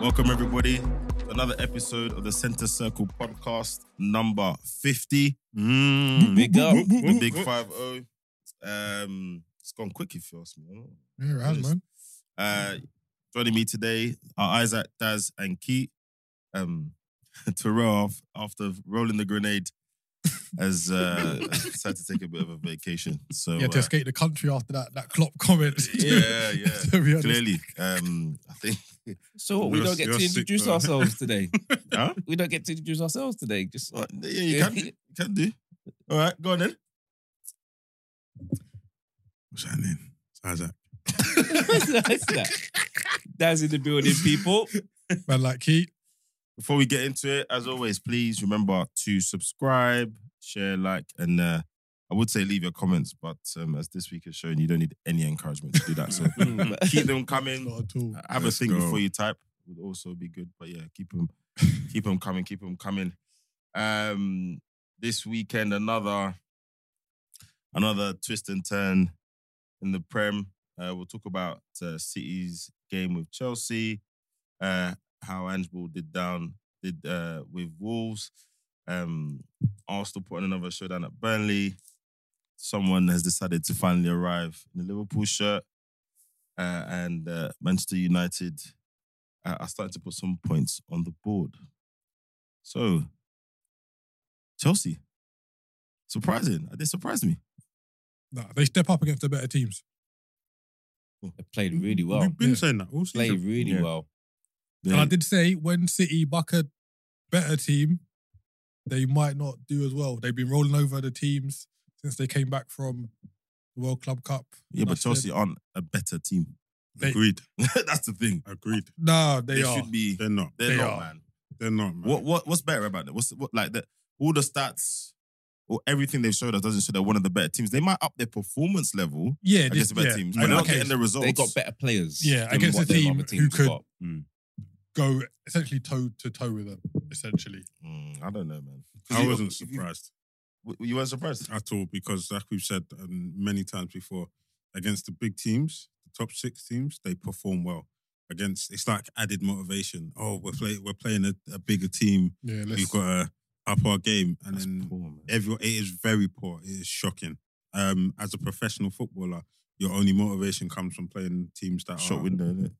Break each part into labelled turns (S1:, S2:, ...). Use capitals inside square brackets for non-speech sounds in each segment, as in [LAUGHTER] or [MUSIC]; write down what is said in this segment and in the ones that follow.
S1: Welcome, everybody, to another episode of the Center Circle podcast, number 50.
S2: Mm, big up.
S1: The Big 5 0. Um, it's gone quick, if you ask me.
S3: Yeah, it has,
S1: Yes.
S3: man.
S1: Uh, joining me today are Isaac, Daz, and Keith. Um, [LAUGHS] Terrell, af- after rolling the grenade, has uh,
S3: [LAUGHS]
S1: decided to take a bit of a vacation. So,
S3: yeah, to
S1: uh,
S3: escape the country after that that Klopp [LAUGHS] comment.
S1: [LAUGHS] yeah, yeah.
S3: [LAUGHS] to be honest.
S1: Clearly, um, I think. [LAUGHS]
S2: So what, we
S1: You're-
S2: don't get
S1: you're
S2: to
S1: sick,
S2: introduce
S1: bro.
S2: ourselves today.
S1: Huh?
S2: we don't get to introduce ourselves today. Just
S1: Yeah, you can, you can do. All right, go on then.
S4: What's happening? It's Isaac.
S2: [LAUGHS] That's that. That's in the building, people.
S3: man, like he
S1: Before we get into it, as always, please remember to subscribe, share, like, and uh, I would say leave your comments, but um, as this week has shown, you don't need any encouragement to do that.
S4: [LAUGHS]
S1: So
S2: [LAUGHS] Mm, but-
S1: keep them coming.
S3: not at all.
S1: Have
S4: Let's
S1: a think
S4: go.
S1: before you type would also be good, but yeah, keep
S4: [LAUGHS]
S1: them, keep them coming, keep them coming. Um, this weekend another, another twist and turn in the Prem. Uh, we'll talk about uh, City's game with Chelsea, uh, how Angel did down did uh, with Wolves. Um, Arsenal put on another showdown at Burnley. Someone has decided to finally arrive in the Liverpool shirt, uh, and uh, Manchester United uh, are starting to put some points on the board. So, Chelsea, surprising. Uh, They surprised me.
S3: Nah, they step up against the better teams.
S2: They played really well.
S4: We've
S1: [LAUGHS]
S4: been
S3: Yeah.
S4: saying that all season.
S2: Played really
S1: Yeah.
S2: well.
S1: They,
S3: And I did say when City buck a better team, they might not do as well. They've been rolling over the teams since they came back from the World Club Cup.
S1: yeah,
S3: And I
S1: but
S3: said,
S1: Chelsea aren't a better team.
S3: They-
S4: Agreed.
S1: [LAUGHS] That's the thing.
S4: Agreed.
S3: Nah, they, are.
S1: should be.
S4: They're not.
S1: They're
S3: They
S1: not,
S3: are.
S1: man.
S4: They're not, man.
S1: What what what's better about it? What's what like that? All the stats or everything they've showed us doesn't show they're one of the better teams. They might up their performance level
S3: Yeah,
S1: against
S3: this,
S1: the better
S3: yeah.
S1: teams, but
S3: I
S1: they're
S3: know,
S1: not
S3: okay,
S1: getting the results.
S2: They got better players.
S3: Yeah,
S2: than
S3: against
S2: what
S3: the
S2: them
S3: team
S2: other
S3: who
S2: teams
S3: could-
S2: got. Mm.
S3: go essentially toe to toe with them. Essentially,
S1: Mm, I don't know, man. 'Cause
S4: I
S1: you-
S4: wasn't
S1: you-
S4: surprised
S1: You, you weren't surprised.
S4: at all because, like we've said um, many times before, against the big teams, the top six teams, they perform well. Against, it's like added motivation. Oh, we're play, we're playing a, a bigger team.
S3: yeah. Let's,
S4: We've
S3: [LAUGHS]
S4: got to up our game, and
S1: That's
S4: then
S1: poor, man.
S4: Everyone, it is very poor. It is shocking. Um, as a professional footballer, your only motivation comes from playing teams that
S1: Shot
S4: are
S1: window, innit?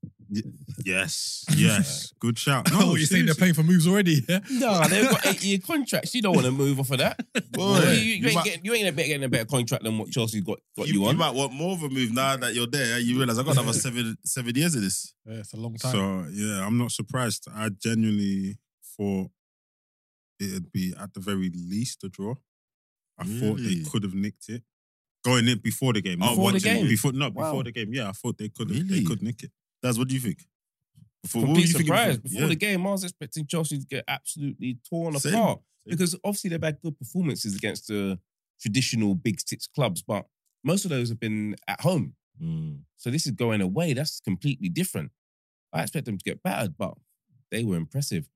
S4: Yes,
S3: [LAUGHS]
S4: yes. Good shout.
S3: oh, you saying they're
S4: seriously.
S3: paying for moves already? Yeah?
S2: No, they've got eight-year contracts. You don't want to move off of that.
S1: Boy,
S2: you,
S1: you
S2: you, ain't
S1: might-
S2: getting, you ain't getting a better contract than what Chelsea got, got
S1: you,
S2: you,
S1: you
S2: on.
S1: might want more of a move now that you're there. eh? You realize I've got another seven seven years of this.
S3: Yeah, it's a long time.
S4: So yeah, I'm not surprised. I genuinely thought it'd be at the very least a draw. I thought
S1: Really?
S4: they could have nicked it. Going in before the game. not
S1: Before the
S4: watching it.
S2: game?
S4: Before no,
S2: Wow.
S4: before the game. Yeah, I thought they could have
S1: Really?
S4: they could nick it.
S1: That's what do you think? Before,
S2: Complete surprise.
S1: thinking
S2: Before the game, I was expecting Chelsea to get absolutely torn
S1: Same.
S2: apart because obviously they've had good performances against the traditional big six clubs, but most of those have been at home.
S1: Yeah. Mm.
S2: So this is going away. That's completely different. I expect them to get battered, but they were impressive.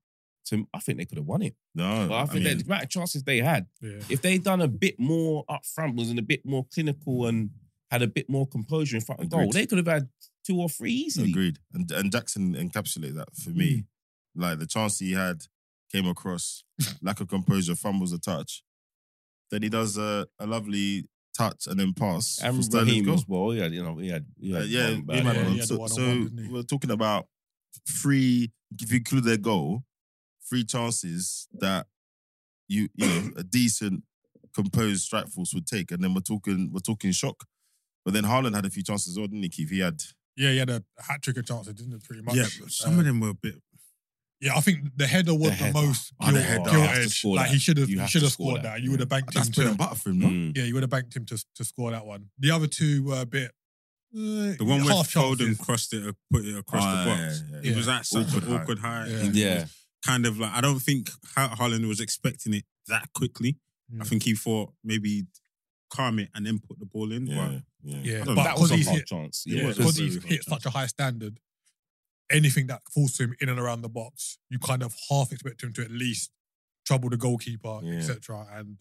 S2: So I think they could have won it.
S1: No,
S2: But I think
S1: Uh, mean,
S2: the amount of chances they had,
S3: yeah.
S2: if they'd done a bit more up front, was in a bit more clinical and had a bit more composure in front of goal,
S1: Agreed.
S2: they could have had two or three easily.
S1: Agreed. And and Jackson encapsulated that for me. Like the chance he had came across, lack of composure, fumbles a touch. Then he does a, a lovely touch and then pass. for
S2: And
S1: Sterling's
S2: Raheem
S1: goal.
S2: as well. He had, you know, he had, he
S1: Uh,
S2: had
S1: yeah,
S2: one bad
S1: Raheem had
S3: yeah,
S2: one.
S1: one.
S3: he had the
S1: so
S3: one on
S1: so
S3: one, didn't he?
S1: we're talking about three. If you include their goal, three chances that you you know a decent composed strike force would take, and then we're talking we're talking shock. But then Haaland had a few chances, as well, didn't he? Keith, he had
S3: Yeah, he had a hat trick of chances, didn't it? Pretty much.
S4: Yeah, but some
S3: Uh,
S4: of them were a bit
S3: Yeah, I think the header was
S2: The
S3: the,
S2: header.
S3: most
S2: Oh, the
S3: guilt,
S2: header. You
S3: guilt
S2: have to
S3: edge.
S2: score
S3: Like
S2: that.
S3: he should have,
S2: You
S3: he
S2: have
S3: should
S2: to
S3: have
S2: score
S3: scored
S2: that.
S3: that. You would have
S2: Yeah.
S3: banked
S1: that's
S3: him.
S1: bread and
S3: To,
S1: butter for him, no?
S2: Mm.
S3: yeah, you would have banked him to to score that one. The other two were a bit. Uh,
S4: the one where
S3: half
S4: Foden
S3: chances.
S4: crossed it put it across
S1: Ah,
S4: the box.
S1: yeah, yeah,
S4: It
S3: yeah.
S4: was at such
S1: Awkward
S4: an
S1: height.
S4: awkward height.
S3: Yeah.
S4: and it
S2: Mm. Yeah.
S4: was kind of like I don't think Ha- Haaland was expecting it that quickly.
S3: Yeah.
S4: I think he thought maybe he'd calm it and then put the ball in.
S1: Yeah,
S4: But
S1: yeah.
S3: Yeah,
S4: I don't
S3: but
S4: know.
S2: that
S4: That
S2: was
S3: was
S2: a
S3: easy.
S2: hard chance.
S4: It
S2: Yeah,
S4: was.
S3: because
S4: It
S3: he's
S4: was a
S3: hit
S4: chance.
S3: such a high standard, anything that falls to him in and around the box, you kind of half expect him to at least trouble the goalkeeper,
S1: Yeah.
S3: etc. And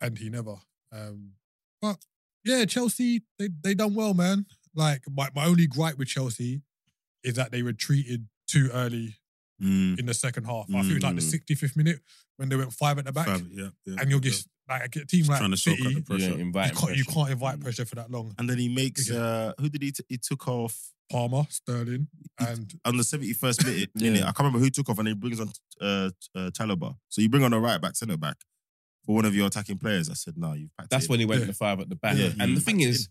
S3: and he never. Um, but yeah, Chelsea they they done well, man. Like my, my only gripe with Chelsea is that they retreated too early
S4: Mm.
S3: in the second half. I feel like the
S1: Mm.
S3: 65th minute when they went five at the back,
S4: Fab, yeah, yeah,
S3: and you'll
S4: yeah.
S3: just like a team
S4: Just
S3: like
S4: trying to soak
S3: City,
S4: up the
S3: you
S2: You
S4: pressure.
S2: ain't inviting
S3: can't, you
S2: pressure.
S3: can't invite pressure for that long.
S1: And then he makes
S3: Okay.
S1: uh, who did he? T- he took off
S3: Palmer,
S4: [LAUGHS]
S3: Sterling,
S1: It-
S3: and
S1: on the seventy first [LAUGHS] minute. minute.
S2: Yeah.
S1: I can't remember who took off, and he brings on uh, uh, Chalobah. So you bring on a right back, centre back for one of your attacking players. I said, no, you've packed
S2: That's
S1: it.
S2: when he went
S3: Yeah.
S2: to five at the back.
S1: Yeah.
S2: And the
S1: Mm.
S2: thing is,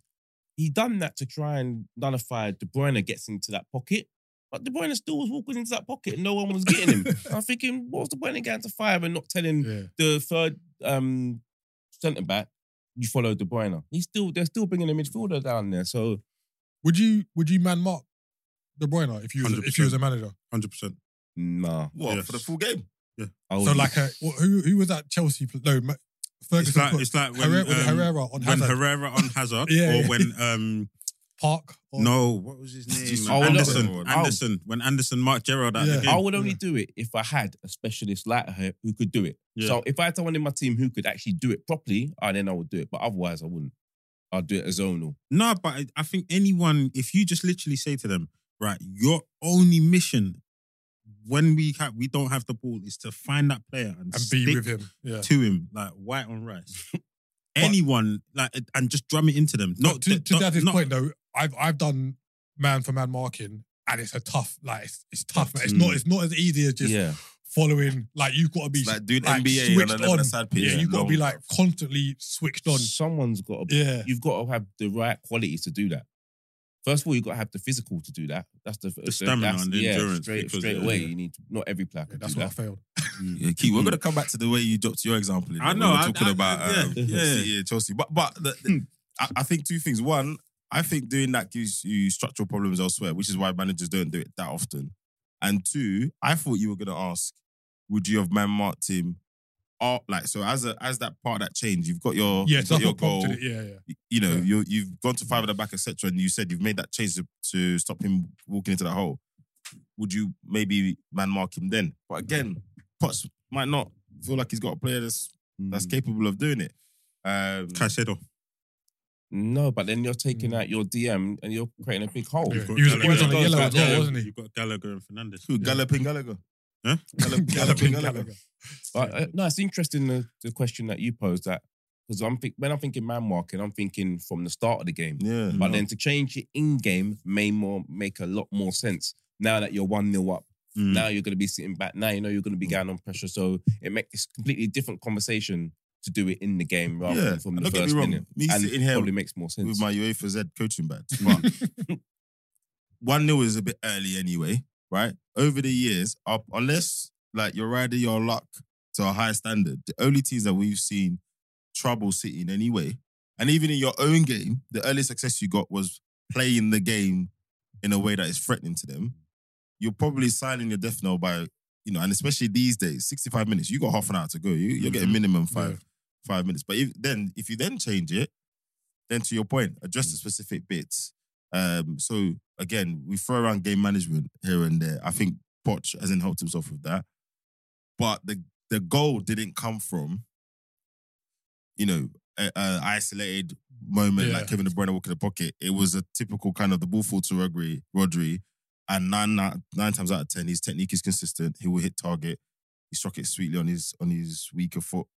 S2: he done that to try and nullify De Bruyne gets into that pocket. But De Bruyne still was walking into that pocket and no one was getting him. I'm thinking, what's the point in going to five and not telling
S3: yeah,
S2: the third um, centre back you follow De Bruyne? He's still they're still bringing a midfielder down there. So
S3: would you would you man mark De Bruyne if you was, if you was a
S4: 100%.
S3: manager?
S4: hundred percent.
S2: nah.
S1: what
S4: Yes.
S1: for the full game.
S2: I
S3: So
S2: wouldn't.
S3: like a, wh- who who was that Chelsea? pl- No, Ma- Ferguson.
S4: It's like
S3: put
S4: it's like when
S3: Herrera, was it
S4: um,
S3: Herrera on
S4: when
S3: Hazard
S4: Herrera
S3: [LAUGHS]
S4: on Hazard,
S3: Yeah,
S4: or
S3: yeah.
S4: when um
S3: Park. Or,
S4: no, what was his
S1: Just-
S4: name?
S1: Oh,
S4: Anderson.
S1: look.
S4: Anderson. When Anderson marked Gerrard out
S3: Yeah.
S4: the game.
S2: I would only
S3: Yeah.
S2: do it if I had a specialist like her who could do it.
S4: Yeah.
S2: So if I had someone in my team who could actually do it properly, ah, then I would do it. But otherwise, I wouldn't. I'd do it as zonal.
S4: No, but I, I think anyone, if you just literally say to them, right, your only mission when we ha- we don't have the ball is to find that player and,
S3: and be
S4: stick
S3: with him. Yeah.
S4: to him like white on rice. anyone like and just drum it into them. Not
S3: But to, to
S4: not-
S3: Dad's
S4: not-
S3: point though, I've I've done man for man marking, and it's a tough like it's, it's tough. man. It's not it's not as easy as just
S2: yeah.
S3: following. Like you've got to be
S1: It's like doing
S3: like,
S1: NBA
S3: switched
S1: on a eleven
S3: on.
S1: side pitch.
S3: yeah, you've got to be
S1: Long-
S3: like constantly switched on.
S2: Someone's got to.
S3: Yeah,
S2: You've got to have the right qualities to do that. First of all, you've got to have the physical to do that. That's the, the
S4: stamina
S2: that's-
S4: and the
S2: yeah,
S4: endurance,
S2: Straight,
S4: because-
S2: straight
S4: yeah,
S2: away,
S4: yeah.
S2: you need not every player
S3: Yeah,
S2: can
S3: that's
S2: do
S3: what I
S2: that.
S3: failed.
S1: Yeah, Keith, we're gonna come back to the way you dropped your example. in
S4: I
S1: it.
S4: know,
S1: we
S4: I-
S1: were talking
S4: I-
S1: about
S4: yeah,
S1: um, [LAUGHS]
S4: yeah.
S1: City and Chelsea, but but the, the- I, I think two things. One, I think doing that gives you structural problems elsewhere, which is why managers don't do it that often. And two, I thought you were gonna ask, would you have man marked him? Up, like so, as a as that part of that change, you've got your
S3: Yeah,
S1: you've
S3: so
S1: got
S3: that's
S1: your
S3: what
S1: goal.
S3: prompted it. Yeah, yeah.
S1: You know,
S3: Yeah.
S1: you you've gone to five at the back, etc. And you said you've made that change to, to stop him walking into that hole. Would you maybe man mark him then? But again, Potts might not feel like he's got a player that's that's
S2: Mm.
S1: capable of doing it. Um,
S4: Caicedo.
S2: No, but then you're taking out your DM and you're creating a big hole.
S3: Yeah.
S4: got
S3: He was,
S4: Gallagher.
S3: he was
S2: Yeah,
S3: on a
S2: those
S3: yellow
S2: guys
S3: as well,
S2: there.
S3: wasn't he?
S4: You've got Gallagher and Fernandez.
S1: who, Galloping Gallagher?
S4: Huh?
S2: [LAUGHS]
S1: Gallop- Galloping
S3: Galloping
S1: Gallagher.
S3: Gallagher.
S2: But uh, no, it's interesting the, the question that you posed that because I'm think, when I'm thinking man marking, I'm thinking from the start of the game.
S1: Yeah.
S2: But then to change it in game may more make a lot more sense now that you're one 0 up.
S4: Mm.
S2: Now you're going to be sitting back. Now you know you're going to
S1: Mm.
S2: be going on pressure. So it makes this completely different conversation to do it in the game rather
S1: yeah.
S2: than from the
S1: Don't get
S2: first
S1: me wrong.
S2: minute.
S1: Me
S2: And
S1: sitting here
S2: probably makes more sense.
S1: with my UEFA Z coaching badge, but one 0 is a bit early anyway, right? Over the years, up unless like you're riding your luck to a high standard, the only teams that we've seen trouble City in any way, and even in your own game, the early success you got was playing the game in a way that is threatening to them. You're probably signing your death knell by you know, and especially these days, 65 minutes, you got half an hour to go. You, you're getting
S4: Mhm.
S1: minimum five five minutes. But if then if you then change it, then to your point, address the specific bits. Um, so again, we throw around game management here and there. I think Poch hasn't helped himself with that. But the the goal didn't come from, you know, a, a isolated moment
S3: Yeah.
S1: like Kevin De Bruyne walking the pocket. It was a typical kind of the ball fall to Rodri, Rodri and nine, nine nine times out of ten, his technique is consistent. He will hit target. He struck it sweetly on his on his weaker foot.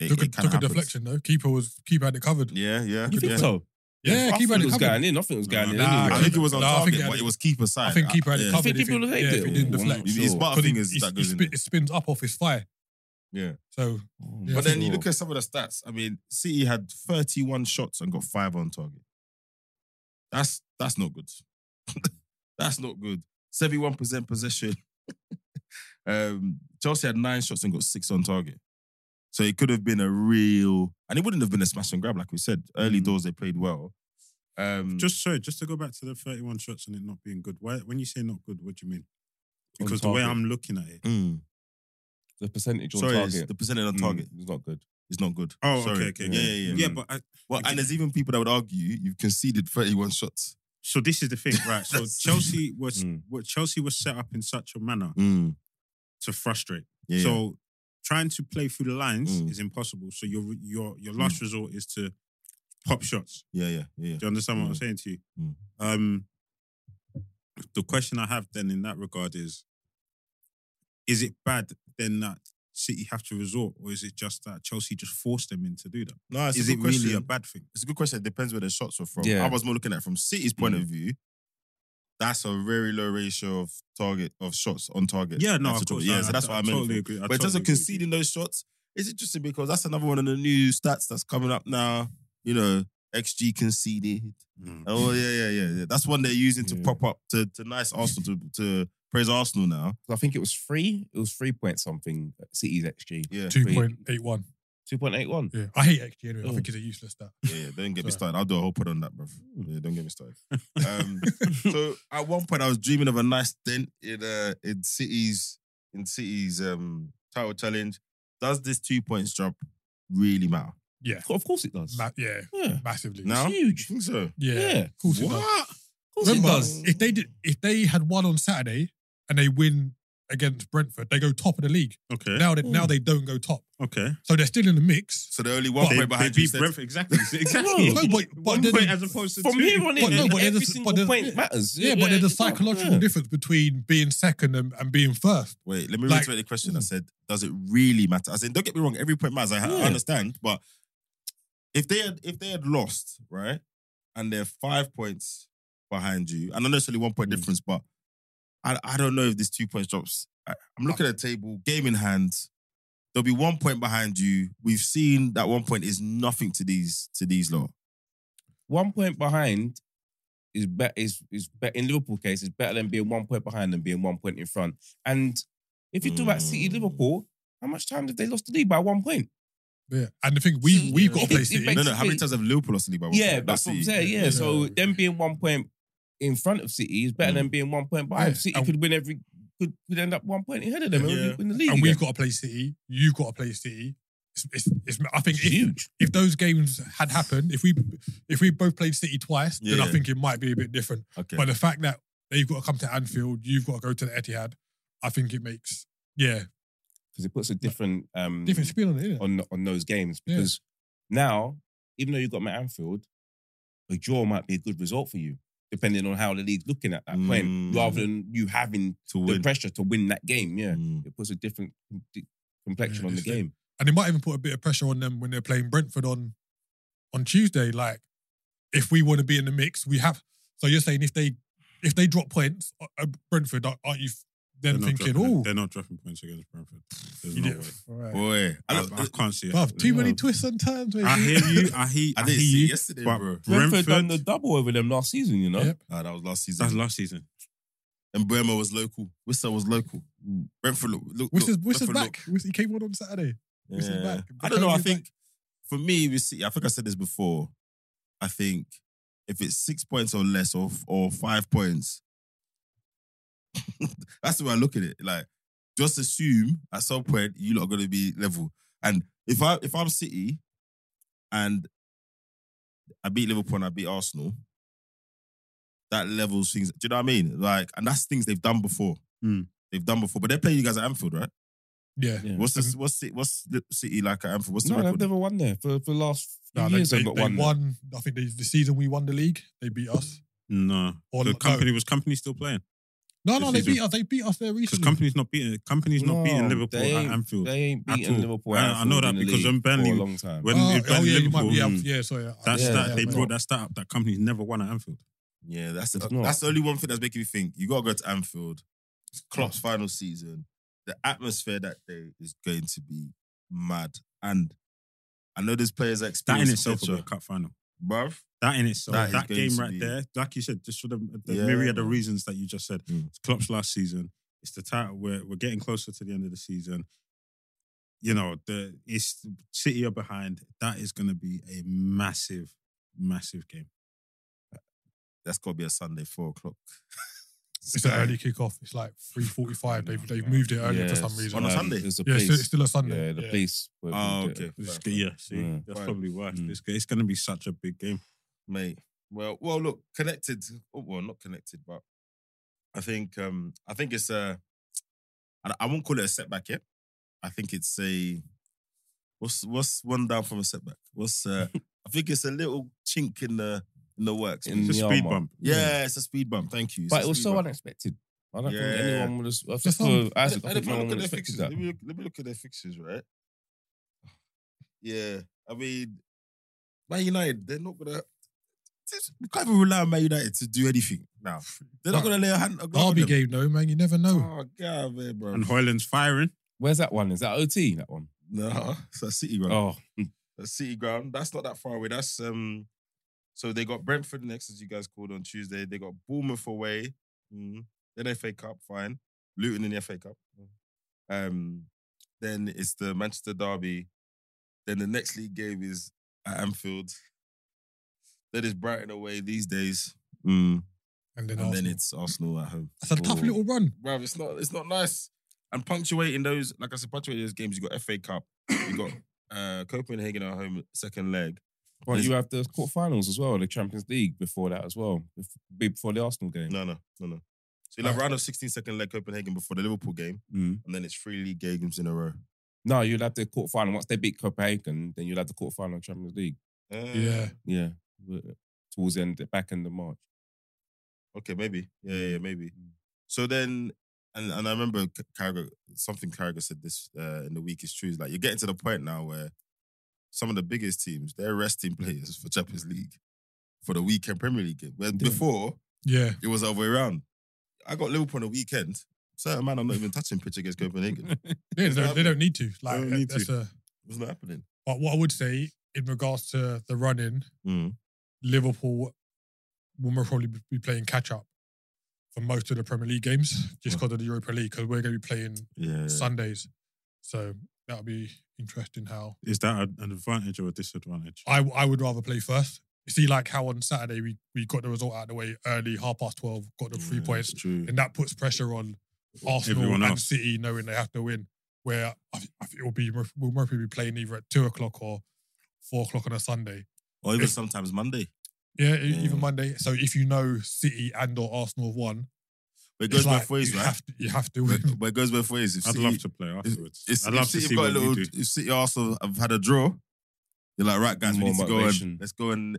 S1: It,
S3: Took, a,
S1: it kinda
S3: took a
S1: happens.
S3: deflection though. Keeper was keeper had it covered.
S1: Yeah, yeah.
S2: you think
S1: yeah.
S2: so?
S3: Yeah,
S2: I
S3: keeper
S2: thought it
S3: had it
S2: was
S3: covered.
S2: going in. I think it was
S4: Nah,
S2: going in.
S3: nah,
S2: anyway.
S1: I think it was on
S3: No, I think
S1: target,
S3: it had
S1: but
S3: it-
S1: it was keeper side.
S3: I think keeper had it
S1: Yeah.
S3: covered.
S2: think
S3: if
S2: people
S3: it-
S2: would have
S3: yeah,
S2: taken
S3: if
S2: it.
S3: it didn't
S2: Yeah.
S3: deflect.
S1: It's
S2: Sure.
S1: but I
S3: Because
S1: think
S3: he-
S1: it's
S3: he-
S1: that
S3: he
S1: goes in.
S3: spin- it spins up off his thigh.
S1: Yeah.
S3: So Yeah.
S1: But then you
S2: Sure.
S1: look at some of the stats. I mean, City had 31 shots and got five on target. That's that's not good. [LAUGHS] that's not good. 71% possession. [LAUGHS] um, Chelsea had nine shots and got six on target. So it could have been a real, and it wouldn't have been a smash and grab, like we said. Early
S4: Mm.
S1: doors, they played well. Um,
S4: Just sorry, just to go back to the 31 shots and it not being good. Why, when you say not good, what do you mean? Because the way
S2: target.
S4: I'm looking at it.
S1: Mm.
S2: the percentage on
S1: sorry, it's-
S2: target.
S1: the percentage on
S2: Mm,
S1: target
S2: is not good.
S1: is not good.
S4: Oh,
S1: Sorry.
S4: okay, okay.
S1: Yeah, yeah, yeah.
S4: Yeah, but uh, I,
S1: Well, and there's even people that would argue you've conceded 31 shots.
S4: so this is the thing, right? So
S1: That's-
S4: Chelsea was
S2: Mm.
S4: what Chelsea was set up in such a manner
S1: Mm.
S4: to frustrate.
S1: Yeah, yeah.
S4: So trying to play through the lines
S1: Mm.
S4: is impossible. So your your your last resort is to pop shots.
S1: yeah, yeah, yeah, yeah.
S4: Do you understand what I'm
S1: Mm.
S4: saying to you?
S1: Mm.
S4: Um, the question I have then in that regard is is it bad then that City have to resort, or is it just that Chelsea just forced them in to do that?
S1: No, it's
S4: Is
S1: a
S4: it
S1: good question.
S4: really a bad thing?
S1: it's a good question. It depends where the shots were from.
S2: Yeah.
S1: I was more looking at it from City's point
S4: Mm.
S1: of view. That's a very low ratio of target of shots on target.
S4: Yeah, no,
S1: That's
S4: of
S1: a total-
S4: course.
S1: Yeah, so that's what I, meant.
S4: Totally agree. I
S1: but in terms
S4: totally
S1: of
S4: agree.
S1: conceding those shots, it's interesting because that's another one of the new stats that's coming up now. You know, XG conceded.
S4: Mm.
S1: Oh yeah, yeah, yeah. yeah. That's one they're using to
S2: Yeah.
S1: prop up to, to nice Arsenal to, to praise Arsenal now.
S2: I think it was three. It was three point something. City's XG
S1: Yeah,
S3: Two point eight one.
S2: two point eight one.
S3: Yeah, I hate XG anyway. I
S2: Oh.
S3: think it's a useless stat.
S1: yeah, yeah. Don't get me
S3: Sorry.
S1: started. I'll do a whole pod on that, bro. Yeah, don't get me
S4: [LAUGHS]
S1: started. Um,
S3: [LAUGHS]
S1: so at one point, I was dreaming of a nice dent in uh, in cities in cities um, title challenge. Does this two points drop really matter?
S3: Yeah,
S2: Of course it does.
S3: Ma- yeah,
S2: Yeah,
S3: massively.
S1: No?
S2: it's
S1: I
S2: huge.
S1: think so.
S3: Yeah,
S2: Yeah.
S3: of course it does.
S1: What?
S2: Of course
S3: Remember,
S2: it does.
S3: if they did, if they had won on Saturday and they win against Brentford, they go top of the league.
S4: Okay.
S3: Now, they, now
S2: Mm.
S3: they don't go top,
S4: okay.
S3: so they're still in the mix.
S1: So they're only one
S3: But
S1: point
S4: They
S1: behind you
S4: beat
S1: said- [LAUGHS]
S4: Brentford exactly.
S2: Exactly.
S4: exactly.
S3: No, but, but
S4: One
S3: there's
S4: point
S3: a-
S4: as opposed to
S2: From
S4: two.
S2: here on in,
S3: But no, but
S2: every
S3: there's a-
S2: single
S3: but there's-
S2: point
S3: yeah.
S2: matters.
S3: yeah, but there's a
S2: it does,
S3: psychological
S2: yeah.
S3: difference between being second and, and being first.
S1: Wait, let me
S3: Like-
S1: reiterate the question. I
S2: mm.
S1: said, does it really matter? I said, don't get me wrong, every point matters. I, I
S2: Yeah.
S1: understand, but if they had if they had lost, right, and they're five points behind you, and not necessarily one point
S2: Mm.
S1: difference, but I, I don't know if this two points drops. I, I'm looking at the table, game in hand. There'll be one point behind you. We've seen that one point is nothing to these to these lot.
S2: One point behind is bet is is bet in Liverpool case is better than being one point behind than being one point in front. And if you do that, City
S1: Mm.
S2: Liverpool, how much time did they lost the league by one point?
S3: Yeah, and the thing we we've got to
S2: It-
S3: play
S2: it
S3: City.
S2: makes-
S1: No, no. How many times have Liverpool lost the league by one
S2: Yeah,
S1: point?
S2: that's what I'm
S1: City.
S2: saying. Yeah,
S3: Yeah.
S2: so them being one point in front of City is better than being one point behind.
S3: Yeah.
S2: City
S3: And-
S2: could win every could, could end up one point ahead of them and
S4: Yeah.
S2: win the league.
S3: and we've
S2: again.
S3: got to play City. You've got to play City. It's, it's, it's, I think [LAUGHS]
S2: It's
S3: if,
S2: huge.
S3: if those games had happened, if we if we both played City twice, then
S1: Yeah.
S3: I think it might be a bit different.
S1: Okay.
S3: But the fact that they've got to come to Anfield, you've got to go to the Etihad, I think it makes yeah
S2: Because it puts a different um
S3: different
S4: Mm.
S3: spin on it. Isn't it?
S2: on on those games
S3: Yeah.
S2: because now, even though you've got them at Anfield, a draw might be a good result for you, depending on how the league's looking at that
S1: Mm.
S2: point, rather than you having
S1: to
S2: the
S1: win.
S2: pressure to win that game. Yeah,
S1: Mm.
S2: it puts a different com- di- complexion
S3: Yeah,
S2: on the
S3: it's like-
S2: game.
S3: and it might even put a bit of pressure on them when they're playing Brentford on on Tuesday. Like, if we want to be in the mix, we have. So you're saying if they if they drop points uh, uh, Brentford, aren't aren't you f- then
S4: not
S3: thinking,
S4: dropping-
S3: oh,
S4: they're not dropping points against Brentford. There's
S3: you
S4: no
S3: did,
S4: way.
S3: right.
S1: Boy, I,
S4: I, I can't see it.
S3: Bruv, too many
S2: No.
S3: twists and turns. mate.
S4: I hear
S3: [LAUGHS]
S4: you. I hear.
S1: [LAUGHS]
S4: I,
S1: I
S4: hear
S1: didn't see
S4: you.
S1: it yesterday,
S4: but
S1: bro.
S2: Brentford
S4: Brentford,
S2: done the double over them last season, you know.
S3: Yep.
S1: Ah, that was last season.
S4: that's last season.
S1: And Burma was local. Worcester was local. Brentford look. look
S3: Which Mm. is
S1: look,
S3: which is
S1: Brentford
S3: back. Which- He came on on Saturday.
S1: look.
S3: Which is
S1: Yeah.
S3: back.
S1: I don't know. I
S3: Brentford is
S1: think for me, we see. I think I said this before. I think if it's six points or less, or or five points, [LAUGHS] that's the way I look at it. Like, just assume at some point you lot are going to be level. And if I if I'm City, and I beat Liverpool and I beat Arsenal, that levels things. Do you know what I mean? Like, and that's things they've done before.
S4: Mm.
S1: They've done before, but they're playing you guys at Anfield, right?
S3: Yeah.
S2: Yeah.
S1: What's this? What's it? What's the City like at Anfield? What's the
S2: No, they've
S1: record?
S2: never won there for for the last few
S3: No, they,
S2: years.
S3: they,
S2: They've not
S3: they
S2: won.
S3: won.
S2: there.
S3: I think they, the season we won the league, they beat us.
S4: No,
S3: Or
S4: the
S3: no-
S4: company was company still playing
S3: No, no,
S4: The
S3: they
S4: season-
S3: beat us. They beat us there
S4: because
S3: recently.
S4: company's not beating. Company's not beating
S2: No,
S4: Liverpool
S2: they
S4: at
S2: ain't-
S4: Anfield.
S2: They ain't
S4: at
S2: beaten
S4: all.
S2: Liverpool.
S4: I-
S2: at
S4: I know
S2: Anfield
S4: that
S2: in the
S4: because
S2: league
S4: when Burnley-
S2: for a long time.
S4: when
S3: Oh,
S4: we
S3: oh
S4: played
S3: yeah, you might
S4: Liverpool,
S3: be. Yeah,
S4: mm,
S3: yeah, sorry.
S4: that
S2: Yeah,
S4: stat, they
S3: yeah,
S4: brought
S3: man.
S4: that stat up. That company's never won at Anfield.
S1: Yeah, that's
S2: It's
S1: the,
S2: not.
S1: that's the only one thing that's making me think you gotta go to Anfield. It's Klopp's final season. The atmosphere that day is going to be mad, and I know there's players that
S4: That
S1: experience
S4: in itself will be a
S1: etc.
S4: cup final.
S1: bruv.
S4: That in itself,
S1: That is
S4: that,
S1: going
S4: game
S1: to
S4: right
S1: be-
S4: there, like you said, just for the, the
S1: Yeah,
S4: myriad of
S1: man.
S4: reasons that you just said.
S1: Mm.
S4: It's Klopp's last season. It's the title. We're we're getting closer to the end of the season. You know, the it's City are behind. That is going to be a massive, massive game.
S1: That's gotta be a Sunday four o'clock. [LAUGHS]
S3: It's an early kickoff. It's like three forty-five. They've they've moved it earlier for some
S2: Yes.
S3: reason.
S1: On a
S2: Um,
S1: Sunday?
S2: there's a
S3: Yeah, it's still,
S2: place-
S3: it's still a Sunday.
S2: Yeah, the police. were-
S1: Oh,
S2: were-
S1: okay.
S4: It's-
S1: Fair,
S4: yeah, see,
S2: Yeah.
S4: that's
S1: Fine.
S4: probably why.
S2: Mm.
S4: It's, it's going to be such a big game.
S1: mate. Well, well, look, connected. Oh, well, not connected, but I think um I think it's a. I, I won't call it a setback yet. I think it's a. What's what's one down from a setback? What's
S2: [LAUGHS]
S1: uh, I think it's a little chink in the in the works.
S2: In
S4: It's a
S2: the
S4: speed
S2: armour.
S4: bump.
S1: yeah, it's a speed bump. Thank you. It's
S2: But
S1: a
S2: it was
S1: speed
S2: so
S1: bump.
S2: unexpected. I don't
S1: Yeah.
S2: think anyone would have. I
S3: Just
S2: think for Isaac, I
S1: Let
S2: think
S1: me
S2: no one
S1: look at
S2: would have
S1: their
S2: expected
S1: fixes.
S2: that.
S1: Let me look, let me look at their fixes, right? Yeah, I mean, Man United, they're not gonna. We can't even rely on Man United to do anything now. They're not
S3: Bro,
S1: gonna lay a hand. A glove on
S3: Derby
S1: them.
S3: game, though, man. You never know.
S1: Oh god, man, bro.
S4: And Hoyland's firing.
S2: Where's that one? Is that OT? That one?
S1: No, it's a city ground.
S2: Oh,
S1: A city ground. That's not that far away. That's um. So they got Brentford next, as you guys called on Tuesday. They got Bournemouth away. Mhm. Then FA Cup, fine. Luton in the FA Cup. Um, then it's the Manchester Derby. Then the next league game is at Anfield. Then it's Brighton away these days. Mm.
S3: And
S1: And
S3: then,
S1: then
S3: Arsenal.
S1: it's Arsenal at home.
S3: That's a tough
S1: Oh.
S3: little run.
S1: Bruv, it's not it's not nice. And punctuating those, like I said, punctuating those games, you got FA Cup, you [COUGHS] got uh, Copenhagen at home, second leg.
S2: well,
S1: Is-
S2: you have the quarterfinals as well, the Champions League before that as well, bef- before the Arsenal game.
S1: No, no, no, no. So you'll have round of 16 second leg Copenhagen before the Liverpool game,
S2: Mm.
S1: and then it's three league games in a row.
S2: No, you'll have the quarterfinal. Once they beat Copenhagen, then you'll have the quarterfinal Champions League.
S1: Uh,
S3: Yeah.
S2: Yeah. w- Towards the end, the back end of March.
S1: Okay, maybe. Yeah, yeah, yeah, maybe. So then, and, and I remember K- Carragher, something Carragher said this uh, in the week is true. Is like you're getting to the point now where some of the biggest teams they're resting players for Champions League for the weekend Premier League game. Where before
S3: Yeah.
S1: It was the other way around. I got Liverpool on the weekend. Certain man, I'm not even touching pitch against
S2: [LAUGHS]
S1: Copenhagen. [LAUGHS] It
S3: They
S1: It's
S3: don't, they
S1: happening.
S3: don't need to. Like,
S1: don't need
S3: that's A,
S1: was not happening.
S3: but what I would say in regards to the run in,
S1: Mm.
S3: Liverpool will most probably be playing catch up for most of the Premier League games just because of the Europa League, because we're going to be playing
S1: Yeah.
S3: Sundays. So that'll be interesting how
S4: Is that an an advantage or a disadvantage?
S3: I, I would rather play first. You see, like how on Saturday we, we got the result out of the way early, half past 12, got the three
S1: Yeah,
S3: points,
S1: it's True.
S3: and that puts pressure on Arsenal
S4: Everyone
S3: and
S4: else.
S3: City knowing they have to win. Where I think, I think it will be, will Murphy be playing either at two o'clock or four o'clock on a Sunday.
S1: Or even sometimes Monday.
S3: Yeah, e-
S1: Yeah.
S3: even Monday. So if you know City and or Arsenal have won,
S1: But it
S3: it's
S1: goes
S3: like
S1: both ways,
S3: you
S1: right?
S3: have to, you have to
S1: But, [LAUGHS]
S3: win.
S1: but it goes both ways. If
S4: I'd
S1: City,
S4: love to play afterwards.
S1: It's, if
S4: I'd love to
S1: City
S4: see
S1: have got
S4: what
S1: a
S4: we
S1: little.
S4: do.
S1: If City also have had a draw, you're like, right, guys, we
S2: More
S1: need to go
S2: motivation.
S1: and let's go and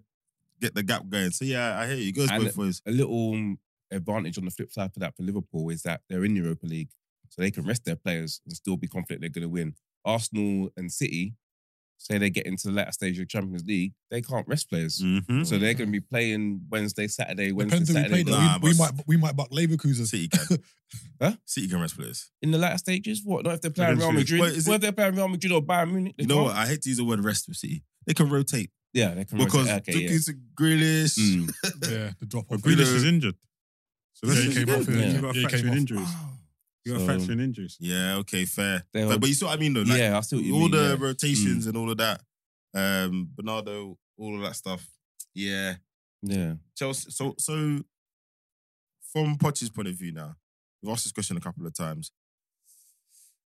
S1: get the gap going. So yeah, I hear you. It goes
S2: And-
S1: both ways.
S2: A little um, advantage on the flip side for that for Liverpool is that they're in the Europa League, so they can rest their players and still be confident they're going to win. Arsenal and City, say they get into the latter stage of Champions League, they can't rest players.
S4: Mm-hmm.
S1: Mm.
S2: So they're going to be playing Wednesday, Saturday, Wednesday,
S3: Depends who we
S2: Saturday.
S3: play.
S1: though.
S3: though.
S1: Nah,
S3: we, we might
S1: but-
S3: we might buck Leverkusen.
S1: City can.
S2: Huh?
S1: City can rest players.
S2: in the latter stages? What? Not if they're playing Real
S4: Eventually.
S2: Madrid.
S1: Wait, is
S2: what
S1: it-
S2: if they're playing Real Madrid or Bayern Munich? They
S1: You know
S2: can't.
S1: what? I hate to use the word rest with City. They can rotate
S2: Yeah, they can
S1: because
S2: rotate. Okay, yeah.
S1: Dukes, Grealish,
S2: Mm.
S1: [LAUGHS]
S3: yeah, the drop off.
S4: But Grealish is
S1: Yeah.
S4: injured. So that's
S3: Yeah, he
S4: just-
S3: came off,
S2: yeah.
S4: You got
S3: Yeah,
S4: to
S3: he
S4: factor
S3: came
S4: in
S3: off.
S4: injuries. You got to
S2: So-
S4: factor in injuries.
S1: [SIGHS] Yeah, okay, fair.
S2: They
S1: But,
S2: were-
S1: but you see what I mean though? Like,
S2: Um, yeah, I see what you
S1: all
S2: mean.
S1: the
S2: yeah. Mm.
S1: rotations and all of that. Um Bernardo, all of that stuff. Yeah.
S2: yeah.
S1: Chelsea so so from Poch's point of view now, we've asked this question a couple of times.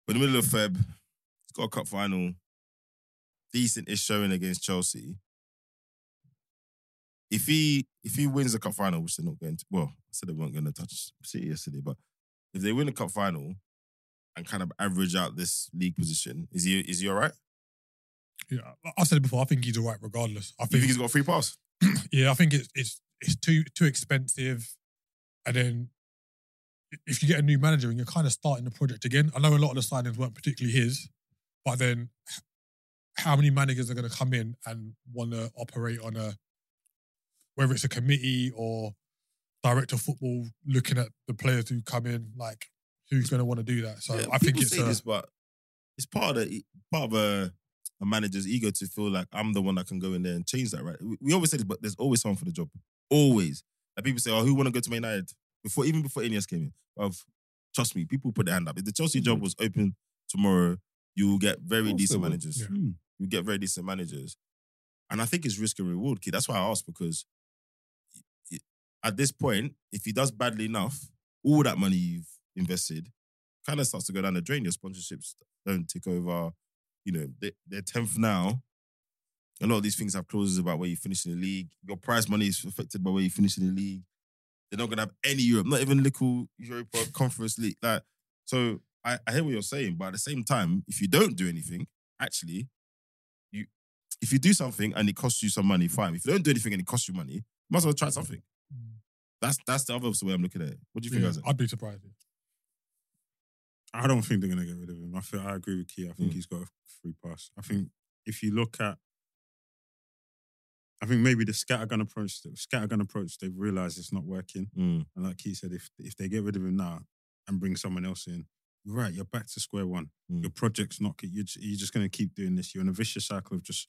S1: We're in the middle of Feb, it's got a cup final, decent ish showing against Chelsea. If he if he wins the cup final, which they're not going to well, I said they weren't going to touch City yesterday, but if they win the cup final and kind of average out this league position, is he is he all right?
S3: Yeah, I- I said it before. I think he's all right regardless. I
S1: You
S3: think,
S1: think he's got a free pass?
S3: yeah, I think it's it's it's too too expensive, and then i- if you get a new manager and you're kind of starting the project again. I know a lot of the signings weren't particularly his, but then h- how many managers are going to come in and want to operate on a whether it's a committee or director of football looking at the players who come in like. Who's going to want to do that? So
S1: Yeah,
S3: I think
S1: people
S3: it's uh,
S1: say
S3: a,
S1: this, but it's part of the, e, part of a, a manager's ego to feel like I'm the one that can go in there and change that. Right? We, we always say this, but there's always someone for the job. Always. Like people say, "Oh, who want to go to Man United?" Before even before Ineos came in, of trust me, people put their hand up. If the Chelsea job was open tomorrow, you will get very
S2: Mm-hmm. Of course
S1: decent
S2: they would.
S1: managers.
S3: Yeah.
S2: Mm.
S1: You get very decent managers, and I think it's risk and reward, kid. That's why I asked because y- y- at this point, if he does badly enough, all that money you've invested kind of starts to go down the drain. Your sponsorships don't take over. You know, they, they're 10th now. A lot of these things have clauses about where you finish in the league. Your prize money is affected by where you finish in the league. They're not going to have any Europe, not even little Europa Conference League. Like, so I, I hear what you're saying, but at the same time, if you don't do anything, actually, you if you do something and it costs you some money, fine. If you don't do anything and it costs you money, you might as well try something. That's that's the other way I'm looking at it. What do you think,
S3: Yeah,
S1: Isaac?
S3: I'd be surprised.
S4: I don't think they're going to get rid of him. I feel I agree with Key. I think
S1: Mm.
S4: he's got a free pass. I think if you look at, I think maybe the scattergun approach, the scattergun approach, they've realised it's not working.
S1: Mm.
S4: And like Key said, if if they get rid of him now and bring someone else in, you're right. You're back to square one.
S1: Mm.
S4: Your project's not. You're, j- you're just going to keep doing this. You're in a vicious cycle of just,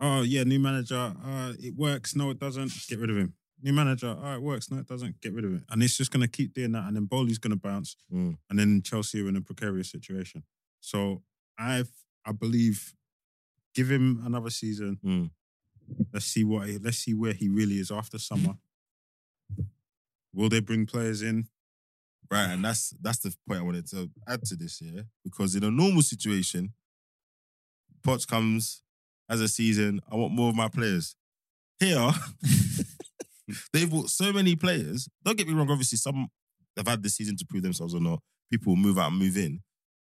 S4: oh yeah, new manager. Uh, it works. No, it doesn't. Get rid of him. New manager. Oh, it works. No, it doesn't. Get rid of him. And it's just going to keep doing that. And then Bowley's going to bounce
S1: Mm.
S4: and then Chelsea are in a precarious situation. So I I believe give him another season.
S1: Mm.
S4: Let's see what he, let's see where he really is after summer. Will they bring players in?
S1: Right, and that's that's the point I wanted to add to this, yeah. Because in a normal situation, Potts comes as a season. I want more of my players. Here, [LAUGHS] they've bought so many players. Don't get me wrong. Obviously, some have had this season to prove themselves or not. People will move out and move in,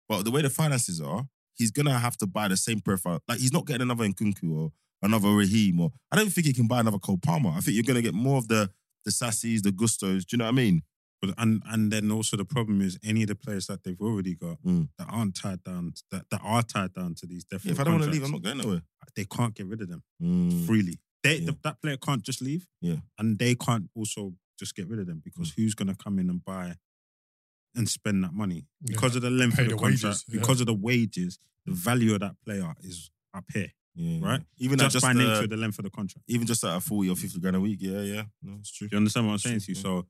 S1: but the way the finances are, he's gonna have to buy the same profile. Like he's not getting another Nkunku or another Raheem. Or I don't think he can buy another Cole Palmer. I think you're gonna get more of the the sassies, the gustos. Do you know what I mean?
S4: But and and then also the problem is any of the players that they've already got
S1: Mm.
S4: that aren't tied down that, that are tied down to these definite.
S1: if I don't want to leave, I'm
S4: contracts,
S1: not going nowhere.
S4: They can't get rid of them
S1: Mm.
S4: freely. They
S1: Yeah.
S4: the, that player can't just leave.
S1: Yeah. Hmm.
S4: and they can't also just get rid of them because who's going to come in and buy and spend that money? because of the length
S3: Pay
S4: of the,
S3: the
S4: contract,
S3: wages, yeah.
S4: because of the wages, the value of that player is up here,
S1: Yeah.
S4: right?
S1: Even
S4: just,
S1: at just
S4: by
S1: uh,
S4: nature of the length of the contract.
S1: even just at a forty or fifty grand a week. Yeah, yeah. No, it's true.
S4: Do you understand what I'm saying to you?
S1: Yeah.
S4: So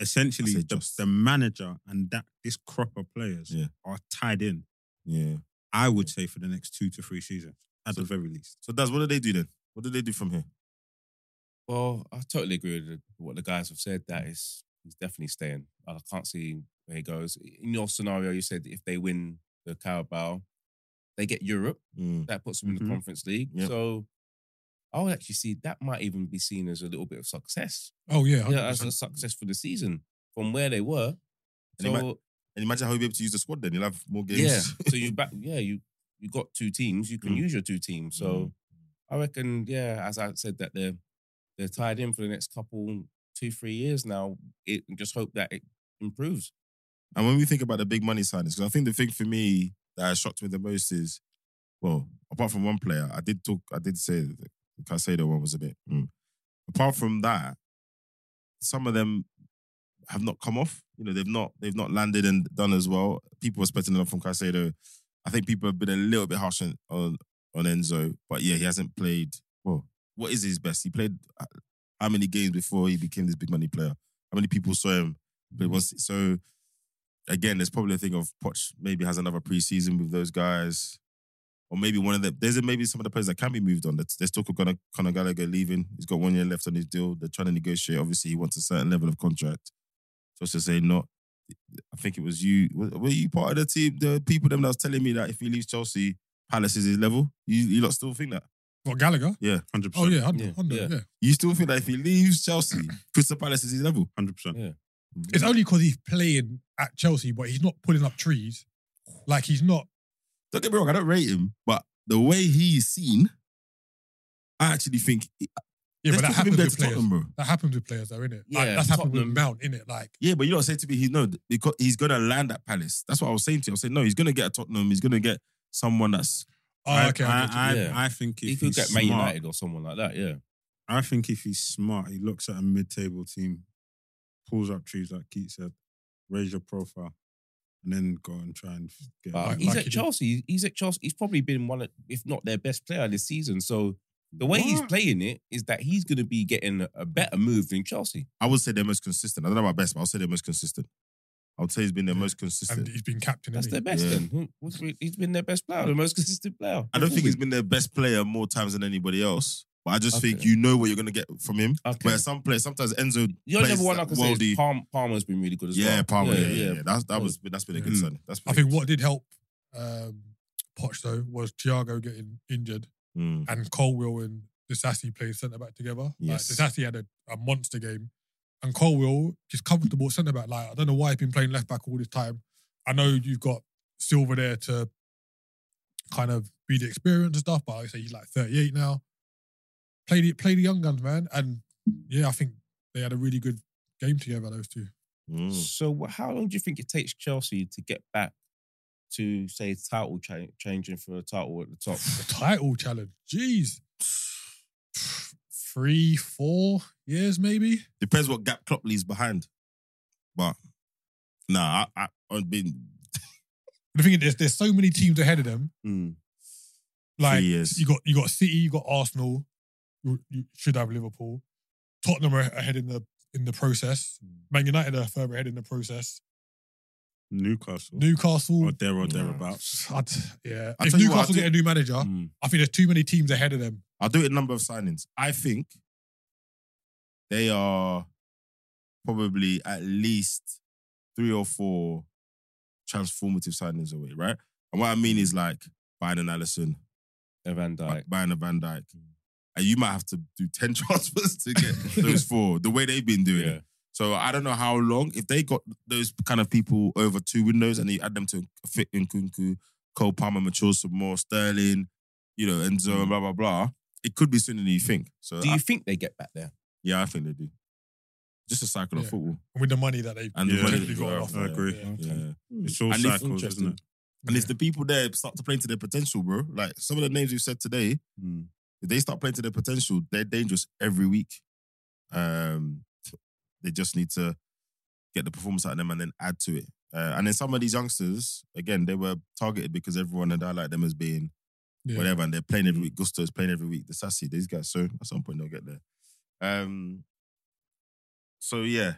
S4: essentially,
S1: I say
S4: the,
S1: just.
S4: the manager and that this crop of players
S1: Yeah.
S4: are tied in.
S1: Yeah.
S4: I would say for the next two to three seasons, at the very least.
S1: So Daz, what do they do then? What do they do from here?
S2: Well, I totally agree with the- what the guys have said. That is, he's definitely staying. I can't see where he goes. In your scenario, you said if they win the Carabao, they get Europe.
S1: Mm.
S2: That puts them in
S4: Mhm.
S2: the Conference League.
S1: Yeah.
S2: So I would actually see that might even be seen as a little bit of success.
S3: Oh yeah,
S2: Yeah, as a
S3: 100%.
S2: success for the season from where they were.
S1: And it might-
S2: So
S1: And imagine how you'll be able to use the squad then. You'll have more games.
S2: yeah,
S1: [LAUGHS]
S2: so you back yeah you you got two teams. You can
S1: Mm.
S2: use your two teams. So.
S1: Mm.
S2: I reckon, yeah, as I said, that they're they're tied in for the next couple two three years now. It and just hope that it improves.
S1: And when we think about the big money signings, because I think the thing for me that has shocked me the most is, well, apart from one player, I did talk, I did say that the Caicedo one was a bit. mm. Apart from that, some of them have not come off. You know, they've not they've not landed and done as well. People were expecting a lot from Caicedo. I think people have been a little bit harsh on on, on Enzo, but yeah, he hasn't played. Well, what is his best? He played uh, how many games before he became this big money player? How many people saw him? play once? So again, there's probably a thing of Poch maybe has another preseason with those guys. Or maybe one of the there's maybe some of the players that can be moved on. There's there's talk of Conor, Conor Gallagher leaving. He's got one year left on his deal. They're trying to negotiate. Obviously, he wants a certain level of contract. So to say, not. I think it was you. Were were you part of the team? The people them that was telling me that if he leaves Chelsea, Palace is his level. You you lot still think that?
S3: What Gallagher?
S4: 100%.
S3: Oh yeah, hundred,
S2: Yeah,
S3: hundred,
S2: yeah.
S3: yeah.
S1: You still think that if he leaves Chelsea, [CLEARS THROAT] Crystal Palace is his level? Mm.
S4: 100%.
S3: It's only because he's playing at Chelsea, but he's not pulling up trees. Like he's not.
S1: Don't get me wrong, I don't rate him, but the way he's seen, I actually think
S3: Yeah,
S1: Let's
S3: but that
S1: talk him
S3: happens
S1: going
S3: with
S1: to
S3: players.
S1: Tottenham, bro.
S3: That happens with players, though, innit? Like,
S2: Yeah,
S3: that's happened with
S2: Tottenham.
S3: Mount, innit? Like,
S1: Yeah, but you don't say to me he no because he's gonna land at Palace. That's what I was saying to you. I was saying no, he's gonna get a Tottenham. He's gonna get someone that's
S3: oh,
S4: I,
S3: okay.
S4: I,
S3: I get you.
S4: I,
S2: Yeah.
S4: I think if
S2: he could
S4: he's
S2: get
S4: smart,
S2: Man United or someone like that. Yeah,
S4: I think if he's smart, he looks at a mid-table team, pulls up trees like Keith said, raise your profile, and then go and try and f- get.
S2: but
S3: like-
S2: he's
S3: like
S2: at
S3: he did.
S2: Chelsea. He's at Chelsea. He's probably been one, of, if not their best player this season. So the way he's
S4: What?
S2: playing it is that he's going to be getting a better move than Chelsea.
S1: I would say their most consistent. I don't know about best, but I'll say their most consistent. I would say he's been their
S3: Yeah.
S1: most
S3: and
S1: consistent.
S3: he's been captain.
S2: That's
S3: That's
S2: their best.
S1: Yeah.
S2: Then Who- what's re- he's been their best player, the most [LAUGHS] consistent player.
S1: I don't think he's been their best player more times than anybody else. But I just think
S2: Okay.
S1: you know what you're gonna get from him.
S2: Okay.
S1: Where some players, sometimes Enzo,
S2: the only
S1: plays
S2: other one I
S1: like
S2: can say
S1: worldy-
S2: is Palm, Palmer's been really good as well.
S1: yeah, Palmer, yeah, yeah, yeah. That's that
S2: Yeah.
S1: was that's been a good
S4: Mm.
S1: signing. That's
S3: I
S1: been a
S3: think
S1: good
S3: what did help um, Poch though was Thiago getting injured
S1: signing. Mm.
S3: and Colwell and Disassi playing centre back together.
S1: Yes.
S3: Like, Disassi had a, a monster game, and Colwell is comfortable at centre back. Like I don't know why he's been playing left back all this time. I know you've got Silver there to kind of be the experience and stuff, but I say he's like 38 now. Play the play the young guns, man, and yeah, I think they had a really good game together, those two.
S1: Mm.
S2: So wh- how long do you think it takes Chelsea to get back to say title cha- changing for a title at
S4: [LAUGHS]
S2: the top?
S3: Title challenge. Jeez. Three, four years maybe.
S1: Depends what gap Klopp leaves behind. But nah, I, I, I've been
S3: But the thing is, there's so many teams ahead of them.
S4: Hmm,
S2: Mm.
S3: Like
S1: three years.
S3: you got you got City, you got Arsenal, you, you should have Liverpool. Tottenham are ahead in the in the process.
S1: Hmm.
S3: Man United are further ahead in the process.
S4: Newcastle.
S3: Newcastle,
S4: or there or
S1: Yeah.
S4: thereabouts.
S3: I'd, yeah.
S1: I'll
S3: if
S1: tell Hmm. you what,
S3: Newcastle
S1: I'll
S3: get a new manager,
S4: Mm.
S3: I think there's too many teams ahead of them.
S1: I'll do it number of signings. I think they are probably at least three or four transformative signings away, right? And what I mean is like buying an Allison,
S2: And Van Dijk.
S1: buying a Van Dyke.
S3: Mm.
S1: And you might have to do 10 [LAUGHS] transfers to get those four, the way they've been doing it.
S2: Yeah.
S1: So I don't know how long. If they got those kind of people over two windows and you add them to fit in Kunku, Cole Palmer matures some more, Sterling, you know, Enzo, and blah, blah, blah, it could be sooner than you think. So
S2: Mm. Do
S1: I-
S2: you think they get back there?
S1: yeah, I think they do. Just a cycle of
S3: Yeah.
S1: football.
S3: With the money that they
S1: And the
S4: Yeah.
S1: money
S4: Totally
S1: that you
S3: potentially got
S1: have,
S3: off.
S4: I
S1: yeah.
S4: agree.
S3: Yeah.
S1: Yeah.
S4: It's all
S1: And if-
S4: cycles, isn't it?
S1: And if the people there start to play to their potential, bro, like some of the names we've said today, if they start playing to their potential, they're dangerous every week. Um, they just need to get the performance out of them and then add to it. Uh, and then some of these youngsters, again, they were targeted because everyone had highlighted them as being
S3: Yeah.
S1: whatever, and they're playing every week. Gusto is playing every week. The Sassy, these guys. So at some point they'll get there. Um. So yeah,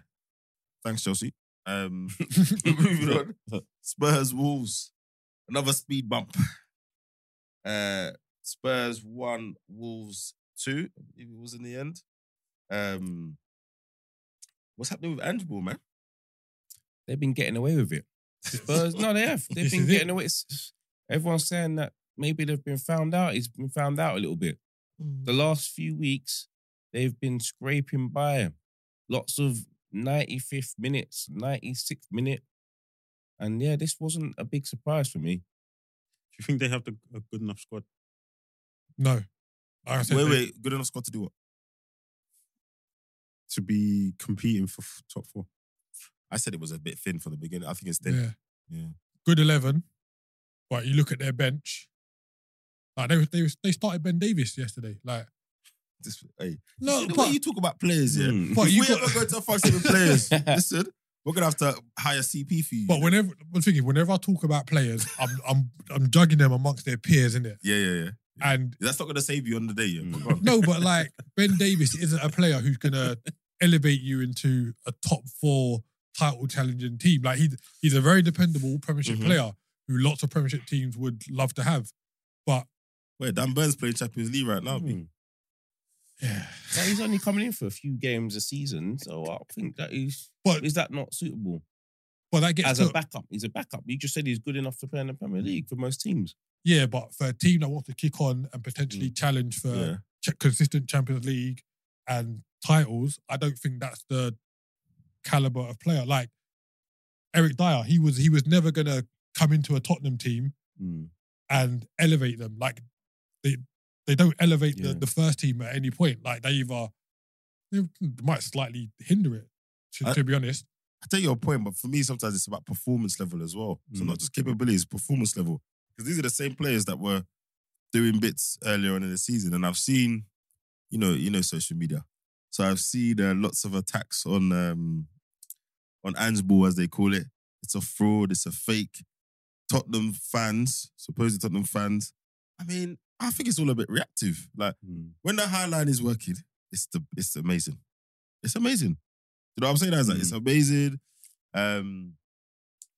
S1: thanks Chelsea.
S3: [LAUGHS]
S1: Um, moving on. Spurs Wolves, another speed bump. Uh, Spurs one, Wolves two. I believe it was in the end. Um, what's happening with Angel, man?
S2: They've been getting away with it. Spurs, no, they
S3: [LAUGHS]
S2: have. They've
S3: This
S2: been
S3: is it.
S2: getting away. It's- Everyone's saying that maybe they've been found out. It's been found out a little bit.
S3: Mm.
S2: The last few weeks, they've been scraping by. Lots of 95th minutes, 96th minute. And yeah, this wasn't a big surprise for me.
S4: Do you think they have the, a good enough squad?
S3: No. I said
S1: Wait,
S3: they-
S1: wait, good enough squad to do what?
S4: to be competing for f- top four.
S1: I said it was a bit thin from the beginning. I think it's thin.
S3: Yeah.
S1: Yeah.
S3: Good 11. But you look at their bench. Like they, they, they started Ben Davis yesterday. Like,
S1: This, hey,
S3: no,
S1: See, the way
S3: but,
S1: you talk about players, yeah.
S2: [LAUGHS]
S3: [LAUGHS]
S2: Mm.
S3: but
S1: if
S3: you
S1: we
S3: got-
S1: ever go to a function with
S2: [LAUGHS]
S1: players, listen, we're gonna have to hire CP for you.
S3: [LAUGHS] but whenever, I'm thinking, whenever I talk about players, I'm, I'm, I'm judging them amongst their peers, innit?
S1: yeah, yeah, yeah.
S3: And
S1: That's not gonna save you on the day, yeah.
S2: Mm.
S1: Come on.
S3: no, but like Ben Davis isn't a player who's going to elevate you into a top four title challenging team. Like he's, he's a very dependable premiership
S1: Mhm.
S3: player who lots of premiership teams would love to have. But
S1: Wait, Dan Burns playing Champions League right now. B.
S2: Mm.
S3: yeah.
S2: Now, he's only coming in for a few games a season, so I think that is
S3: But-
S2: is that not suitable
S3: But that gets
S2: as
S3: to,
S2: a backup? He's a backup. You just said he's good enough to play in the Premier League for most teams.
S3: Yeah, but for a team that wants to kick on and potentially challenge for
S1: Mm. Yeah.
S3: ch- consistent Champions League and titles, I don't think that's the caliber of player. Like Eric Dyer, he was he was never gonna come into a Tottenham team and elevate them. Like they they don't elevate
S2: Yeah.
S3: the, the first team at any point. Like they either they might slightly hinder it. To,
S1: I-
S3: to be honest,
S1: I take your point, but for me, sometimes it's about performance level as well. So
S2: Mm.
S1: not just capability, it's performance level. Because these are the same players that were doing bits earlier on in the season, and I've seen, you know, you know, social media. So I've seen uh, lots of attacks on um, on Angeball, as they call it. It's a fraud. It's a fake. Tottenham fans, supposed Tottenham fans. I mean, I think it's all a bit reactive. Like when the high line is working, it's the it's amazing. It's amazing. You know what I'm saying? It's like, it's amazing. Um,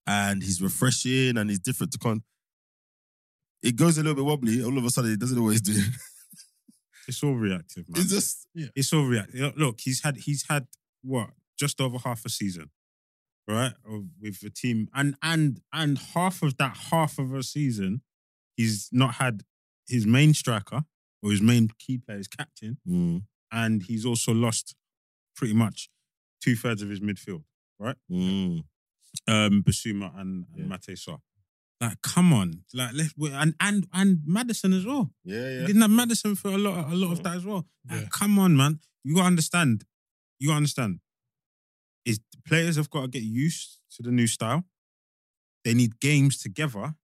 S1: and he's refreshing and he's different to con. It goes a little bit wobbly. All of a sudden, he doesn't know what he's doing. [LAUGHS]
S4: It's all reactive, man.
S1: It's just
S4: it's all reactive. Look, he's had he's had what just over half a season, right, of- with the team, and and and half of that half of a season, he's not had his main striker or his main key player, his captain,
S1: mm,
S4: and he's also lost pretty much two thirds of his midfield, right?
S1: mm.
S4: um, Basuma and, and Mate Sarr. Like, come on, like let's we- and and and Madison as well.
S1: yeah,
S4: You
S1: yeah. Mm.
S4: didn't have Madison for a lot, a lot of that as well. Like,
S3: Yeah.
S4: come on, man. You gotta understand. You gotta understand. is players have got to get used to the new style. They need games together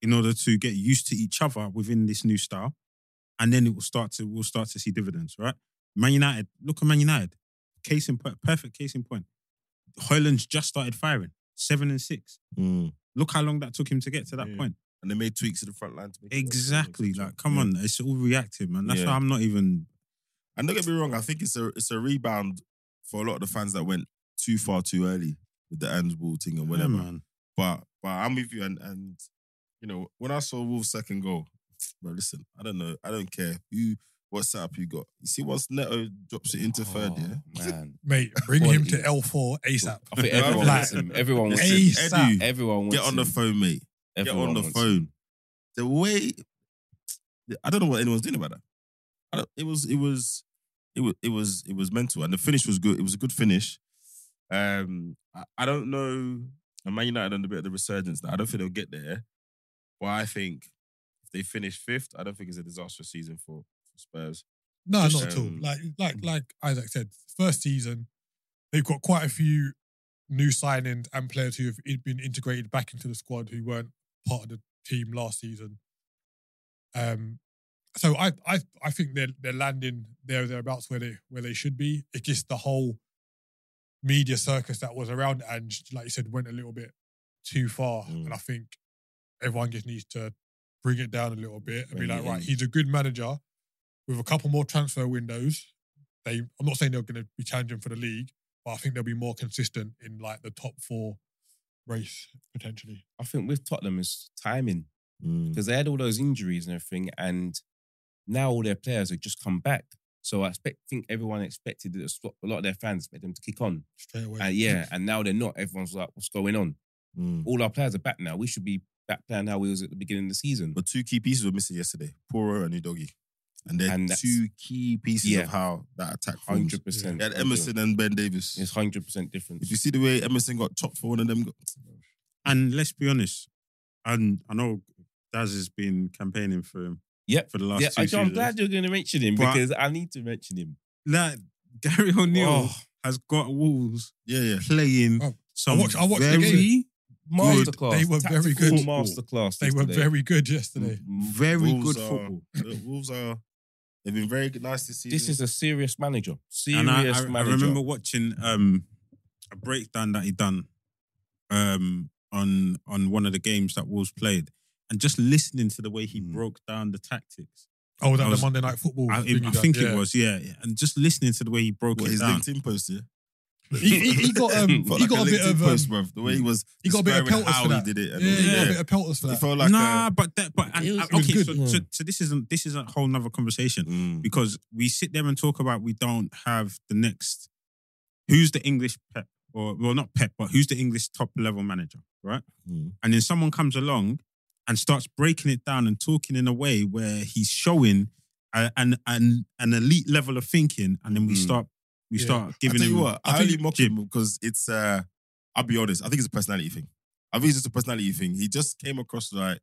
S4: in order to get used to each other within this new style, and then it will start to we'll start to see dividends. Right? Man United, look at Man United. Case in point, perfect case in point. Hoyland's just started firing seven and six.
S1: Mm.
S4: Look how long that took him to get to that
S1: Yeah.
S4: point.
S1: And they made tweaks to the front line to make it work. Mm.
S4: Exactly. Like, come
S1: Yeah.
S4: on, it's all reactive, man. That's
S1: Yeah.
S4: why I'm not even.
S1: And don't get me wrong, I think it's a it's a rebound for a lot of the fans that went too far too early with the ends ball thing and
S4: Yeah,
S1: whatever.
S4: man.
S1: But but I'm with you and and you know when I saw Wolves second goal, [SNIFFS] but listen, I don't know, I don't care who what setup you got. You see, once Neto drops it into third, yeah.
S2: Oh,
S1: [LAUGHS]
S2: man.
S3: Mate, bring him to
S2: Quality.
S3: L4 ASAP.
S2: I think everyone
S1: Like-
S2: wants him. Everyone wants
S1: Listen,
S2: him.
S3: ASAP.
S1: Edu,
S2: Everyone wants
S1: get on the
S2: him.
S1: phone, mate.
S2: Everyone
S1: get on the
S2: wants
S1: phone.
S2: him.
S1: The way I don't know what anyone's doing about that. I don't, it was it was it was it was it was mental, and the finish was good. It was a good finish. Um, I, I don't know. And Man United under a bit of the resurgence now. I don't think they'll get there. But I think if they finish fifth, I don't think it's a disastrous season for, for Spurs.
S3: No,
S1: Just,
S3: not at all.
S1: um,
S3: Like, like, like Isaac said, first season, they've got quite a few new signings and players who have in- been integrated back into the squad who weren't part of the team last season. Um, so I, I, I think they're they're landing there thereabouts where they where they should be. It's just the whole media circus that was around and, like you said, went a little bit too far.
S1: Mm.
S3: And I think everyone just needs to bring it down a little bit and be
S1: Bring
S3: like,
S1: it
S3: right,
S1: in.
S3: he's a good manager with a couple more transfer windows. They, I'm not saying they're going to be challenging for the league, but I think they'll be more consistent in like the top four race potentially.
S2: I think with Tottenham is timing because they had all those injuries and everything, and now all their players have just come back. So I expect, think everyone expected that a lot of their fans expect them to kick on.
S3: Straight away,
S2: Uh, yeah, and now they're not. Everyone's like, "What's going on?"
S1: Mm.
S2: All our players are back now. We should be back playing how we was at the beginning of the season.
S1: But two key pieces were missing yesterday: Poro and Udogi, and they're
S2: And that's-
S1: two key pieces
S2: Yeah.
S1: of how that attack forms.
S2: Hundred percent.
S1: They had Emerson and Ben Davis.
S2: It's hundred percent different.
S1: If you see the way Emerson got top for one of them,
S4: And let's be honest. And I know Daz has been campaigning for him.
S2: Yep.
S4: For the last
S2: Yeah,
S4: two
S2: I, I'm
S4: seasons.
S2: glad you're going to mention him
S4: But-
S2: because I need to mention him.
S4: Like Gary O'Neill
S2: Oh.
S4: has got Wolves
S1: yeah, yeah.
S4: playing
S3: Oh,
S4: some
S3: watched- I watched the
S4: very,
S3: game.
S2: Masterclass.
S3: They were very
S2: tactical
S4: good.
S2: Masterclass.
S3: they were
S2: yesterday. Mm.
S3: very good yesterday.
S4: very
S1: Wolves
S4: good
S1: are-
S4: football.
S1: the Wolves are. They've been very good- nice this season.
S2: This is a serious manager. Serious
S4: And I, I, I
S2: manager.
S4: remember watching um, a breakdown that he done um, on on one of the games that Wolves played, and just listening to the way he
S1: Mm.
S4: broke down the tactics.
S3: Oh, that
S4: I was-
S3: the Monday night football.
S4: I,
S3: thing you
S4: I
S3: done,
S4: think
S3: yeah.
S4: it was, yeah, yeah. And just listening to the way he broke
S1: what,
S4: it
S1: his
S4: down.
S1: LinkedIn post, yeah.
S3: He, he, he got
S1: [LAUGHS]
S3: um, he
S1: Felt like
S3: got a bit
S1: LinkedIn
S3: of um,
S1: post, bruv. The way he was,
S3: he got a bit of
S1: describing
S3: pelters
S1: how
S3: for that.
S1: he did it. And
S3: yeah,
S1: all that.
S3: he got a bit of pelters for
S1: It
S3: that.
S1: felt like uh,
S4: nah,
S1: a,
S4: but that, but and-
S2: It was-
S4: and-
S2: it was
S4: okay.
S2: good,
S4: so,
S2: yeah.
S4: so, so this isn't this is a whole nother conversation
S1: Mm,
S4: because we sit there and talk about we don't have the next. Who's the English Pep or well not Pep but who's the English top level manager, right?
S1: mm.
S4: and then someone comes along and starts breaking it down and talking in a way where he's showing a, an an an elite level of thinking, and then we
S1: Mm.
S4: start we
S3: Yeah.
S4: start
S1: I
S4: giving
S1: tell you
S4: him.
S1: what, I, only mock him because it's. uh I'll be honest. I think it's a personality thing. I think it's just a personality thing. He just came across like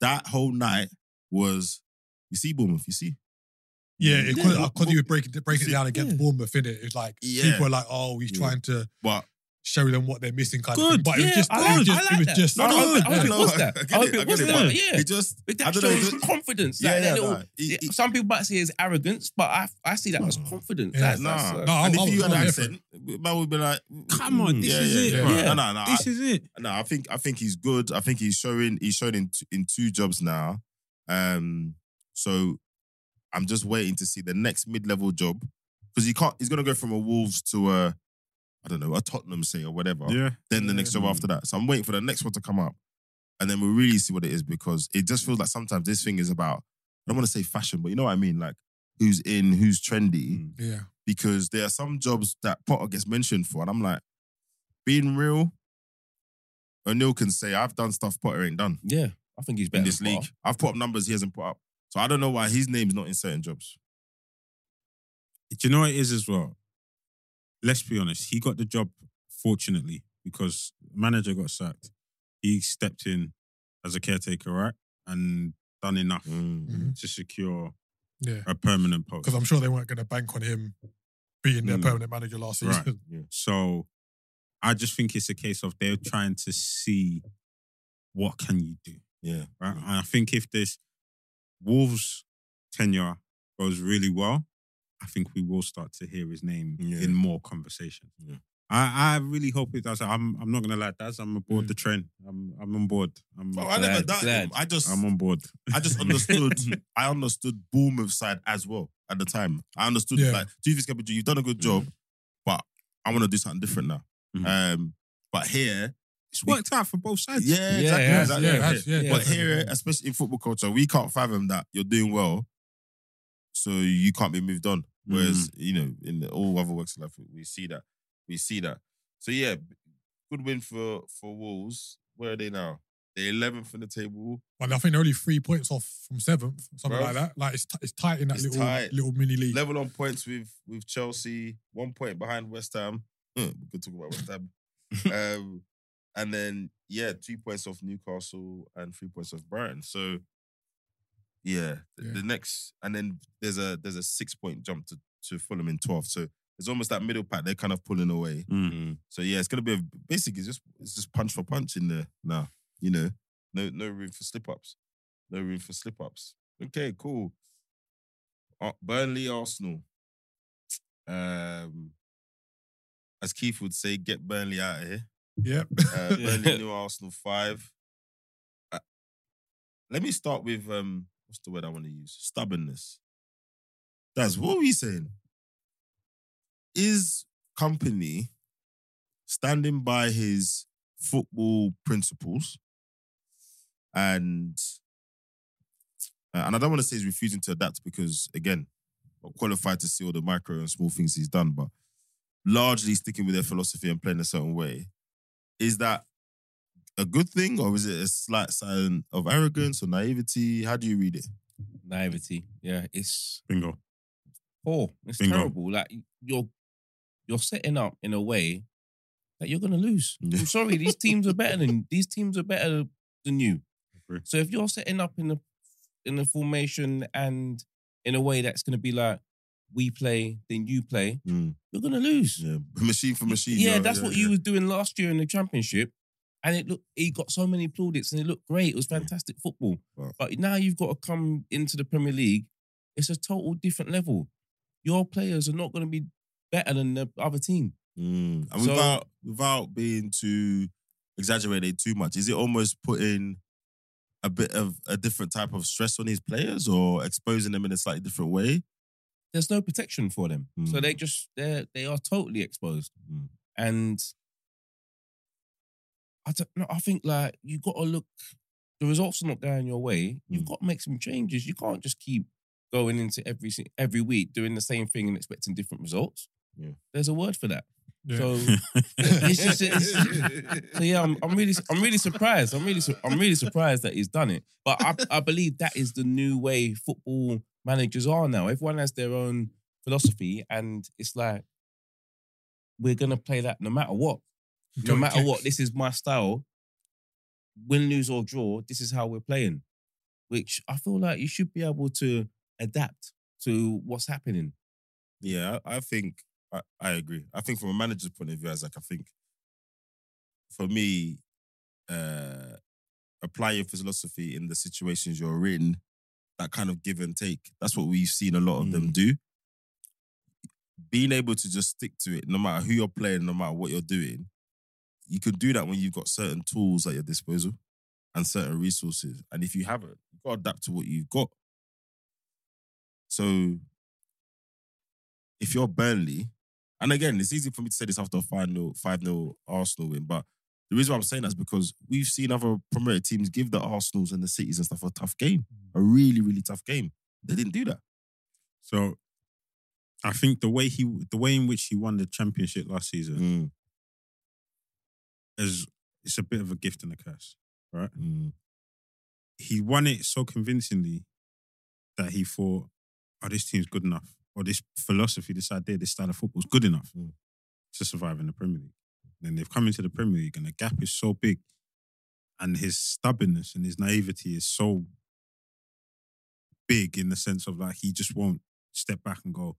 S1: that whole night was. You see, Bournemouth. You see,
S3: Yeah,
S1: Yeah,
S3: because
S1: but-
S3: he was breaking breaking
S1: see-
S3: down against
S2: yeah.
S3: Bournemouth. In it, it's like
S1: Yeah.
S3: people are like, oh, he's
S1: Yeah.
S3: trying to
S1: but
S3: show them what they're missing, kind of.
S4: Good.
S3: Thing. But it
S2: Yeah,
S3: was just,
S2: I
S3: it
S2: like-
S3: was
S2: I
S3: just,
S2: like
S3: it was
S2: that.
S3: just.
S2: No, no, I
S3: yeah.
S2: hope it was
S1: I
S2: that. I
S1: get
S2: hope
S1: it,
S2: it
S1: I
S2: was
S1: get it,
S2: that,
S1: but
S2: yeah.
S1: He just
S2: But
S1: I
S2: that
S1: don't know,
S2: shows
S1: it-
S2: confidence.
S1: yeah,
S2: Like,
S1: yeah,
S2: that little-
S1: nah. He- he-
S2: Some people might see it as arrogance, but I, I see that as
S1: No.
S2: confidence.
S3: Yeah,
S2: That's, that's,
S1: Nah,
S2: uh,
S3: No, I-
S4: Oh,
S1: and
S3: I
S1: if
S3: was
S1: you had
S3: not
S1: an
S3: different.
S1: accent, man would be like, mm,
S4: Come on, this is it,
S1: yeah,
S4: bro.
S1: yeah. No, no, no. I-
S4: This is it.
S1: No, I think I think he's good. I think he's showing he's showing in, t- in two jobs now. Um, so I'm just waiting to see the next mid level job because he can't. He's gonna go from a Wolves to a I don't know a Tottenham say or whatever.
S4: Yeah,
S1: Then the next job
S2: Mm.
S1: after that. So I'm waiting for the next one to come up, and then we'll really see what it is because it just feels like sometimes this thing is about I don't want to say fashion, but you know what I mean, like who's in, who's trendy,
S2: Mm.
S3: Yeah,
S1: because there are some jobs that Potter gets mentioned for, and I'm like, being real, O'Neill can say I've done stuff Potter ain't done
S2: yeah, I think he's better
S1: in this
S2: than Potter.
S1: league. I've put up numbers he hasn't put up, so I don't know why his name's not in certain jobs.
S4: do you know what it is as well? Let's be honest. He got the job fortunately because manager got sacked. He stepped in as a caretaker, right, and done enough
S3: Mhm.
S2: Mm.
S4: to secure
S3: yeah.
S4: a permanent post.
S3: Because I'm sure they weren't going to bank on him being their
S1: Hmm.
S4: Mm.
S3: permanent manager last
S4: Right.
S3: season.
S4: So I just think it's a case of they're trying to see what can you do,
S1: Yeah.
S4: right? And I think if this Wolves tenure goes really well, I think we will start to hear his name
S1: Yeah.
S4: in more conversation.
S1: Yeah.
S4: I, I really hope it does. I'm I'm not gonna lie, Daz. I'm aboard
S3: Mm.
S4: the train. I'm I'm on board. I'm
S1: Bro, Oh, I never
S2: Glad,
S1: doubted
S2: glad.
S1: him. I just
S4: I'm on board.
S1: I just understood.
S2: [LAUGHS]
S1: I understood Bournemouth side as well at the time. I understood
S3: Yeah.
S1: like, do you think Kepa, you've done a good
S2: Mm.
S1: job, but I want to do something different now.
S2: Mm-hmm.
S4: Mhm.
S1: Um, but here,
S4: It's worked out for both sides.
S1: yeah,
S2: Yeah,
S1: exactly,
S2: yeah,
S1: exactly.
S3: [LAUGHS] yeah, it has, yeah,
S1: but
S3: definitely,
S1: here, uh,
S3: yeah.
S1: especially in football culture, we can't fathom that you're doing well, so you can't be moved on.
S2: Mm.
S1: Whereas you know, in the- all other works of life, we see that, we see that. So yeah, good win for for Wolves. Where are they now? They're 11th in the table.
S3: And I think they're only three points off from seventh, something
S1: Bruv.
S3: like that. Like it's, t- it's tight in that
S1: It's
S3: little
S1: tight.
S3: little mini league.
S1: level on points with with Chelsea, one point behind West Ham. [LAUGHS] Huh, we could talk about West Ham. um, and then yeah, two points off Newcastle and three points off Brighton. So yeah, th-
S3: Yeah.
S1: the next and then there's a there's a six point jump to to Fulham in 12th. So it's almost that middle pack they're kind of pulling away. So yeah, it's gonna be a, basically it's just it's just punch for punch in there now. You know, no no room for slip ups, no room for slip ups. Okay, cool. Uh, Burnley Arsenal. Um, as Keith would say, get Burnley out of here.
S3: Yep.
S1: Uh,
S2: Yeah.
S1: Burnley new Arsenal five. Uh, let me start with um, what's the word I want to use? Stubbornness. That's what are we saying? Is company standing by his football principles and uh, and I don't want to say he's refusing to adapt because again, not qualified to see all the micro and small things he's done, but largely sticking with their philosophy and playing a certain way is that a good thing or is it a slight sign of arrogance or naivety? How do you read it?
S2: Naivety. Yeah, it's
S4: Bingo.
S2: poor. It's
S4: Bingo.
S2: terrible. Like you're you're setting up in a way that you're gonna lose.
S4: [LAUGHS]
S1: Yeah.
S2: I'm sorry, these teams are better than these teams are better than you.
S4: Agree.
S2: So if you're setting up in the in the formation and in a way that's gonna be like we play, then you play, you're gonna lose.
S1: Yeah, [LAUGHS] machine for machine.
S2: Hmm. Yeah,
S1: yo,
S2: that's what you was doing last year in the championship. And it looked he got so many plaudits and it looked great. It was fantastic football.
S1: Wow.
S2: But now you've got to come into the Premier League. It's a total different level. Your players are not going to be better than the other team.
S1: Mm. And
S2: So-
S1: without without being too exaggerated too much, is it almost putting a bit of a different type of stress on his players or exposing them in a slightly different way?
S2: There's no protection for them. So
S1: Mm.
S2: they just they they are totally exposed.
S1: Mm.
S2: And I don't know. I think like you got to look. The results are not going your way. You've
S1: Mm.
S2: got to make some changes. You can't just keep going into every si- every week doing the same thing and expecting different results.
S1: Yeah.
S2: There's a word for that.
S3: Yeah.
S2: So [LAUGHS] it's just it's- so yeah. I'm, I'm really I'm really surprised. I'm really su- I'm really surprised that he's done it. But I I believe that is the new way football managers are now. Everyone has their own philosophy, and it's like we're gonna play that no matter what no
S3: Joint
S2: matter what,
S3: kicks.
S2: this is my style. Win, lose, or draw, this is how we're playing. Which I feel like you should be able to adapt to what's happening.
S1: Yeah, I I think I, I agree. I think from a manager's point of view, Isaac, I think for me, uh, apply your philosophy in the situations you're in, that kind of give and take. That's what we've seen a lot of them do. Being able to just stick to it, no matter who you're playing, no matter what you're doing, you can do that when you've got certain tools at your disposal and certain resources. And if you haven't, you've got to adapt to what you've got. So if you're Burnley, and again, it's easy for me to say this after a 5 0 five nil Arsenal win, but the reason why I'm saying that is because we've seen other promoted teams give the Arsenals and the Cities and stuff a tough game, a really, really tough game. They didn't do that.
S4: [LAUGHS] So I think the way he the way in which he won the championship last season is it's a bit of a gift and a curse. He won it so convincingly that he thought, oh, this team's good enough. Or this philosophy, this idea, this style of football is good enough
S1: Mm.
S4: to survive in the Premier League. Then they've come into the Premier League and the gap is so big. And his stubbornness and his naivety is so big in the sense of like he just won't step back and go,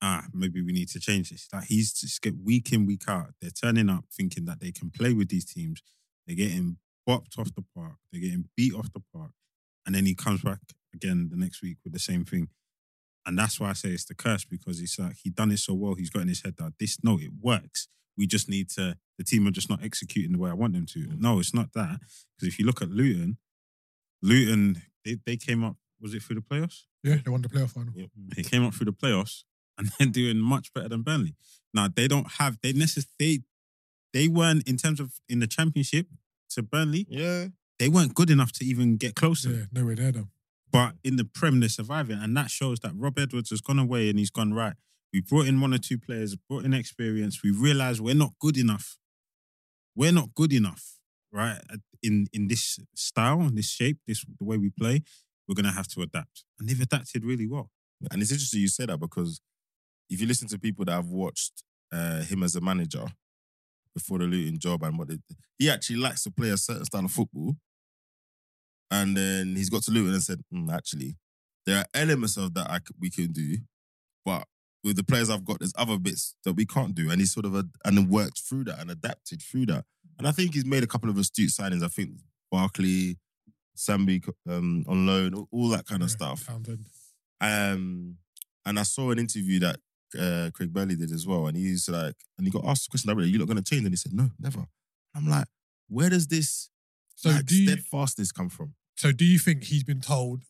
S4: ah, maybe we need to change this. Like he's just get week in, week out. They're turning up thinking that they can play with these teams. They're getting bopped off the park. They're getting beat off the park. And then he comes back again the next week with the same thing. And that's why I say it's the curse because it's like he done it so well. He's got in his head that this no, it works. We just need to. The team are just not executing the way I want them to. No, it's not that because if you look at Luton, Luton they, they came up. Was it through the playoffs?
S3: Yeah, they won the playoff final.
S4: They came up through the playoffs [LAUGHS] and they're doing much better than Burnley. Now they don't have they necess- they they weren't in terms of in the championship to Burnley,
S1: Yeah.
S4: they weren't good enough to even get close to them.
S3: Yeah, nowhere near them.
S4: But in the Prem, they're surviving. And that shows that Rob Edwards has gone away and he's gone right. We brought in one or two players, brought in experience. We realized we're not good enough. We're not good enough, right? In in this style, in this shape, this the way we play, we're gonna have to adapt. And they've adapted really well.
S1: And it's interesting you say that because if you listen to people that have watched uh, him as a manager before the Luton job and what they, he actually likes to play a certain style of football, and then he's got to Luton and said, "Mm, actually, there are elements of that I c- we can do, but with the players I've got, there's other bits that we can't do." And he sort of ad- and then worked through that and adapted through that. And I think he's made a couple of astute signings. I think Barkley, Sambi um, on loan, all- all that kind of
S3: Yeah,
S1: stuff.
S3: Townsend.
S1: Um, and I saw an interview that uh, Craig Burley did as well, and he's like, and he got asked the question, "Are you not going to change?" And he said, "No, never." I'm like, where does this
S3: So
S1: like,
S3: do you,
S1: steadfastness come from?
S3: so do you think he's been told,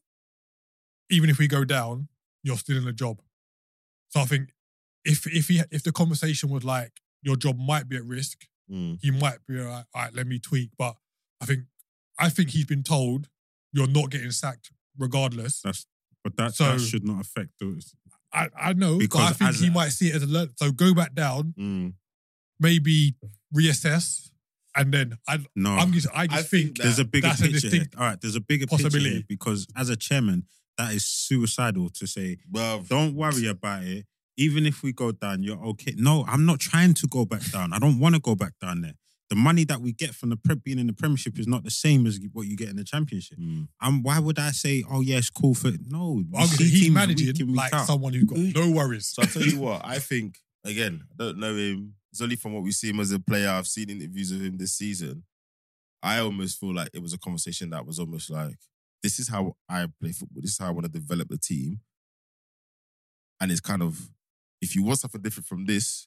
S3: even if we go down, you're still in a job? So I think if if he if the conversation was like your job might be at risk,
S1: Mm.
S3: he might be like, all right, let me tweak. But I think I think he's been told you're not getting sacked regardless.
S4: That's but that,
S3: So-
S4: that should not affect those.
S3: I, I know,
S4: Because
S3: but I think
S4: as
S3: he
S4: a-
S3: might see it as a learn. So go back down,
S1: Mm.
S3: maybe reassess, and then I
S4: No.
S3: I'm just I just
S1: I think
S3: think,
S1: that-
S4: there's a bigger
S3: that's a
S4: picture. here.
S3: distinct
S4: All right, there's a bigger picture here
S3: possibility.
S4: because as a chairman, that is suicidal to say
S1: Well,
S4: Don't worry about it. Even if we go down, you're okay. No, I'm not trying to go back down. I don't want to go back down there. The money that we get from the pre- being in the Premiership is not the same as what you get in the Championship.
S1: Mm.
S4: Um, why would I say, oh yeah, it's cool for no? we
S3: Hmm. obviously
S4: see
S3: he's
S4: teams
S3: managing
S4: week in, week
S3: like
S4: out.
S3: someone who's got no worries.
S1: So I tell you what, I think again, I don't know him. It's only from what we see him as a player. I've seen interviews of him this season. I almost feel like it was a conversation that was almost like, "This is how I play football. This is how I want to develop the team." And it's kind of, if you want something different from this,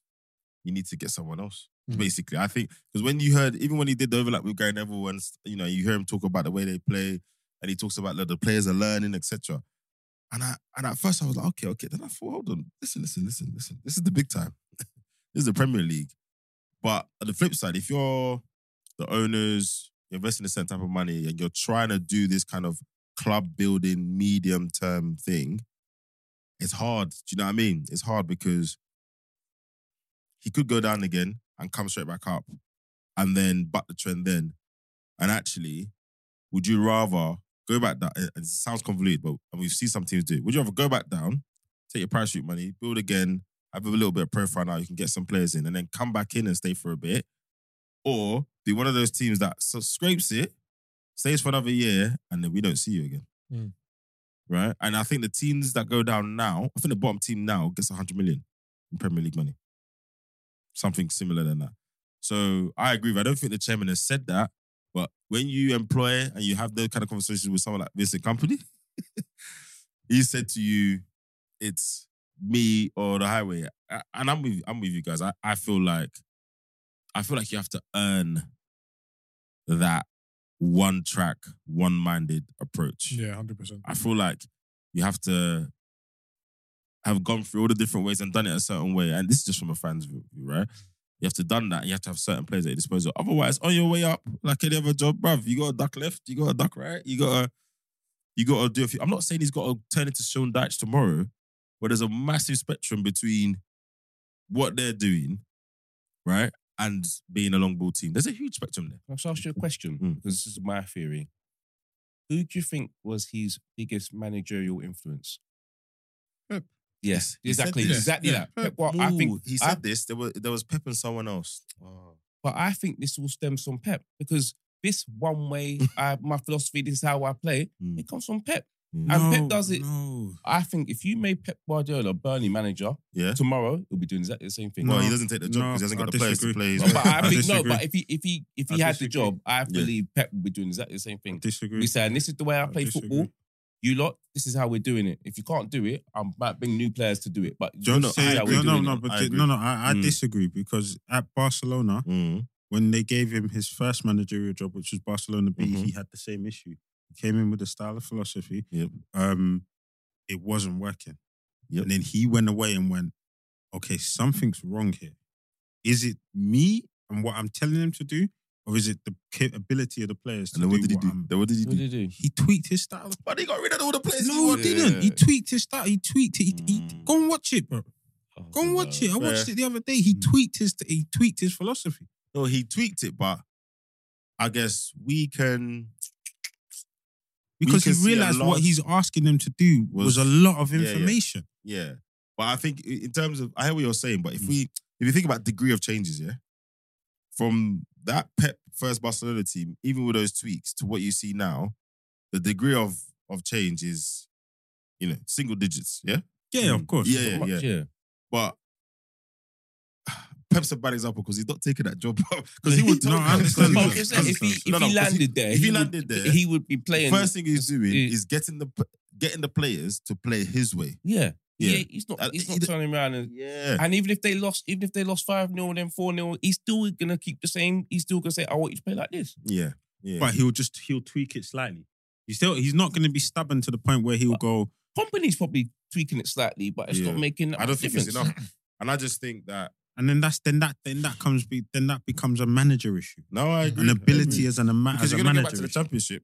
S1: you need to get someone else.
S3: Mm.
S1: Basically, I think because when you heard, even when he did the overlap with Gary Neville, and you know, you hear him talk about the way they play, and he talks about that the players are learning, etc. And I and at first I was like, okay, okay. Then I thought, hold on, listen, listen, listen, listen. This is the big time. [LAUGHS] this is the Premier League. But on the flip side, if you're the owners, you're investing the same type of money, and you're trying to do this kind of club building medium term thing, it's hard. Do you know what I mean? It's hard because he could go down again and come straight back up, and then buck the trend. Then, and actually, would you rather go back down? It it sounds convoluted, but and we've seen some teams do it. Would you rather go back down, take your parachute money, build again, have a little bit of profile now, you can get some players in, and then come back in and stay for a bit, or be one of those teams that so scrapes it, stays for another year, and then we don't see you again.
S3: Mm.
S1: Right? And I think the teams that go down now, I think the bottom team now gets 100 million in Premier League money. Something similar than that. So I agree. with- I don't think the chairman has said that. But when you employ and you have those kind of conversations with someone like Vincent Company, [LAUGHS] he said to you, "It's me or the highway." A- And I'm with I'm with you guys. I, I feel like I feel like you have to earn that one track, one minded approach.
S3: Yeah, hundred percent.
S1: I feel like you have to have gone through all the different ways and done it a certain way. And this is just from a fan's view, right? You have to done that. You have to have certain players at your disposal. Otherwise, on your way up, like any other job, bruv, you got a duck left, you got a duck right, you got to, you got to do a few. I'm not saying he's got to turn into Sean Dyche tomorrow, but there's a massive spectrum between what they're doing, right, and being a long ball team. There's a huge spectrum there.
S2: Can I just ask you a question?
S1: Mm.
S2: Because this is my theory. Who do you think was his biggest managerial influence?
S4: Pep.
S2: Yes,
S1: He said
S2: exactly,
S1: this.
S2: exactly
S1: Yeah.
S2: that. Pep, well, I think,
S1: Ooh, he said
S2: I-
S1: this. There was there was Pep and someone else.
S2: but I think this all stems from Pep because this one way, I, my philosophy, this is how I play.
S1: Mm.
S2: It comes from Pep. And Pep does it.
S4: No.
S2: I think if you made Pep Guardiola Burnley manager
S1: Yeah.
S2: tomorrow, he'll be doing exactly the same thing.
S1: Well,
S4: No,
S1: he doesn't take the job
S4: no,
S1: because he hasn't got
S4: I
S1: the players to
S4: disagree.
S1: play. his
S4: Well,
S1: way. [LAUGHS]
S2: But I
S4: I
S2: think no.
S4: disagree.
S2: But if he if he if he
S4: I
S2: had
S4: disagree.
S2: the job, I believe Pep would be doing exactly the same
S4: I
S2: thing.
S4: disagree.
S1: Mm.
S2: We saying this is the way I play
S4: disagree.
S2: football. You lot, this is how we're doing it. If you can't do it, I might bring new players to do it. But
S1: Don't
S2: this is
S1: say-
S2: how
S1: no,
S2: we're
S4: No, no,
S2: doing
S4: no,
S2: it.
S4: but
S1: I
S4: di-
S1: agree.
S4: no, no. I, I
S2: Mm.
S4: disagree because at Barcelona,
S1: Mm.
S4: when they gave him his first managerial job, which was Barcelona B,
S1: Mhm.
S4: he had the same issue. He came in with a style of philosophy.
S1: Yep.
S4: Um, it wasn't working.
S1: Yep.
S4: And then he went away and went, okay, something's wrong here. Is it me and what I'm telling them to do, or is it the capability of the players to
S1: And then what
S4: do
S1: did he
S4: what
S1: do?
S4: I'm-
S1: Then what did he do?
S2: What did he do?
S4: He tweaked his style.
S1: But he got rid of all the players.
S4: No, I
S1: he wanted.
S4: didn't. He
S2: Yeah.
S4: tweaked his style. He tweaked it. He, he,
S1: Mm.
S4: go and watch it, bro.
S2: Oh,
S4: Go and watch it. I watched it the other day. He
S1: Mm.
S4: tweaked his. He tweaked his philosophy.
S1: No, he tweaked it, but I guess we can. We
S4: because
S1: can
S4: he
S1: see a
S4: realized
S1: lot-
S4: what he's asking them to do
S1: Was-
S4: was, a lot of
S1: Yeah, yeah.
S4: information.
S1: Yeah, but I think i- in terms of I hear what you're saying, but if we if you think about degree of changes, yeah, from that Pep first Barcelona team, even with those tweaks to what you see now, the degree of of change is, you know, single digits. Yeah,
S4: Yeah, of course.
S1: Mm. Yeah, yeah, yeah. But [SIGHS] Pep's a bad example because he's not taking that job [LAUGHS] because he would.
S4: No, I understand.
S2: But
S4: No,
S2: I'm just saying, Oh, if he if
S1: No, no,
S2: he
S1: 'cause
S2: landed there,
S1: if he
S2: would-
S1: landed there,
S2: he would be playing.
S1: first thing he's doing
S2: he-
S1: is getting the p- getting the players to play his way.
S2: yeah,
S1: Yeah.
S2: yeah, he's not
S1: Uh,
S2: he's
S1: he
S2: not
S1: d-
S2: turning around and
S1: Yeah.
S2: And even if they lost, even if they lost 5 0 and then 4 0, he's still going to keep the same. He's still going to say, I want you to play like this.
S1: Yeah. Yeah.
S4: But he'll just he'll tweak it slightly. He's still he's not going to be stubborn to the point where he'll go.
S2: Company's probably tweaking it slightly, but it's not
S1: Yeah.
S2: making. that
S1: I don't
S2: much
S1: think
S2: difference.
S1: it's enough.
S2: [LAUGHS]
S1: And I just think that
S4: And then that's then that then that comes be then that becomes a manager issue,
S1: no, I agree.
S4: an
S1: I
S4: ability
S1: agree.
S4: as an ama-
S1: because
S4: as
S1: you're
S4: a
S1: gonna
S4: manager.
S1: go back to the championship,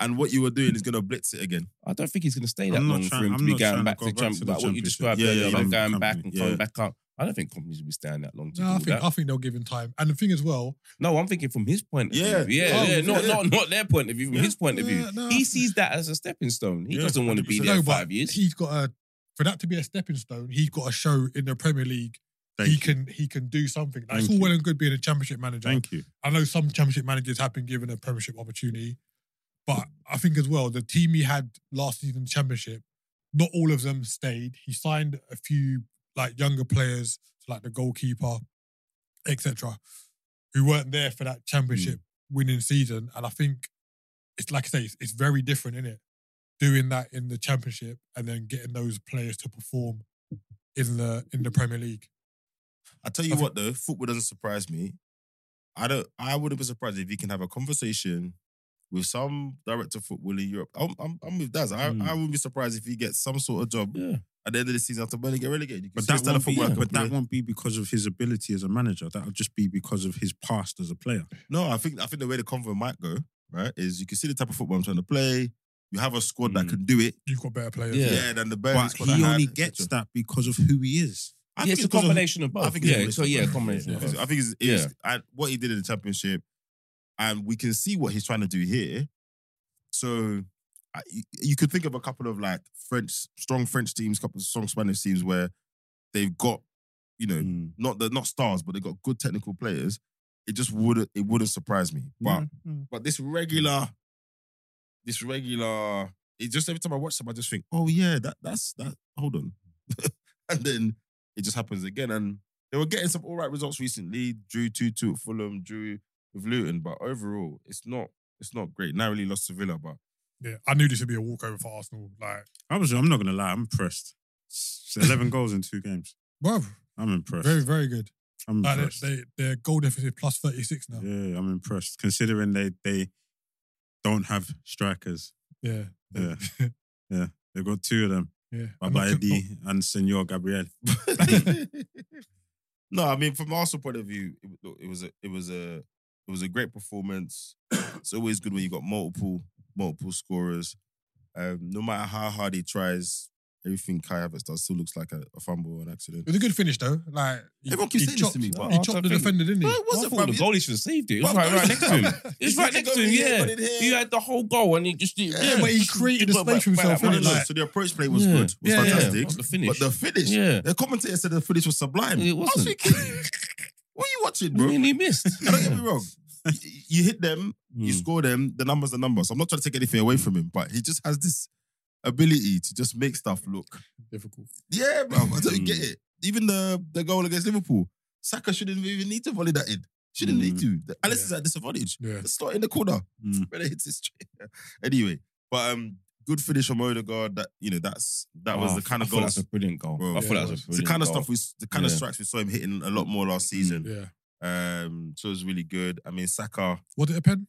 S1: and what you were doing is gonna blitz it again.
S2: I don't think he's going to stay
S4: I'm
S2: that
S4: not
S2: long
S4: trying-
S2: for him
S4: I'm
S2: to be
S4: not trying
S2: going
S4: to
S2: back to
S4: go
S2: the
S4: back to
S2: championship.
S4: the
S2: Like what you
S4: championship.
S2: described
S1: Yeah,
S2: earlier,
S1: yeah,
S2: about
S1: yeah.
S2: going back and
S1: Yeah.
S2: coming back up. I don't think companies will be staying that long to
S3: No, I
S2: do
S3: think
S2: that.
S3: I think they'll give him time. And the thing as well,
S2: no, I'm thinking from his point of
S1: Yeah.
S2: view. Yeah,
S1: Oh,
S2: yeah, not,
S1: yeah.
S2: Not, not their point of view, from
S1: Yeah.
S2: his point of view.
S3: Yeah, no.
S2: He sees that as a stepping stone. He
S1: Yeah,
S2: doesn't want to be
S1: 100%.
S2: there
S3: no,
S2: five
S3: but
S2: years.
S3: he's got a for that to be a stepping stone. He's got to show in the Premier League
S4: Thank
S3: he
S4: you.
S3: can he can do something. Like,
S4: Thank
S3: it's all
S4: you.
S3: well and good being a Championship manager.
S4: Thank you.
S3: I know some championship managers have been given a Premiership opportunity, but I think as well the team he had last season in the Championship, not all of them stayed. He signed a few like younger players, like the goalkeeper, etc., who weren't there for that Championship winning season. And I think it's like I say, it's, it's very different in it doing that in the Championship and then getting those players to perform in the in the Premier League.
S1: I tell you what though, football doesn't surprise me. I don't. I wouldn't be surprised if you can have a conversation with some director of football in Europe. I'm, I'm, I'm with Daz. I,
S4: Hmm.
S2: Mm.
S1: I wouldn't be surprised if he gets some sort of job
S2: yeah.
S1: at the end of the season after Burnley get relegated. You can
S4: But
S1: still
S4: that,
S1: stand up for
S4: won't be,
S1: work and
S4: but that
S1: play.
S4: won't be because of his ability as a manager. That'll just be because of his past as a player.
S1: No, I think I think the way the convo might go right is you can see the type of football I'm trying to play. You have a squad that
S2: Mm.
S1: can do it.
S3: You've got better players.
S2: Yeah.
S1: Yeah, than the Burnley
S4: Hmm. But
S1: squad.
S4: he
S1: I had,
S4: only
S1: et cetera.
S4: gets that because of who he is.
S1: I
S2: yeah,
S1: think
S2: it's a
S1: because of-
S2: combination of both.
S1: I think it's
S2: yeah, so yeah,
S1: both.
S2: combination
S1: I think,
S2: of both.
S1: it's- I think it's, it's I, what he did in the championship, and we can see what he's trying to do here. So I, you- you could think of a couple of like French, strong French teams, couple of strong Spanish teams where they've got, you know, not the not stars, but they've got good technical players. It just wouldn't it wouldn't surprise me. But but this regular, this regular, it just every time I watch them, I just think, oh yeah, that that's that. Hold on, [LAUGHS] and then it just happens again. And they were getting some all right results recently. Drew two two at Fulham, drew with Luton, but overall, it's not it's not great. Narrowly lost to Villa, but
S3: Yeah, I knew this would be a walkover for Arsenal. Like,
S4: I was. I'm not gonna lie. I'm impressed. It's Eleven goals in two games.
S3: bro,
S4: I'm impressed.
S3: very, very good.
S4: I'm
S3: Like,
S4: impressed.
S3: they, they, their goal deficit plus 36 now. Yeah.
S4: yeah, I'm impressed. Considering they they don't have strikers.
S3: Yeah.
S4: Yeah,
S3: [LAUGHS]
S4: yeah. They've got two of them,
S3: And not-
S4: Baba Eddie and Senor
S3: [LAUGHS]
S4: Gabriel.
S1: no, I mean from Arsenal point of view, it, wa- it was a it was a it was a great performance. It's always good when you got multiple multiple scorers. Um, no matter how hard he tries, everything Kai Havertz does still looks like a, a fumble or an
S3: It
S1: accident.
S3: was a good finish, though. Like, he,
S1: Everyone keeps
S3: he
S1: saying this
S3: chopped,
S1: to me, but-
S3: He chopped the defender, didn't
S1: But
S3: he?
S1: it wasn't.
S2: Well, I thought
S1: fam.
S2: the goalie should have saved it. It was
S1: Well,
S2: right, right
S1: it's-
S2: next to him.
S1: He's
S2: It's right next to him,
S1: here,
S2: yeah.
S1: put it here.
S2: He had the whole goal and he just did
S1: Yeah,
S3: but he created a space for himself,
S1: No, no,
S3: innit?
S1: no.
S3: Like-
S1: so the approach play was
S2: Yeah.
S1: good, was
S3: Yeah, yeah.
S1: fantastic.
S2: What's the finish?
S1: But the finish,
S2: Yeah.
S1: the commentator said the finish was sublime.
S2: It
S1: I was
S2: wasn't.
S1: thinking, what are you watching,
S2: I
S1: bro?
S2: mean, he missed. [LAUGHS]
S1: Don't get me wrong. you, you hit them, you
S2: Hmm.
S1: score them, the number's the number. So I'm not trying to take anything away from him, but he just has this ability to just make stuff look.
S3: Difficult.
S1: Yeah, bro. I don't
S2: Hmm.
S1: get it. Even the, the goal against Liverpool, Saka shouldn't even need to volley that in. Shouldn't
S2: Hmm.
S1: need to. The- Alice
S3: Yeah.
S1: is at disadvantage.
S3: Yeah.
S1: It's not in the corner.
S4: Mm.
S1: Brother hits his [LAUGHS] straight. anyway, but um, good finish from Odegaard. That you know, that's that was the kind of
S2: goal.
S1: goals.
S2: That's a brilliant goal.
S1: Bro,
S2: I
S3: yeah,
S2: thought that
S3: it
S2: was
S3: was.
S2: a
S1: It's the
S2: brilliant
S1: kind of
S2: goal.
S1: stuff we, the kind of
S2: Yeah. Hmm.
S1: strikes we saw him hitting a lot more last season.
S3: Yeah.
S1: Um, so it was really good. I mean, Saka.
S3: Was it a pen?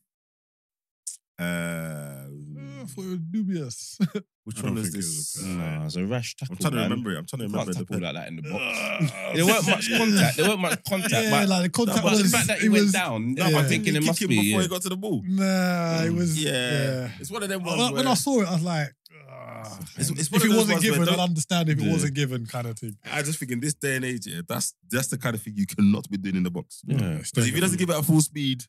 S3: Uh, I
S1: Um,
S2: Mm.
S3: thought it was dubious.
S1: which
S4: I don't
S1: one was
S4: think it was
S1: this?
S4: a pen.
S2: Nah, it was a rash tackle.
S1: I'm trying to
S2: man.
S1: remember it. I'm trying to
S2: You
S1: remember
S2: Can't
S1: the
S2: tackle
S1: pen.
S2: like that in the box. There weren't much
S1: [LAUGHS]
S2: contact. There weren't much contact.
S3: [LAUGHS] yeah,
S2: but,
S3: like the contact
S2: but
S3: was.
S2: the fact that he
S3: it
S2: went
S3: was,
S2: down,
S3: Yeah.
S2: I'm thinking it
S1: Kick
S2: must
S1: him
S2: be.
S1: before
S2: yeah.
S1: he got to the ball.
S3: Nah, it was.
S1: Mm. Yeah.
S3: Yeah.
S1: it's one of them ones.
S3: When, when I
S1: where-
S3: saw it, I was like, ah.
S1: it's, it's one of
S3: if it
S1: those
S3: wasn't
S1: ones where
S3: given,
S1: don't-
S3: I'd understand if it
S2: Yeah.
S3: wasn't given, kind of thing.
S1: I just think in this day and age, yeah, that's that's the kind of thing you cannot be doing in the box.
S3: [LAUGHS]
S2: Yeah.
S1: Because if he doesn't give it at full speed,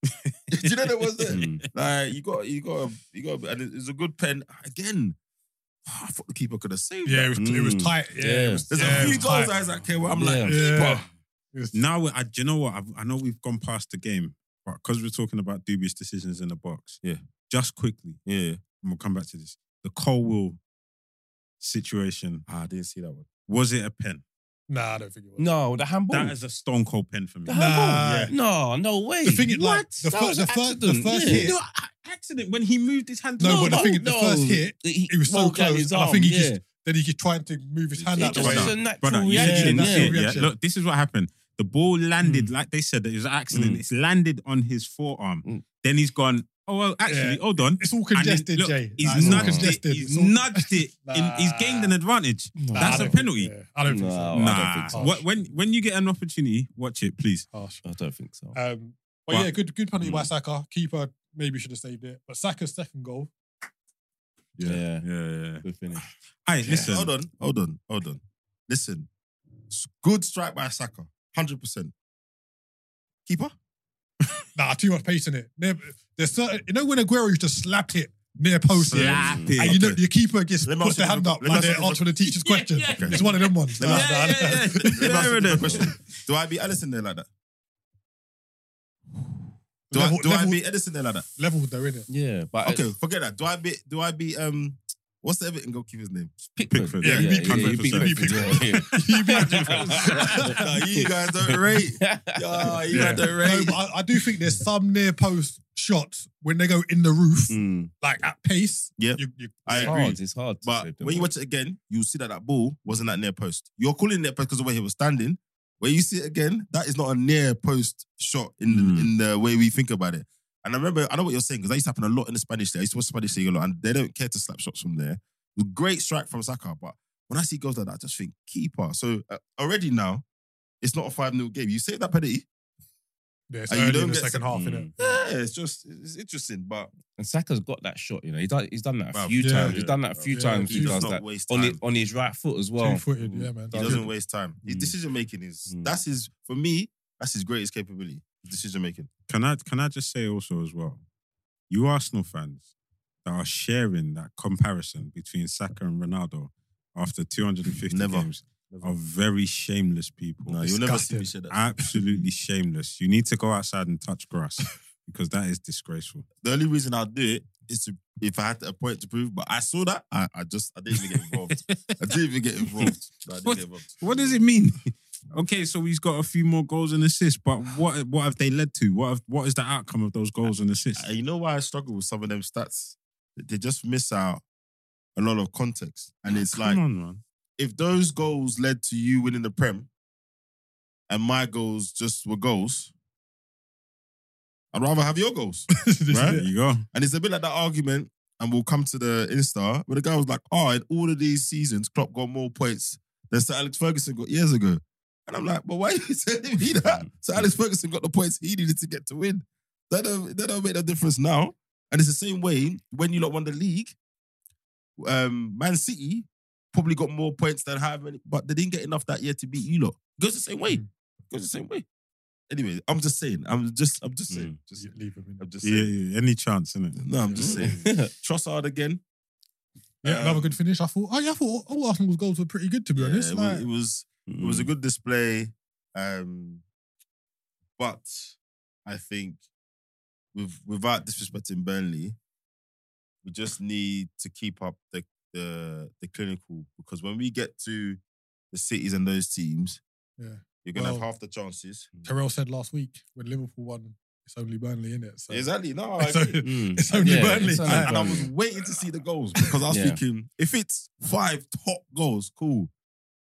S1: [LAUGHS] do you know that was there?
S2: Mm.
S1: [LAUGHS] Like you got, you got, you got, and it- it's a good pen again. [SIGHS] I thought the keeper could have saved.
S3: Yeah,
S1: that.
S3: it was, it was
S2: Mm.
S3: tight. Yeah,
S2: Yeah.
S3: It was,
S1: there's
S3: yeah,
S1: a
S3: it
S1: few
S3: was
S1: goals
S3: tight.
S1: Isaac here where I'm like,
S2: Yeah.
S3: Yeah.
S1: keeper,
S3: It was-
S4: Now, I, do you know what? I've, I know we've gone past the game, but because we're talking about dubious decisions in the box,
S1: Yeah.
S4: Just quickly,
S1: yeah,
S4: and we'll come back to this. The Cole Will situation
S1: Ah, I didn't see that one.
S4: was it a pen?
S3: Nah, I don't think it was.
S2: No, the handball.
S3: Oh.
S4: That is a stone cold pen for me.
S2: the
S3: Nah.
S2: handball. No, no way.
S3: The thing is, like,
S2: What?
S3: the
S2: That
S3: fir-
S2: was
S3: the
S2: an
S3: fir- the
S2: accident.
S3: first
S2: Yeah.
S3: hit-
S4: No, a- accident when he moved his hand.
S3: No,
S4: No,
S3: but I think the first hit,
S2: He,
S3: it was so
S2: rolled down
S3: close,
S2: his
S3: and I
S2: arm,
S3: think he
S2: yeah.
S3: just- Then he just tried to move his hand
S2: It
S3: out the
S2: just
S3: way.
S2: was
S4: Brother,
S2: a natural
S4: brother, you
S3: Yeah,
S2: reaction.
S4: didn't
S3: that's
S4: see
S3: your
S4: it. Yeah,
S3: reaction.
S4: look, this is what happened. The ball landed like they said that it was an accident.
S2: Mm.
S4: It's landed on his forearm.
S2: Mm.
S4: Then he's gone. Oh well, actually,
S3: Yeah.
S4: hold on.
S3: It's all
S4: And
S3: congested,
S4: look,
S3: Jay.
S4: He's
S3: Nah, it's all
S2: not
S4: nudged it.
S3: congested.
S4: He's
S3: It's all-
S4: nudged [LAUGHS] it. in, he's
S3: [LAUGHS] Nah.
S4: gained an advantage.
S2: Nah,
S3: Nah,
S4: That's
S3: I
S4: a
S3: don't think-
S4: penalty.
S3: yeah, Oh, I don't think so.
S2: No, I
S4: nah.
S2: don't think so.
S4: What- when when you get an opportunity, watch it, please.
S3: Harsh.
S2: I don't think so.
S3: Um, but
S4: But-
S3: yeah, good good penalty by
S2: Mm.
S3: Saka. Keeper maybe should have saved it. But Saka's second goal.
S2: Yeah.
S4: Yeah, yeah.
S2: Good finish.
S4: Hey, listen.
S1: hold on, hold on, hold on. Listen, s- good strike by Saka, hundred percent. Keeper,
S3: Nah, too much pace in it. Never, there's certain, you know when Aguero used to slap it near post, yeah?
S4: Slap it.
S3: and Oh, you know
S1: Okay.
S3: your keeper just
S1: Let me
S3: puts
S1: ask you
S3: their hand
S1: another-
S3: up
S1: let me
S3: like
S1: ask you
S3: they're
S1: another-
S3: answering the teacher's question.
S4: yeah,
S1: yeah.
S3: It's one of them ones.
S1: Let
S3: Nah,
S1: me
S3: nah,
S4: Yeah,
S3: nah.
S4: yeah,
S1: Let me ask you
S4: yeah.
S1: another question. Do I be Allison there like that? Do
S3: Level-
S1: I do I
S3: level-
S1: be Edison there like that?
S3: Level though, innit?
S2: Yeah, but
S1: Okay, forget that. Do I be do I be um what's the Everton goalkeeper's name? [LAUGHS]
S2: Pickford.
S4: Pickford.
S3: Yeah,
S2: yeah,
S3: you beat
S2: yeah,
S4: Pickford.
S2: you
S4: You
S2: beat
S3: beat
S2: Pickford, yeah, [LAUGHS]
S3: You beat
S1: no, you guys don't rate.
S2: yeah. [LAUGHS]
S1: Yeah, you
S4: Yeah.
S1: guys don't
S3: No,
S1: rate.
S3: but I, I do think there's some near post shots when they go in the roof,
S2: Mm.
S3: like at pace.
S1: Yep.
S3: You, you,
S1: I
S2: It's
S1: agree.
S2: hard. It's hard. to
S1: But
S2: say, don't
S1: when you watch it again, you see that that ball wasn't that near post. You're calling near post because of where he was standing. When you see it again, that is not a near post shot in the,
S2: Hmm.
S4: Mm.
S1: in the way we think about it. And I remember, I know what you're saying because that used to happen a lot in the Spanish league. I used to watch Spanish league a lot, and they don't care to slap shots from there. Great strike from Saka, but when I see goals like that, I just think keeper. So uh, already now, it's not a five 0 game. You save that penalty.
S3: yeah, it's
S1: And you
S3: early
S1: don't
S3: in the
S1: get-
S3: second half,
S2: Mm.
S3: innit?
S1: Yeah, it's just it's interesting, but
S2: And Saka's got that shot, you know. He's done, he's done that a
S1: Bruv,
S2: few
S3: yeah.
S2: times. He's done that a few
S3: Yeah,
S2: times. He
S3: he's
S2: does
S1: not
S2: that
S1: waste
S2: on
S1: time.
S2: his, on his right foot as well.
S3: Two footed, yeah, man.
S1: He
S2: Doesn't-
S1: doesn't waste time. His
S2: Mm.
S1: decision making is
S2: Mm.
S1: that's his for me. That's his greatest capability. Decision making.
S4: Can I can I just say also as well, you Arsenal fans that are sharing that comparison between Saka and Ronaldo after 250
S1: Never.
S4: games are very shameless people.
S1: No, you'll never see me share
S3: Disgusting.
S1: that. [LAUGHS]
S4: Absolutely shameless. You need to go outside and touch grass because that is disgraceful.
S1: the only reason I'll do it is to if I had a point to prove. But I saw that I, I just I didn't even get involved. I didn't even get
S4: [LAUGHS]
S1: involved. No, I didn't
S4: What?
S1: get involved.
S4: What does it mean? Okay, so he's got a few more goals and assists, but what what have they led to? What have, what is the outcome of those goals and assists?
S1: Uh, You know why I struggle with some of them stats? They just miss out a lot of context, and it's
S4: Come
S1: like
S4: on, man.
S1: if those goals led to you winning the prem, and my goals just were goals. I'd rather have your goals.
S3: [LAUGHS]
S4: Right,
S1: [LAUGHS]
S4: there you go.
S1: And it's a bit like that argument, and we'll come to the Insta, where the guy was like, oh, in all of these seasons, Klopp got more points than Sir Alex Ferguson got years ago. And I'm like, but why are you [LAUGHS] telling me that? Sir Alex Ferguson got the points he needed to get to win. That don't, that don't make no difference now. And it's the same way when you lot won the league, um, Man City probably got more points than have many, but they didn't get enough that year to beat you lot. goes the same way. goes the same way. Anyway, I'm just saying. I'm just I'm
S2: Hmm.
S1: just saying. Just,
S3: Yeah, Leave him in.
S1: I'm just
S4: Yeah,
S1: saying.
S4: yeah, any chance, innit?
S1: No, I'm just
S3: [LAUGHS]
S1: saying. Trossard again.
S3: Yeah,
S1: Um,
S3: another good finish. I thought, oh yeah, I thought all Arsenal's goals were pretty good to be
S1: Yeah,
S3: honest.
S1: it,
S3: Like, mm.
S1: was, it
S2: Mm.
S1: was it was a good display, um, but I I think, with without disrespecting Burnley, we just need to keep up the the the clinical because when we get to the cities and those teams,
S3: Yeah.
S1: you're gonna have
S3: Well-
S1: half the chances.
S3: Terrell said last week when Liverpool won, it's only Burnley in it. [LAUGHS] So
S1: Exactly. No, I
S3: It's,
S1: agree.
S3: o-
S1: [LAUGHS]
S2: Mm.
S3: it's only
S2: Yeah,
S3: Burnley.
S2: it's only
S1: and, and I
S2: Burnley.
S1: was waiting to see the goals because I was
S2: Yeah.
S1: thinking if it's five top goals, cool.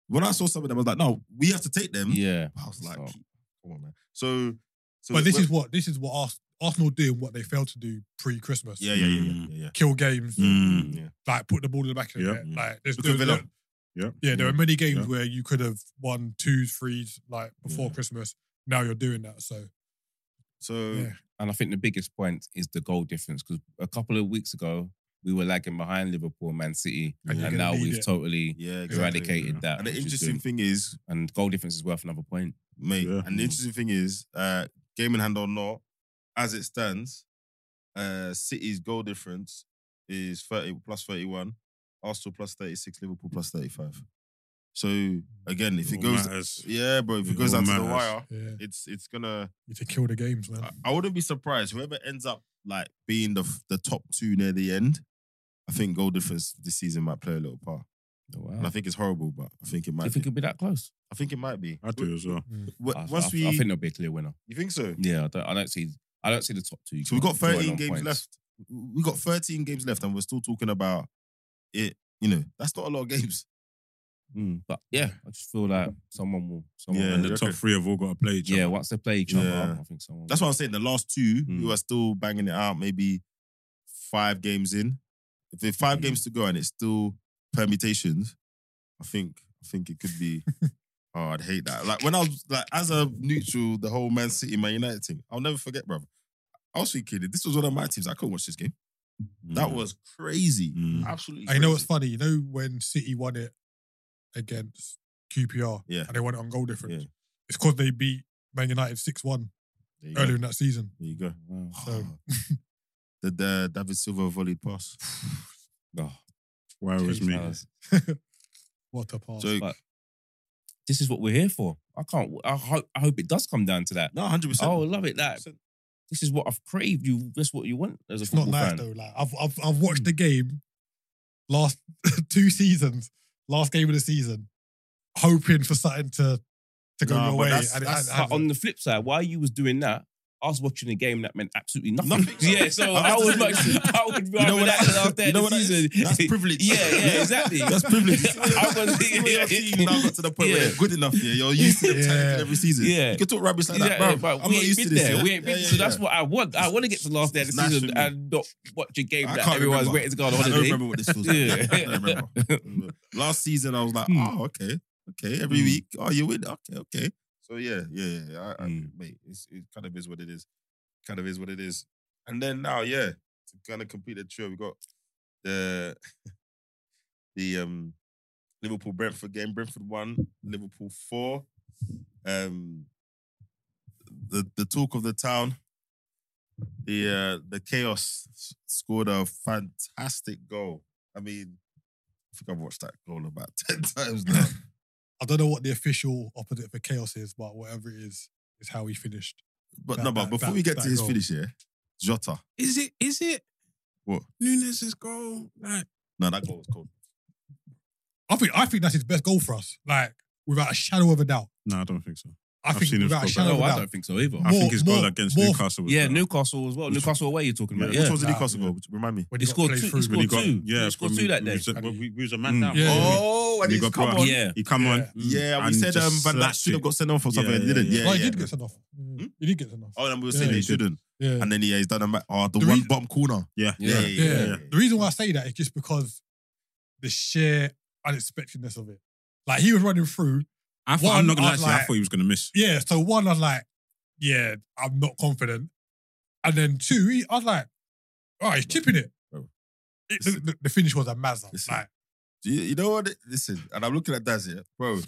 S1: When I saw some of them, I was like, no, we have to take them.
S2: Yeah.
S1: I was like,
S2: So-
S1: come on, man. So, so
S3: but this
S1: when-
S3: is what this is what Ars- Arsenal do and what they failed to do pre-Christmas.
S1: yeah, yeah, yeah, yeah, yeah. yeah.
S3: Kill games,
S1: Mm. yeah.
S3: like put the ball in the back of the
S4: Yeah.
S3: net. Like there's,
S1: Look at
S3: there,
S1: Villa.
S3: there-
S4: Yeah.
S3: yeah, there are many games
S4: Yeah.
S3: where you could have won twos, threes, like before
S1: Yeah. Uh,
S3: Christmas. Now you're doing that. So
S1: So
S3: yeah,
S2: And I think the biggest point is the goal difference because a couple of weeks ago we were lagging behind Liverpool, and Man City,
S3: And you're
S2: and
S3: gonna
S2: now
S3: need
S2: we've
S3: it.
S2: totally
S1: yeah,
S2: eradicated that.
S1: And the
S2: which is
S1: interesting
S2: good.
S1: thing is,
S2: and goal difference is worth another point.
S1: mate.
S4: Yeah.
S1: And the interesting thing is, uh, game in hand or not, as it stands, uh, City's goal difference is thirty plus thirty-one, Arsenal plus thirty-six, Liverpool plus thirty-five. So again, if it
S4: all
S1: goes,
S4: matters.
S1: yeah, bro, if it,
S4: It
S1: goes
S4: all
S1: down to the
S4: matters.
S1: wire,
S3: yeah, you
S1: it's it's gonna.
S3: need to kill the games, man.
S1: I, I wouldn't be surprised whoever ends up like being the the top two near the end. I think goal difference this season might play a little part. And I
S2: Oh, Wow.
S1: think it's horrible, but I think it
S2: Do
S1: might.
S2: you think
S1: be.
S2: it'll be that close?
S1: I think it might be.
S4: I do as well.
S1: W-
S2: I,
S1: once
S2: I-
S1: we,
S2: I think there'll be a clear winner.
S1: you think so?
S2: Yeah, I don't, I don't see. I don't see the top two.
S1: So we've got
S2: drawing
S1: 13
S2: on
S1: games
S2: points.
S1: left. We got 13 games left, and we're still talking about it. You know, that's not a lot of games.
S2: Mm, but yeah, I just feel like someone will. Someone
S1: Yeah,
S2: will-
S4: and the
S1: you
S4: top
S1: reckon?
S4: three have all got to play each
S2: yeah.
S4: other.
S2: Once they play each other,
S1: Yeah.
S2: I think someone.
S1: That's what I'm saying. The last two,
S2: Mm.
S1: we were still banging it out. Maybe five games in. If there's five
S2: Mm.
S1: games to go and it's still permutations, I think I think it could be. oh, I'd hate that. Like when I was like as a neutral, the whole Man City, Man United thing. I'll never forget, brother. I was thinking this was one of my teams. I couldn't watch this game. That
S4: Hmm.
S1: was crazy.
S4: Mm.
S1: Absolutely.
S3: I know what's
S1: crazy.
S3: funny. You know when City won it against QPR,
S1: Yeah.
S3: and they won it on goal difference.
S1: Yeah.
S3: It's because they beat Man United six one
S1: There you go.
S3: earlier in that season.
S1: [SIGHS] There you go.
S2: Wow.
S3: So-
S1: [LAUGHS] the, the David Silva volleyed
S2: [LAUGHS]
S1: pass.
S2: Oh,
S4: Why was
S2: geez,
S4: me?
S2: that was-
S3: What a pass!
S1: So
S2: But- this is what we're here for. I can't. I hope. I hope it does come down to that.
S1: no, hundred percent. [LAUGHS]
S2: Oh, I love it. That this is what I've craved. You. That's what you want as a
S3: it's not
S2: football
S3: nice
S2: fan.
S3: though. Like I've I've I've
S1: Hmm.
S3: watched the game last [LAUGHS] two seasons, last game of the season, hoping for something to to go
S1: Nah,
S3: your
S1: but
S3: way.
S1: that's-
S3: and it
S1: that's-
S3: hasn't
S2: But on the flip side, while you was doing that, I was watching a game that meant absolutely nothing. [LAUGHS]
S1: Nothing. [LAUGHS]
S2: yeah, so
S1: I
S2: I
S1: was
S2: would
S1: about
S2: like,
S1: to
S2: I would
S1: You know
S2: rather
S1: what that-
S2: that than after
S1: you know
S2: the
S1: what that is?
S2: season. [LAUGHS]
S1: That's privilege.
S2: Yeah,
S1: [LAUGHS]
S2: yeah, exactly.
S1: That's privilege.
S2: [LAUGHS]
S1: [LAUGHS]
S2: I was,
S1: Your team now got to the point where
S2: Yeah.
S1: they're good enough. Yeah, you're used to them
S3: Yeah.
S1: talented every season.
S2: Yeah.
S1: you can talk rubbish like
S2: yeah,
S1: that, bro.
S2: but
S1: I'm not
S2: we ain't
S1: used
S2: been
S1: to this.
S2: there.
S1: yeah.
S2: We ain't been.
S1: Yeah,
S2: so
S1: yeah,
S2: that's
S1: yeah.
S2: what I want. I want to get to the last day of the
S1: It's nice
S2: season
S1: for me.
S2: and not watch a game
S1: I
S2: that
S1: can't
S2: everyone's
S1: remember.
S2: waiting to go on
S1: I don't
S2: holiday.
S1: remember what this feels like.
S2: [LAUGHS] Yeah.
S1: I don't remember. Last season, I was like,
S2: Hmm.
S1: oh, okay, okay. Every
S2: Hmm.
S1: week, oh, you win. Okay, okay. So yeah, yeah, yeah. I, I,
S2: Hmm.
S1: Mate, it's, it kind of is what it is. Kind of is what it is. And then now, yeah, to kind of complete the trio, we got the [LAUGHS] the um Liverpool Brentford game. Brentford one, Liverpool four. Um, the the talk of the town. The uh, the chaos s- scored a fantastic goal. I mean, I think I've watched that goal about [LAUGHS] ten times now.
S3: I don't know what the official opposite for chaos is, but whatever it is, is how he finished.
S1: But
S3: That-
S1: no, but
S3: that-
S1: before
S3: that-
S1: we get to
S3: that
S1: his
S3: goal.
S1: finish, yeah, Jota.
S4: Is it? Is it?
S1: What?
S4: Nunes' goal? Like,
S1: No, that goal was cold.
S3: I think I think that's his best goal for us, like without a shadow of a doubt.
S4: no, I don't think so.
S3: I
S4: I've
S3: think
S4: seen him
S3: without a
S4: score better.
S3: shadow of
S2: no,
S3: a
S2: I
S3: doubt.
S2: don't think so either.
S4: I
S3: More-
S4: think his goal
S3: more-
S4: against
S3: more-
S4: Newcastle was
S2: yeah,
S4: better.
S2: Newcastle as well.
S4: Which-
S2: Newcastle away. You're talking about?
S4: Yeah.
S1: Which
S2: Yeah,
S1: one's the
S3: Nah,
S1: Newcastle
S4: yeah.
S1: goal? Remind me.
S3: When
S2: he
S3: got
S2: scored
S3: played
S2: two.
S3: through.
S2: He scored two.
S4: yeah,
S2: He scored
S4: when
S2: two that
S4: we,
S2: day.
S4: was-
S3: day.
S4: when we, we was a man
S2: Mm.
S4: down.
S3: Yeah.
S1: Oh, and
S4: He
S1: he's
S4: got
S1: come
S4: brought-
S1: on.
S2: Yeah,
S4: He come on.
S3: Yeah.
S1: Yeah, we
S4: And
S1: said
S4: just
S1: um, but that
S4: slapped
S1: should have
S4: it.
S1: got sent off or something.
S4: Yeah,
S1: It didn't.
S4: yeah,
S1: Yeah,
S3: Well,
S1: yeah.
S3: Oh, he did get sent off. Yeah. He did get sent off.
S1: Oh, and we were saying
S3: Yeah,
S1: they
S4: he did.
S1: shouldn't.
S3: Yeah.
S1: And then yeah, he's done a ma- oh, the
S3: The
S1: one
S3: reason-
S1: bottom corner.
S4: Yeah.
S2: Yeah.
S3: Yeah. The reason why I say that is just because the sheer unexpectedness of it. Like he was running through.
S4: I thought,
S3: One,
S4: I'm not going
S3: I
S4: to lie to
S3: was
S4: you, I
S3: like-
S4: thought he was going to miss.
S3: Yeah. So one, I was like, yeah, I'm not confident. And then two, he, I was like, oh, he's chipping it.
S1: Bro.
S3: It- the, the- the finish was a mazza.
S1: Listen.
S3: Like,
S1: Do you, you know what? Listen, and I'm looking at Daz here, bro.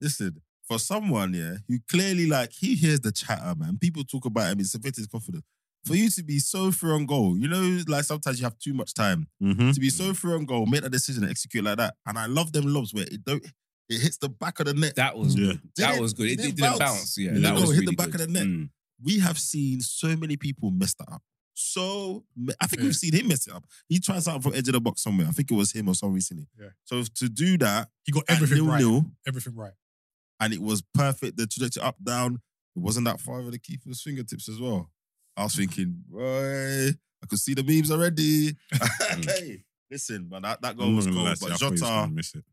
S1: Listen, for someone, yeah, who clearly like he hears the chatter, man. People talk about him, it's affected his confidence. For you to be so free on goal, you know, like sometimes you have too much time
S4: Mm-hmm.
S1: to be so free on goal, make that decision and execute like that. And I love them lobs where it don't, it hits the back of the net.
S2: That was
S4: Yeah.
S2: good. That
S1: Did it-
S2: was good. It,
S1: did it
S2: didn't bounce.
S1: bounce?
S2: Yeah,
S4: Yeah.
S2: that
S4: No,
S2: was
S1: hit
S2: really
S1: the back
S2: good.
S1: of the net.
S2: Mm.
S1: we have seen so many people mess that up. So ma- I think
S3: Yeah.
S1: we've seen him mess it up. He tried something from edge of the box somewhere. I think it was him or someone recently.
S3: Yeah.
S1: So to do that,
S3: He got
S1: at
S3: everything
S1: nil
S3: right.
S1: nil,
S3: Everything right.
S1: and it was perfect. The trajectory up down. It wasn't that far over the keeper's fingertips as well. I was thinking, boy, I could see the memes already. [LAUGHS] hey, listen, but that, that goal
S4: Mm. I'm not
S1: was
S4: gonna
S1: goal.
S4: lie
S1: But
S4: to you, I thought he was gonna
S1: Jota,
S4: miss it.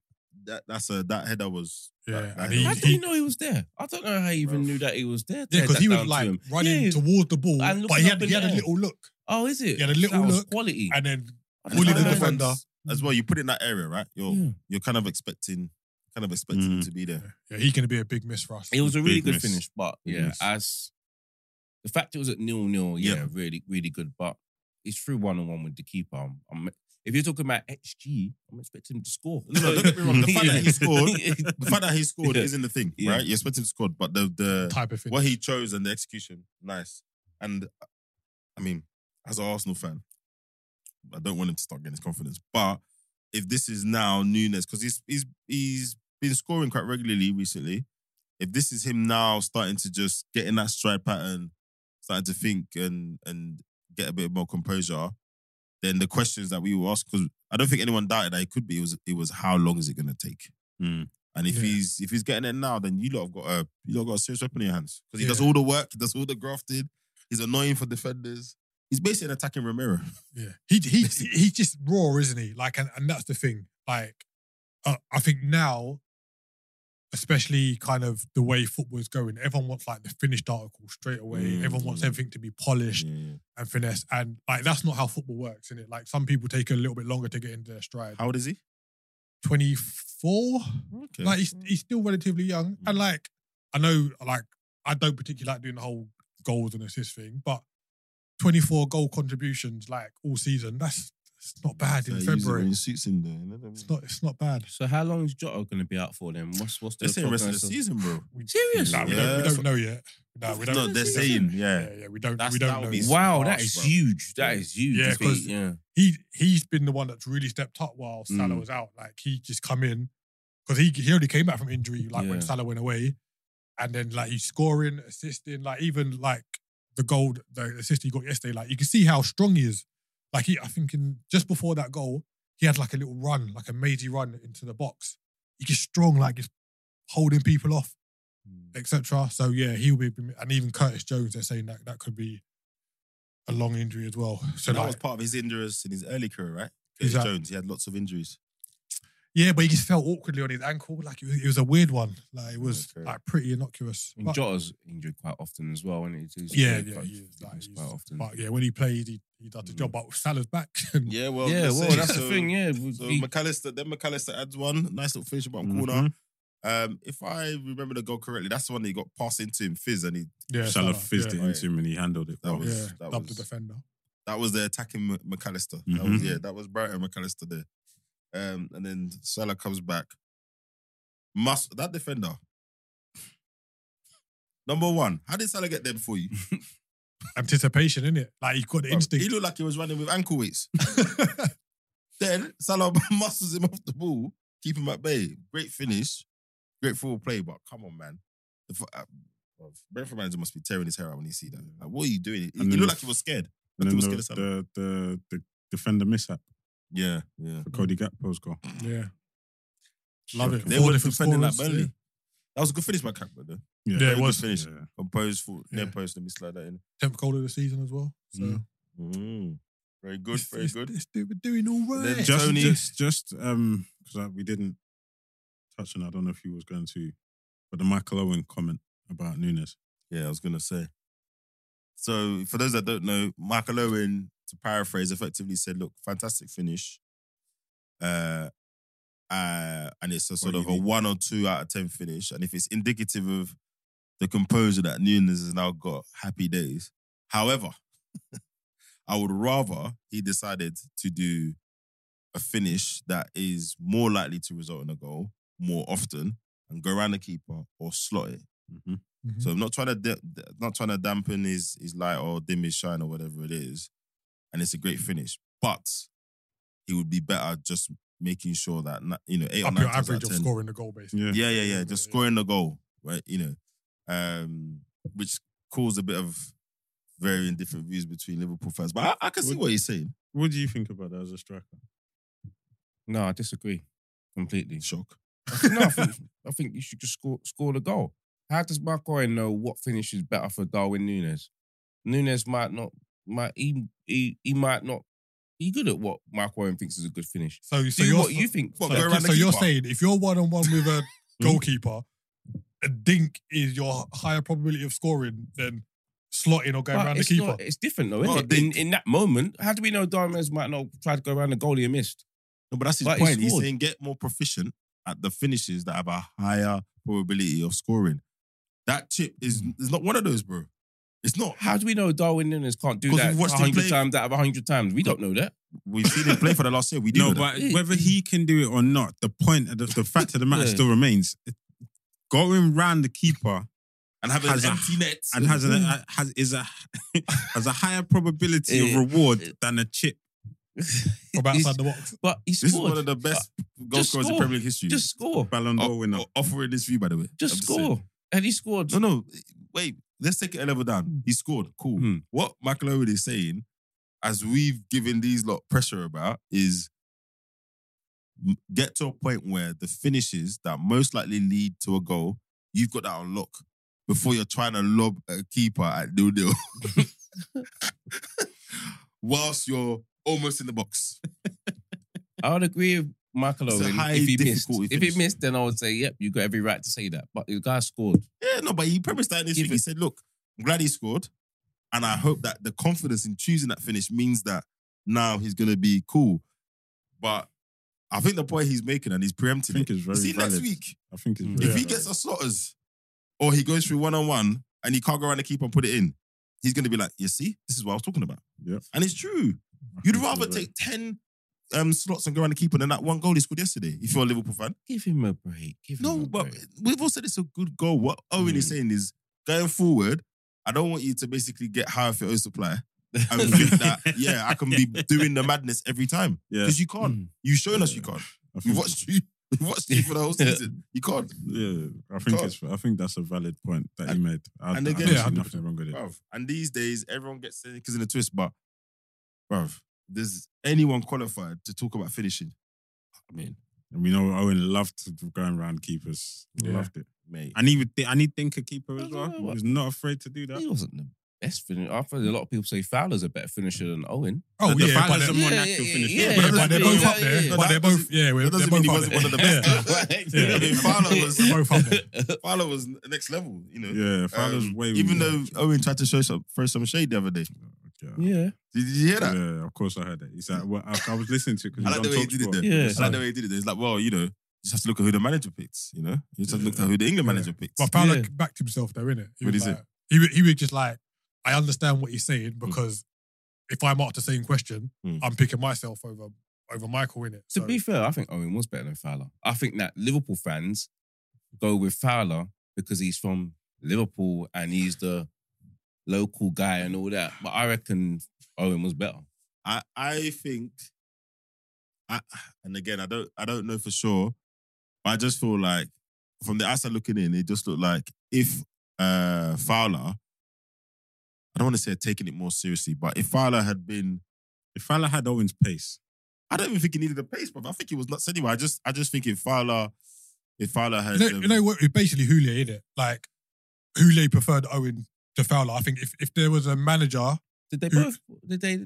S1: that, that's a that header was. that-
S3: Yeah,
S1: that
S3: and
S1: header
S3: he-
S2: How
S1: was-
S2: did he know he was there? I don't know how he even
S1: Bruv.
S2: knew that he was there.
S3: Yeah, because
S2: That
S3: he
S2: down
S3: was
S2: to
S3: like
S2: him.
S3: running
S2: Yeah.
S3: towards the ball,
S2: And
S3: but
S2: looking up
S3: he had,
S2: in
S3: he had
S2: the
S3: a
S2: air.
S3: little look,
S2: Oh, is it?
S3: He had a little
S2: that was
S3: look
S2: quality.
S3: and then
S2: I didn't
S1: Bully
S3: bully
S2: know
S3: the
S2: that.
S3: defender.
S1: as well. You put it in that area, right? You're
S2: Yeah.
S1: you're kind of expecting, kind of expecting him
S4: Mm.
S1: to be there.
S3: Yeah, he's gonna be a big miss for us.
S2: It was a really
S4: Big
S2: good
S4: miss.
S2: finish, but
S4: Big
S2: yeah,
S4: miss.
S2: as the fact it was at nil nil, yeah,
S1: Yeah.
S2: really, really good. But it's through one on one with the keeper. I'm, I'm- if you're talking about XG, I'm expecting him to score.
S1: No, no, don't get
S2: [LAUGHS]
S1: me wrong. The fact that he scored, the fact that he scored
S2: Yeah.
S1: isn't the thing,
S2: Yeah.
S1: right? You expect him to score, but the the
S3: type of thing.
S1: what he chose and the execution, nice. And I mean, as an Arsenal fan, I don't want him to start getting his confidence. But if this is now Nunes, because he's he's he's been scoring quite regularly recently. If this is him now starting to just get in that stride pattern, starting to think and and get a bit more composure, then the questions that we will ask, because I don't think anyone doubted that it could be, it was it was how long is it gonna take?
S4: Mm.
S1: And if
S3: Yeah.
S1: he's if he's getting it now, then you lot have got a you lot got a serious weapon in your hands because he does
S3: Yeah.
S1: all the work, he does all the grafting. He's annoying for defenders. He's basically an attacking Romero.
S3: Yeah, he
S2: [LAUGHS]
S3: he he's just raw, isn't he? Like, and, and that's the thing. Like, uh, I think now, especially kind of the way football is going, everyone wants like the finished article straight away.
S1: Mm,
S3: Everyone wants
S1: mm.
S3: everything to be polished and finesse, and like that's not how football works, is it? Like, some people take a little bit longer to get into their stride.
S1: How old is he?
S3: Twenty four,
S1: Okay.
S3: like he's he's still relatively young, and like I know, like I don't particularly like doing the whole goals and assists thing, but. 24 goal contributions like all season. That's, that's not bad in
S1: Like,
S3: February.
S1: using suits in there. you know what I mean?
S3: It's not. It's not bad.
S2: So how long is Jota going to be out for then? What's what's the
S1: They're saying rest of the
S2: prognosis?
S1: season, bro.
S3: We,
S2: Serious?
S3: Nah, we,
S1: Yeah.
S3: don't, we don't know yet. Nah, we don't.
S1: No, they're
S3: we don't-
S1: saying, yeah.
S3: Yeah, yeah, we don't.
S1: That's-
S3: we
S1: that
S3: don't
S1: would
S3: know.
S1: be
S3: yet.
S1: wild.
S2: Wow, that
S1: Harsh,
S2: is
S1: bro.
S2: huge. That
S1: Yeah.
S2: is huge.
S3: Yeah,
S2: That's
S3: 'cause-
S2: big, yeah.
S3: He he's been the one that's really stepped up while Salah
S1: Mm.
S3: was out. Like he just come in because he he only came back from injury. Like when
S2: Yeah.
S3: Salah went away, and then like he's scoring, assisting. Like even like the gold, the assist he got yesterday. Like you can see how strong he is. Like he, I think in just before that goal, he had like a little run, like a mazy run into the box. He gets strong, like he's holding people off.
S1: Mm.
S3: etc. So yeah, he'll be, and even Curtis Jones. They're saying that that could be a long injury as well. So
S1: So that
S3: like,
S1: was part of his injuries in his early career, right? Curtis
S3: Exact-
S1: Jones, he had lots of injuries.
S3: yeah, but he just felt awkwardly on his ankle. Like it was, it was a weird one. Like it was
S1: Okay.
S3: like pretty innocuous.
S2: And
S3: But,
S2: Jota's injured quite often as well, and he's he's
S3: yeah,
S2: injured
S3: yeah,
S2: quite,
S3: he is, like,
S2: he's
S3: he's-
S2: quite often.
S3: but yeah, when he played, he, he does the
S1: Mm.
S3: job. But Salah's back, [LAUGHS] and
S1: Yeah, well,
S2: yeah,
S1: let's
S2: well,
S1: say,
S2: that's
S1: so-
S2: the thing. Yeah,
S1: So
S2: he- Mm-hmm.
S1: McAllister, then McAllister adds one nice little finish about
S4: Mhm.
S1: corner. Um, if I remember the goal correctly, that's the one that he got passed into him, Fizz, and he
S3: yeah,
S4: Salah fizzed
S3: yeah,
S1: yeah.
S4: it into him and he handled it.
S1: That
S4: well.
S1: was-
S3: yeah,
S1: that
S3: dubbed
S1: was-
S3: the defender.
S1: That was the attacking Mc- McAllister. That
S2: Mm-hmm.
S1: was,
S4: Mhm.
S1: yeah, that was Brighton McAllister there. Um, and then Salah comes back. Must that defender? Number one, how did Salah get there before you?
S3: Anticipation, in it. Like he's got the
S1: Bro, He
S3: instinct.
S1: looked like he was running with ankle
S3: [LAUGHS]
S1: weights. then Salah [LAUGHS] muscles him off the ball, keep him at bay. Great finish, great forward play. But come on, man, if, uh, bruv, Brentford manager must be tearing his hair out when he see that. Like, what are you doing? He, he
S4: And
S1: looked
S4: then the-
S1: like he was scared.
S4: And
S1: Like he
S4: then
S1: was
S4: the,
S1: scared of Salah.
S4: the, the, the defender mishap
S1: Yeah, yeah.
S4: for Cody Gakpo's goal.
S3: Yeah, love it.
S1: They
S3: Four
S1: were
S3: different
S1: defending that
S3: scorers,
S1: Burnley.
S3: yeah.
S1: That was a good finish by Kakpo, though.
S4: Yeah,
S3: Yeah, it
S1: Very
S3: was.
S1: good finish.
S4: Yeah.
S1: Composed for near
S3: Yeah.
S1: post. Let me slide that in.
S3: tenth goal of the season as well. So
S4: Mm.
S1: Very good,
S3: it's-
S1: very
S3: it's-
S1: good.
S3: It's, we're doing all
S1: Then
S3: right.
S4: Just,
S1: Tony-
S4: just, just, um, because we didn't touch on. I don't know if he was going to, but the Michael Owen comment about Nunes.
S1: Yeah, I was gonna say. So for those that don't know, Michael Owen, to paraphrase, effectively said, "Look, fantastic finish." Uh, uh, and it's a sort
S4: What
S1: of
S4: you
S1: a
S4: need.
S1: one or two out of ten finish, and if it's indicative of the composure that Nunes has now got, happy days. However, [LAUGHS] I would rather he decided to do a finish that is more likely to result in a goal more often and go around the keeper or slot it.
S4: Mhm.
S3: Mhm.
S1: So I'm not trying to da- da- not trying to dampen his his light or dim his shine or whatever it is, and it's a great finish. But he would be better just making sure that na- you know eight or
S3: Up
S1: nine
S3: your
S1: times out
S3: average
S1: of
S3: of
S1: 10.
S3: scoring the goal, basically.
S4: Yeah.
S1: Yeah, yeah, yeah.
S3: Yeah,
S1: Just
S3: yeah.
S1: scoring the goal, right? You know, um, which caused a bit of varying different views between Liverpool fans. But I, I can see what he's saying.
S4: What do you think about that as a striker?
S2: No, I disagree completely.
S1: Shock. [LAUGHS]
S2: no, I think, I think you should just score score the goal. How does Marcoy know what finish is better for Darwin Nunes? Nunes might not might he he, he might not be good at what Marcoy thinks is a good finish.
S3: So, so
S2: Do
S3: you're
S2: what Hmm? you think.
S1: What,
S3: so,
S1: go around the
S3: so you're
S1: keeper?
S3: saying if you're one on one with a
S1: Mm-hmm.
S3: goalkeeper, a dink is your higher probability of scoring than slotting or going
S2: But
S3: around the
S2: it's,
S3: keeper.
S2: not- it's different though, isn't
S1: Well,
S2: it? In, in that moment, how do we know Darwin's might not try to go around the goalie and missed?
S1: No, but that's his
S2: But he
S1: point. He's
S2: scored.
S1: saying get more proficient at the finishes that have a higher probability of scoring. That chip is is not one of those, bro. It's not.
S2: Hmm. How do we know Darwin Nunes can't do
S1: 'Cause
S2: that
S1: we've watched him
S2: 100
S1: play-
S2: times out of 100 times? We don't know that.
S1: We've seen him play for the last year. We do.
S4: No,
S1: know that.
S4: but whether he can do it or not, the point, the, the fact of the matter
S2: Yeah.
S4: still remains. Going round the keeper
S1: and having
S4: has
S1: an
S4: a-
S1: empty net
S4: and has a has is a [LAUGHS] has a higher probability
S2: Yeah.
S4: of reward than a chip.
S3: from
S2: He's-
S3: outside the box.
S2: But he
S1: This is
S2: scored.
S1: one of the best goal
S2: just
S1: scorers in
S2: score.
S1: Premier League history.
S2: Just score.
S4: Ballon d'Or
S1: Oh,
S4: winner.
S1: oh, offering this view, by the way.
S2: Just
S1: I'm
S2: score. and he scored.
S1: saying. no, no. Wait. Let's take it a level down. He scored. Cool.
S2: Hmm.
S1: What Michael Owen is saying, as we've given these lot pressure about, is m- get to a point where the finishes that most likely lead to a goal, you've got that on lock before you're trying to lob a keeper at nil nil, [LAUGHS] whilst you're almost in the box.
S2: I would agree with Michael
S1: It's a
S2: Owen
S1: high
S2: if he missed.
S1: difficulty
S2: If
S1: finish.
S2: he missed, then I would say, yep, you got every right to say that. But the guy scored.
S1: Yeah, no, but he premised that in his
S2: Give
S1: week.
S2: it-
S1: He said, look, I'm glad he scored. And I hope that the confidence in choosing that finish means that now he's going to be cool. But I think the point he's making and he's
S4: I
S1: preempting
S4: think
S1: it.
S4: it's very
S1: See,
S4: valid.
S1: next week,
S4: I think it's
S2: Mm.
S4: very
S1: if he
S4: valid.
S1: gets a slotters or he goes through one on one and he can't go around the keeper and put it in, he's going to be like, you see, this is what I was talking about.
S4: Yep.
S1: And it's true.
S4: I
S1: You'd
S4: think
S1: rather
S4: it's very-
S1: take 10 um, slots and go around the keeper than that one goal he scored yesterday if you're a Liverpool fan.
S2: Give him a break. Give him
S1: No,
S2: a
S1: but
S2: break.
S1: we've all said it's a good goal. What Owen is
S2: Mm.
S1: saying is going forward, I don't want you to basically get high off your own supply
S2: [LAUGHS]
S1: and think that, yeah, I can be doing the madness every time.
S4: yeah.
S1: Because you can't.
S2: Mm.
S1: You've shown us you
S4: [LAUGHS]
S1: can't.
S4: I
S1: We've
S4: think,
S1: watched you. [LAUGHS] We've watched you for the whole season. You can't.
S4: yeah, I think
S1: can't.
S4: it's. I think that's a valid point that you
S1: And-
S4: made. I,
S1: and
S4: I
S1: again-
S4: don't
S3: Yeah,
S4: see
S3: 100%.
S4: nothing wrong with it.
S1: Bruv. And these days, everyone gets because in a twist, but bruv, there's anyone qualified to talk about finishing? I mean,
S4: And we know Owen loved going round keepers.
S2: Yeah.
S4: Loved it.
S1: mate.
S4: And he would. thi- And he think a keeper as
S2: I don't
S4: well.
S2: know
S4: He
S2: what-
S4: was not afraid to do
S2: He
S4: that.
S2: wasn't the best finisher. I've heard a lot of people say Fowler's a better finisher than Owen.
S3: Oh
S4: the
S3: yeah, but
S4: Fowler's
S3: they're,
S4: a- more natural finish. Yeah,
S3: yeah, but they're both
S2: yeah,
S3: up there.
S2: yeah,
S1: But
S3: But
S1: that
S3: they're both yeah, we're-
S1: That
S3: they're
S1: doesn't
S3: both
S1: mean he
S3: up
S1: wasn't
S3: there.
S1: one of the
S3: [LAUGHS] Yeah.
S1: best. [LAUGHS]
S3: Yeah.
S1: I mean, Fowler
S3: [LAUGHS]
S1: was
S3: They're both up there.
S1: Fowler was next level, you know.
S4: Yeah, Fowler's
S1: Um,
S4: way.
S1: Even
S4: more-
S1: though Owen tried to show some throw some shade the other day.
S4: Yeah.
S2: Yeah.
S1: Did you hear that?
S4: Yeah, of course I heard it. He's like, well, I, I was listening to it
S1: I
S4: because
S1: like the way he did it though.
S2: Yeah.
S1: I like the way he did it. It's like, well, you know, you just have to look at who the manager picks, you know? You just have to look at who the England
S3: Yeah.
S1: manager picks.
S3: But Fowler
S2: Yeah.
S3: backed himself though, innit? He
S1: What
S3: was
S1: is it?
S3: like, He wa- he was just like, I understand what he's saying because if I'm asked the same question,
S1: Mm.
S3: I'm picking myself over over Michael in it.
S2: To be fair, I think Owen was better than Fowler. I think that Liverpool fans go with Fowler because he's from Liverpool and he's the local guy and all that. But I reckon Owen was better.
S1: I, I think I and again I don't I don't know for sure, but I just feel like from the outside looking in, it just looked like if uh Fowler, I don't want to say taking it more seriously, but if Fowler had been
S4: If Fowler had Owen's pace,
S1: I don't even think he needed a pace, but I think he was nuts anyway. I just I just think if Fowler if Fowler had
S3: you know,
S1: um,
S3: you know what? It's basically Hulé in it. Like Hulé preferred Owen to Fowler. I think if, if there was a manager,
S2: Did they
S3: Who-
S2: both? Did they?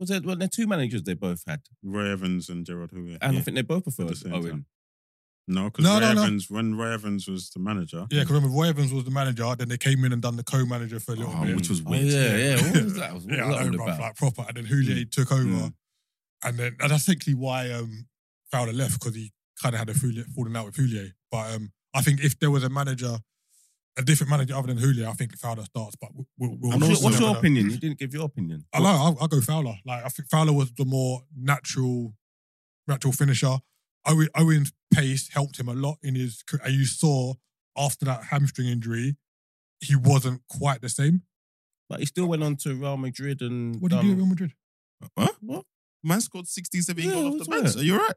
S2: Was there? Well, there two managers they both had,
S4: Roy Evans and Gerard Houllier.
S2: and I think they both preferred
S4: At the same
S2: Owen.
S4: time. No, because
S3: No,
S4: Roy
S3: no, no.
S4: Evans, when Roy Evans was the manager,
S3: yeah, because remember Roy Evans was the manager, then they came in and done the co-manager for a little
S1: Oh,
S3: bit.
S1: which was
S2: Oh,
S1: weird.
S2: yeah, yeah.
S1: [LAUGHS]
S2: What was that? What was
S3: Yeah,
S2: that
S3: I know,
S2: all
S3: bruv,
S2: about?
S3: like proper. And then Hulé took over,
S4: Mm.
S3: and then and that's actually why um, Fowler left because he kind of had a Hulé, falling out with Hulé. But um, I think if there was a manager, a different manager other than Hulé, I think Fowler starts. But we'll, we'll, we'll
S2: What's your-
S3: we'll-
S2: what's your
S3: we'll-
S2: opinion? You didn't give your opinion.
S3: I know. I'll, I'll go Fowler. Like I think Fowler was the more natural, natural finisher. Owen, Owen's pace helped him a lot in his. ca- And you saw after that hamstring injury, he wasn't quite the same.
S2: But he still went on to Real Madrid and.
S3: What did
S1: Um,
S3: he do at Real Madrid?
S1: Huh?
S2: What?
S1: Man scored 16, 17
S2: Yeah,
S1: goals off
S2: that's
S1: the bench.
S2: right.
S1: Are you all right?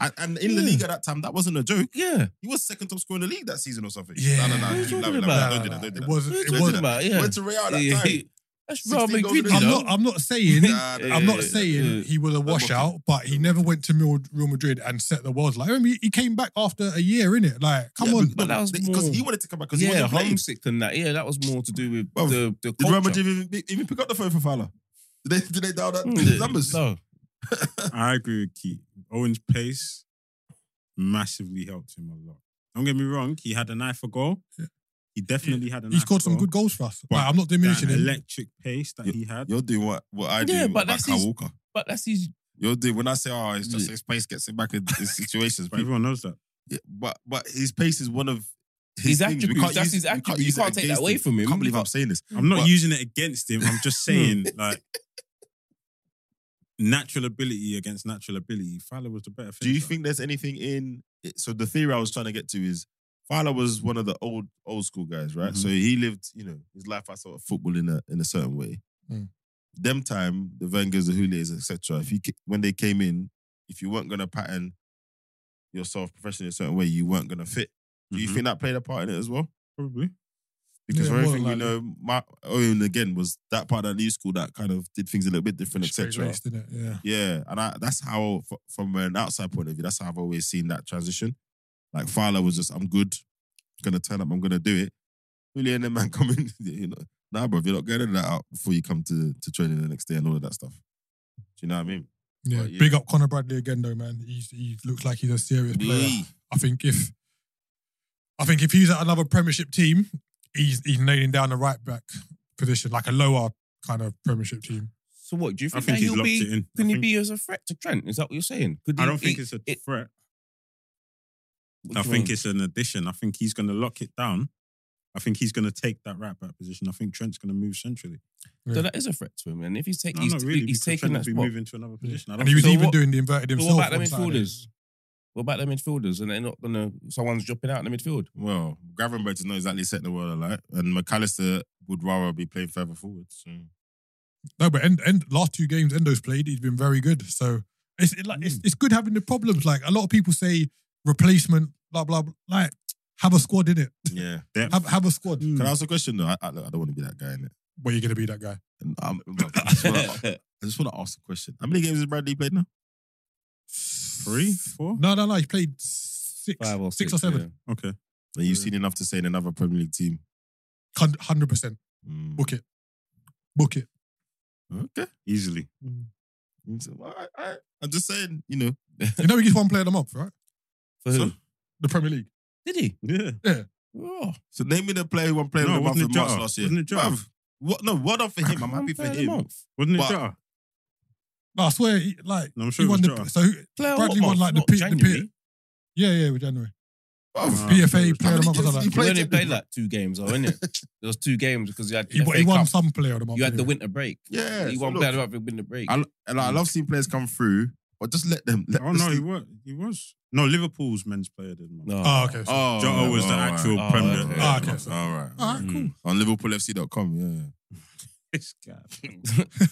S1: And, and in the
S2: Yeah.
S1: league at that time, that wasn't a joke.
S2: Yeah.
S1: He was second top scorer in the league that season or something.
S3: Yeah.
S1: No, no, no.
S2: What are you
S1: keep
S2: talking
S1: laughing, laughing.
S2: about?
S1: Don't do that. Don't do
S3: It
S1: that.
S3: wasn't.
S2: What are
S3: It
S2: you talking
S3: wasn't.
S2: about? Yeah.
S1: Went to Real at that
S2: Yeah,
S1: time.
S2: yeah. That's Real
S1: 16 goals in
S2: Madrid.
S1: a
S2: you
S3: I'm
S2: know?
S1: season.
S3: not. I'm not saying.
S1: Nah, nah,
S3: I'm
S1: nah,
S3: not
S1: nah, nah.
S3: saying
S2: yeah.
S3: he was a washout, but he never went to Mil- Real Madrid and set the world like. I mean, he came back after a year, in it. Like, come
S1: Yeah,
S3: on,
S1: because-
S2: but that was
S1: because
S2: more-
S1: he wanted to come back because he
S2: Yeah,
S1: wasn't playing.
S2: homesick and that. Yeah, that was more to do with
S1: Bruv,
S2: the the
S1: Did Real
S2: culture.
S1: Madrid even, even pick up the phone for Fowler? Did they, did they dial that
S2: Mm.
S1: numbers?
S2: No,
S4: I agree with Keith. Owen's pace massively helped him a lot. Don't get me wrong, he had an eye for goal. He definitely had an
S3: he
S4: eye
S3: scored
S4: for
S3: some
S4: goal.
S3: good goals for us.
S4: But
S3: Like, I'm not
S4: That
S3: diminishing him.
S4: electric pace that he had.
S1: You're doing what, what I do
S2: Yeah, but
S1: about
S2: that's
S1: Kyle
S2: his-
S1: Walker.
S2: but that's his.
S1: You're doing when I say, oh, it's just his pace gets him back in
S2: [LAUGHS]
S1: his situations.
S4: But
S1: people-
S4: everyone knows that.
S1: Yeah, but but his pace is one of his,
S2: His
S1: things. We
S2: attributes,
S1: can't
S2: that's
S1: use-
S2: his
S1: we can't
S2: attribute. You
S1: use it
S2: can't take that
S1: against
S2: away from him.
S1: I can't believe I'm
S2: But-
S1: saying this.
S4: I'm not
S1: But-
S4: using it against him. I'm just saying, like, natural ability against natural ability. Fowler was the better
S1: Do you
S4: finisher.
S1: think there's anything in? it? So the theory I was trying to get to is Fowler was one of the old old school guys, right?
S4: Mhm.
S2: Mm-hmm.
S1: So he lived, you know, his life outside of football in a in a certain way.
S3: Mm.
S1: Them time, the Wengers, the Hules, etc. If you ca- when they came in, if you weren't gonna pattern yourself professionally a certain way, you weren't gonna fit. Do you
S2: Mm-hmm.
S4: Mhm.
S1: think that played a part in it as well?
S4: Probably.
S1: Because for
S3: Yeah, more
S1: everything we
S3: than
S1: know, my Owen again was that part of the new school that kind of did things a little bit different, etc.
S3: Straight-laced, innit? Yeah.
S1: Yeah, and I, that's how, f- from an outside point of view, that's how I've always seen that transition. Like Fowler was just, I'm good, gonna turn up, I'm gonna do it. Really, and then man [LAUGHS] come in, you know, nah, bro, you're not getting that out before you come to to training the next day and all of that stuff. Do you know what I mean?
S3: Yeah.
S1: But, yeah.
S3: Big up Connor Bradley again, though, man. He's, he looks like he's a serious player.
S1: Wee.
S3: I think if I think if he's at another Premiership team, he's he's nailing down the right back position, like a lower kind of Premiership team.
S2: So what do you
S4: I
S2: think?
S4: think
S2: that
S4: he's
S2: he'll
S4: locked
S2: be,
S4: it in.
S2: Can
S4: I
S2: he
S4: think-
S2: be as a threat to Trent? Is that what you're saying? Could
S4: I
S2: he-
S4: don't think
S2: he-
S4: it's a
S2: it-
S4: threat.
S2: what do
S4: I
S2: you
S4: think
S2: mean?
S4: it's an addition. I think he's going to lock it down. I think he's going to take that right back position. I think Trent's going to move centrally.
S2: So that is a threat to him, and if he's
S4: No,
S2: taking, he's,
S4: not really.
S2: he's
S4: because
S2: taking
S4: Trent
S2: that
S4: will be
S2: spot.
S4: moving to another position. I
S3: And
S4: don't
S3: he was
S2: So
S4: think-
S3: even
S2: what-
S3: doing the inverted
S2: So
S3: himself.
S2: what about the
S3: on Saturday.
S2: midfielders? What about the midfielders? And they're not gonna. Someone's dropping out in the midfield.
S1: Well, Gravenberch is not exactly setting the world alight, and McAllister would rather be playing further forward. So.
S3: No, but end, end last two games Endo's played, he's been very good. So it's it, like it's, it's good having the problems. Like a lot of people say, replacement, blah blah. blah. Like have a squad in it.
S1: Yeah.
S3: [LAUGHS]
S4: Depth.
S3: Have have a squad.
S1: Can I ask a question though? I, I, look, I don't want to be that guy in it.
S3: Where you gonna be that guy?
S1: [LAUGHS] I
S4: [LAUGHS]
S1: just want to ask a question. How many games has Bradley played now?
S4: Three, four?
S3: No, no, no. He played six,
S2: Five or six,
S3: six or seven.
S4: Okay.
S1: And you've seen enough to say in another Premier League team.
S3: Hundred percent.
S1: Mm.
S3: Book it. Book it.
S1: Okay.
S4: Easily.
S1: So, all right, all right. I'm just saying, you know,
S3: You know he gets one player a month, right?
S2: yeah. For who?
S1: So-
S3: The Premier League.
S2: Did he?
S4: Yeah.
S2: Oh,
S1: So name me the player who won player
S4: No,
S1: of the month in
S4: wasn't it
S1: March
S4: Jota?
S1: last year.
S4: Wasn't it Jota?
S1: Bruv, what, no, well done for him. I'm happy for
S2: Player of the
S1: him.
S2: month.
S4: Wasn't it
S1: But-
S4: Jota?
S3: No, I swear, he, like
S4: No, I'm sure
S3: he
S4: it was
S3: won
S4: Jota.
S3: the. So who-
S2: Player
S3: Bradley
S2: what
S3: won,
S2: month?
S3: like, the
S2: Not
S3: P- the P-
S2: January.
S3: yeah, yeah, with January.
S1: Bruv,
S4: Nah.
S3: PFA
S1: How
S3: player of the
S1: many
S3: month or
S1: games did
S3: something. like
S1: he
S3: that.
S1: play?
S2: We only played like two games, though, innit? There was two games because you had
S3: He,
S2: the
S3: won-
S2: FA
S3: he won
S2: Cup.
S3: some player of the month.
S2: You had the
S3: anyway.
S2: winter break.
S1: Yeah,
S2: he
S1: so
S2: won
S1: look,
S2: player of the month, winter break.
S1: I, and
S4: Hmm.
S1: I love seeing players come through, but just let them. Let
S4: Oh
S1: us
S4: no, he
S1: see.
S4: was. He was. No, Liverpool's men's player did not.
S2: No.
S3: Oh, okay. So,
S1: Oh,
S4: Jota was the
S1: all right.
S4: actual
S2: Oh,
S4: Premier.
S2: okay.
S4: Yeah.
S3: Ah, okay.
S1: All right.
S2: Mm.
S3: all right,
S1: [LAUGHS]
S3: cool.
S1: On LiverpoolFC.com, yeah. yeah.
S4: This guy.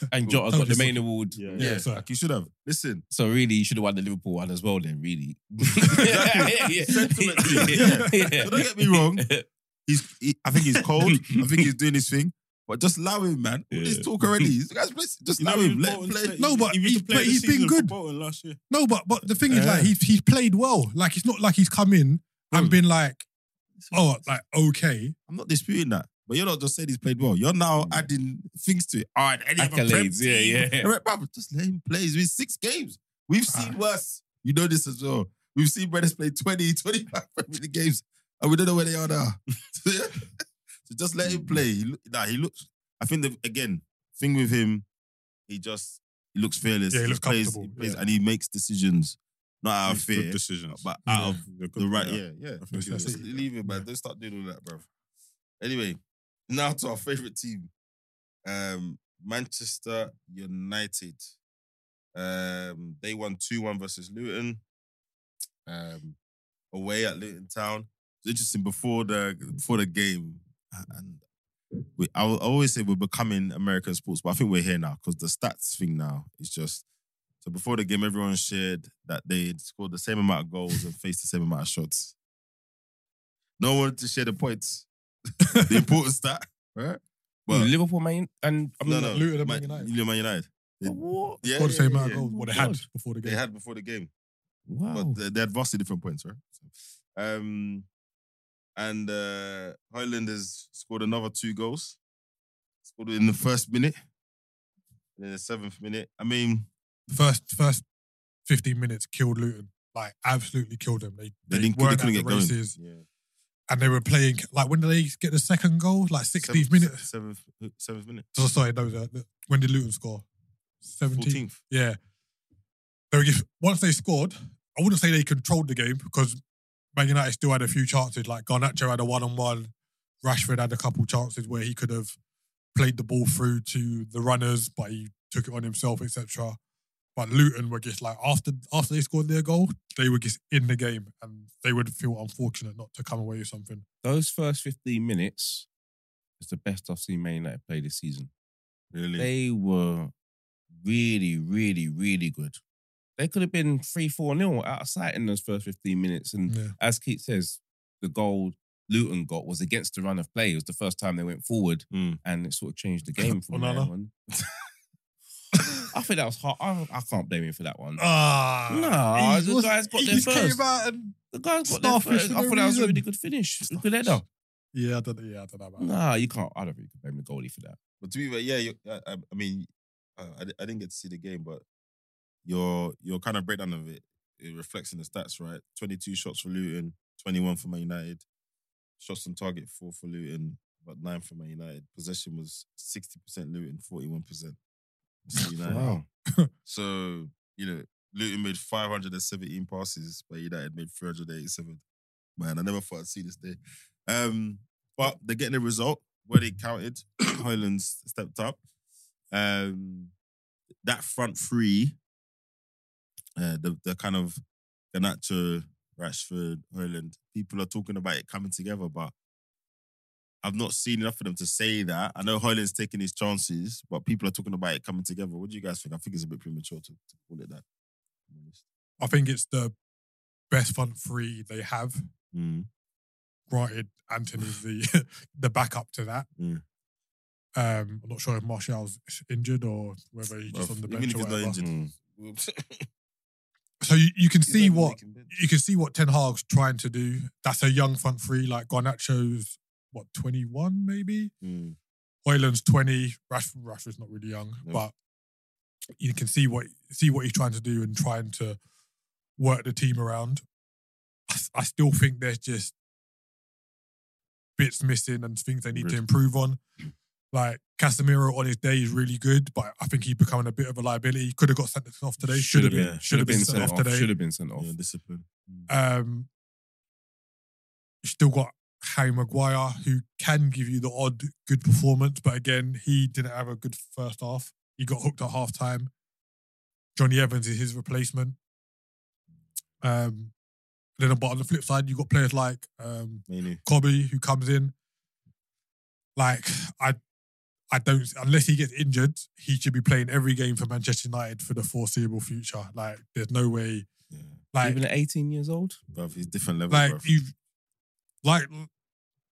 S2: [LAUGHS] and Jota got the main award.
S4: Yeah.
S3: Yeah, so-
S1: like you should have. Listen,
S2: So really, you should have won the Liverpool one as well. Then really, [LAUGHS]
S1: Exactly. Sentimentally.
S2: Yeah.
S1: So [LAUGHS] don't get me
S4: [LAUGHS]
S1: wrong. he's. He, I think he's cold. I think he's doing his thing. But just allow him, man. All this
S2: Yeah.
S1: talk
S4: [LAUGHS]
S1: already. You guys, play- just
S4: You know,
S1: allow
S4: he
S1: him.
S4: was
S1: Let him
S4: Bolton's
S1: play.
S4: player.
S3: No, but
S4: He was
S3: he's
S4: the player
S3: play-
S4: of the
S3: he's been
S4: season for
S3: good.
S4: Bolton last year.
S3: no, but but the thing is, like
S1: Yeah.
S3: he's he's played well. Like it's not like he's come in and
S1: Mm.
S3: been like, oh, like okay.
S1: I'm not disputing that. But you're not just saying he's played well. You're now adding things to it. All right, any other Prem
S2: Accolades, yeah,
S1: team-
S2: yeah.
S1: All right, bruv, just let him play. He's been six games. We've seen
S3: Ah.
S1: worse. You know this as well. We've seen brothers play 20, 25 [LAUGHS] Premier League games, and we don't know where they are now. [LAUGHS] so yeah. So just let him play. He, look- nah, he looks. I think the again thing with him, he just he looks fearless.
S3: Yeah, he looks
S1: plays,
S3: comfortable,
S1: plays,
S3: yeah.
S1: and he makes decisions not out of
S4: Makes Good
S1: fear,
S4: decisions.
S1: but out of
S4: He's a good
S1: the right,
S4: player.
S1: yeah, yeah.
S4: I think
S1: Just
S3: that's it.
S1: leave it, man. Don't start doing all that, bro. Anyway, now to our favorite team, um, Manchester United. Um, they won two one versus Luton. Um, away at Luton Town. It's interesting before the before the game, and we I will always say we're becoming American sports, but I think we're here now because the stats thing now is just So before the game, everyone shared that they had scored the same amount of goals and faced the same amount of shots. No one to share the points. [LAUGHS] the important stat, right?
S2: Well, Liverpool, man, and I
S1: no,
S2: mean,
S1: no,
S3: Luton and
S1: Man-
S3: Man United.
S1: Luton, Man United. They-
S2: What?
S1: Yeah,
S3: Scored the
S1: yeah,
S3: same
S1: yeah,
S3: amount of
S1: yeah.
S3: goals what they had
S2: God.
S3: before the game.
S1: They had before the game.
S2: Wow.
S1: but they- they had vastly different points, right? So, um, and uh, Highland has scored another two goals. Scored in the first minute, and in the seventh minute. I mean,
S3: first first 15 minutes killed Luton. Like absolutely killed them. They
S1: they,
S3: they,
S1: didn't, they
S3: weren't
S1: couldn't
S3: at
S1: get
S3: the races,
S1: going. Yeah.
S3: and they were playing like when did they get the second goal? Like 16th
S1: Seventh-
S3: minute.
S1: seventh, seventh minute,
S3: So, sorry, no. The, the- when did Luton score? 17th.
S1: fourteenth.
S3: Yeah. They were just, once they scored, I wouldn't say they controlled the game because Man United still had a few chances. Like Garnacho had a one on one, Rashford had a couple chances where he could have played the ball through to the runners, but he took it on himself, etc. But Luton were just like after after they scored their goal, they were just in the game, and they would feel unfortunate not to come away with something.
S2: Those first 15 minutes is the best I've seen Man United play this season.
S1: Really?
S2: They were really, really, really good. They could have been 3 4 nil out of sight in those first 15 minutes. And
S3: Yeah,
S2: as Keith says, the goal Luton got was against the run of play. It was the first time they went forward
S1: Mm.
S2: and it sort of changed the game from there
S3: Onana.
S2: on. [LAUGHS] I think that was hard. I, I can't blame him for that one.
S3: [LAUGHS] ah,
S2: Nah,
S3: he
S2: the
S3: was-
S2: guys got
S3: he
S2: there
S3: just came
S2: first.
S3: out and-
S2: the guys got there
S3: Starfish
S2: first.
S3: for
S2: I
S3: no
S2: thought that was a
S3: reason.
S2: really good finish. A Good header.
S3: yeah, I don't, yeah, I don't know about that.
S2: Nah, you can't. I don't think you can blame the goalie for that.
S1: But to be fair, yeah, you, I, I- I mean, I, I di- I didn't get to see the game, but your your kind of breakdown of it, it reflects in the stats, right? Twenty two shots for Luton, twenty one for Man United, shots on target four for Luton, but nine for Man United. Possession was sixty percent Luton, forty one percent. [LAUGHS] So you know, Luton made five hundred and seventeen passes, but United made three hundred eighty seven. Man, I never thought I'd see this day. Um, but they're getting a result where they counted. [CLEARS THROAT] Highlands stepped up. Um, that front three, uh, the the kind of Ganacho, Rashford, Hoyland, people are talking about it coming together, but I've not seen enough of them to say that. I know Hoyland's taking his chances, but people are talking about it coming together. What do you guys think? I think it's a bit premature to, to call it that. to be honest.
S3: I think it's the best front three they have. Granted, Anthony's the [LAUGHS] the backup to that.
S1: Mm.
S3: Um, I'm not sure if Martial's injured or whether he's just
S1: Well,
S3: on the
S1: even
S3: bench
S1: if he's
S3: or
S1: not
S3: whatever.
S1: injured.
S2: Mm.
S3: So you, you can
S1: He's not
S3: see
S1: even
S3: what
S1: making bid.
S3: you can see what Ten Hag's trying to do. That's a young front three, like Garnacho's what 21 maybe,
S1: Mm.
S3: Hoyland's 20. Rashford, Rashford's not really young,
S1: No.
S3: but you can see what see what he's trying to do and trying to work the team around. I, s- I still think there's just bits missing and things they need to
S1: Agreed.
S3: improve on. Like Casemiro on his day is really good, but I think he's becoming a bit of a liability. Could have got sent off today. Should have been. Should have been sent off today.
S2: Should have been sent off.
S1: Yeah, discipline.
S3: Um, you still got Harry Maguire, who can give you the odd good performance, but again, he didn't have a good first half. He got hooked at half time. Johnny Evans is his replacement. Um, then, but on the flip side, you've got players like um,
S1: Mainly.
S3: Kobe who comes in. Like I, I don't unless he gets injured, he should be playing every game for Manchester United for the foreseeable future. Like there's no way.
S1: Yeah.
S3: Like
S2: Even at 18 years old.
S1: Bruv, he's different level,
S3: like
S1: bruv.
S3: you like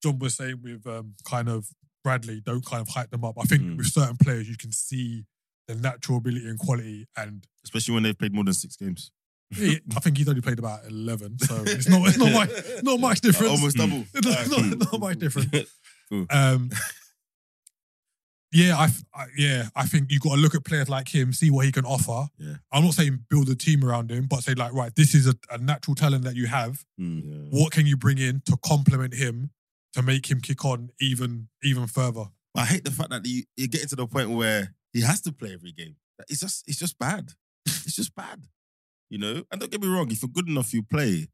S3: John was saying with um, kind of Bradley, don't kind of hype them up. I think
S1: Mm.
S3: with certain players you can see the natural ability and quality and
S1: [LAUGHS] Especially when they've played more than six games.
S3: he- I think he's only played about
S1: [LAUGHS]
S3: eleven, so it's not it's not [LAUGHS] much not much difference.
S1: Almost
S3: [LAUGHS]
S1: double.
S3: not, not, not much difference.
S1: [LAUGHS]
S3: Um, yeah, I, f- I- yeah, I think you got to look at players like him, see what he can offer.
S1: Yeah.
S3: I'm not saying build a team around him, but say like, right, this is a, a natural talent that you have.
S1: Mm.
S3: What can you bring in to complement him to make him kick on even even further?
S1: I hate the fact that you, you're getting to the point where he has to play every game. Like, It's just, it's just bad. [LAUGHS] It's just bad. You know? And don't get me wrong, if you're good enough, you play.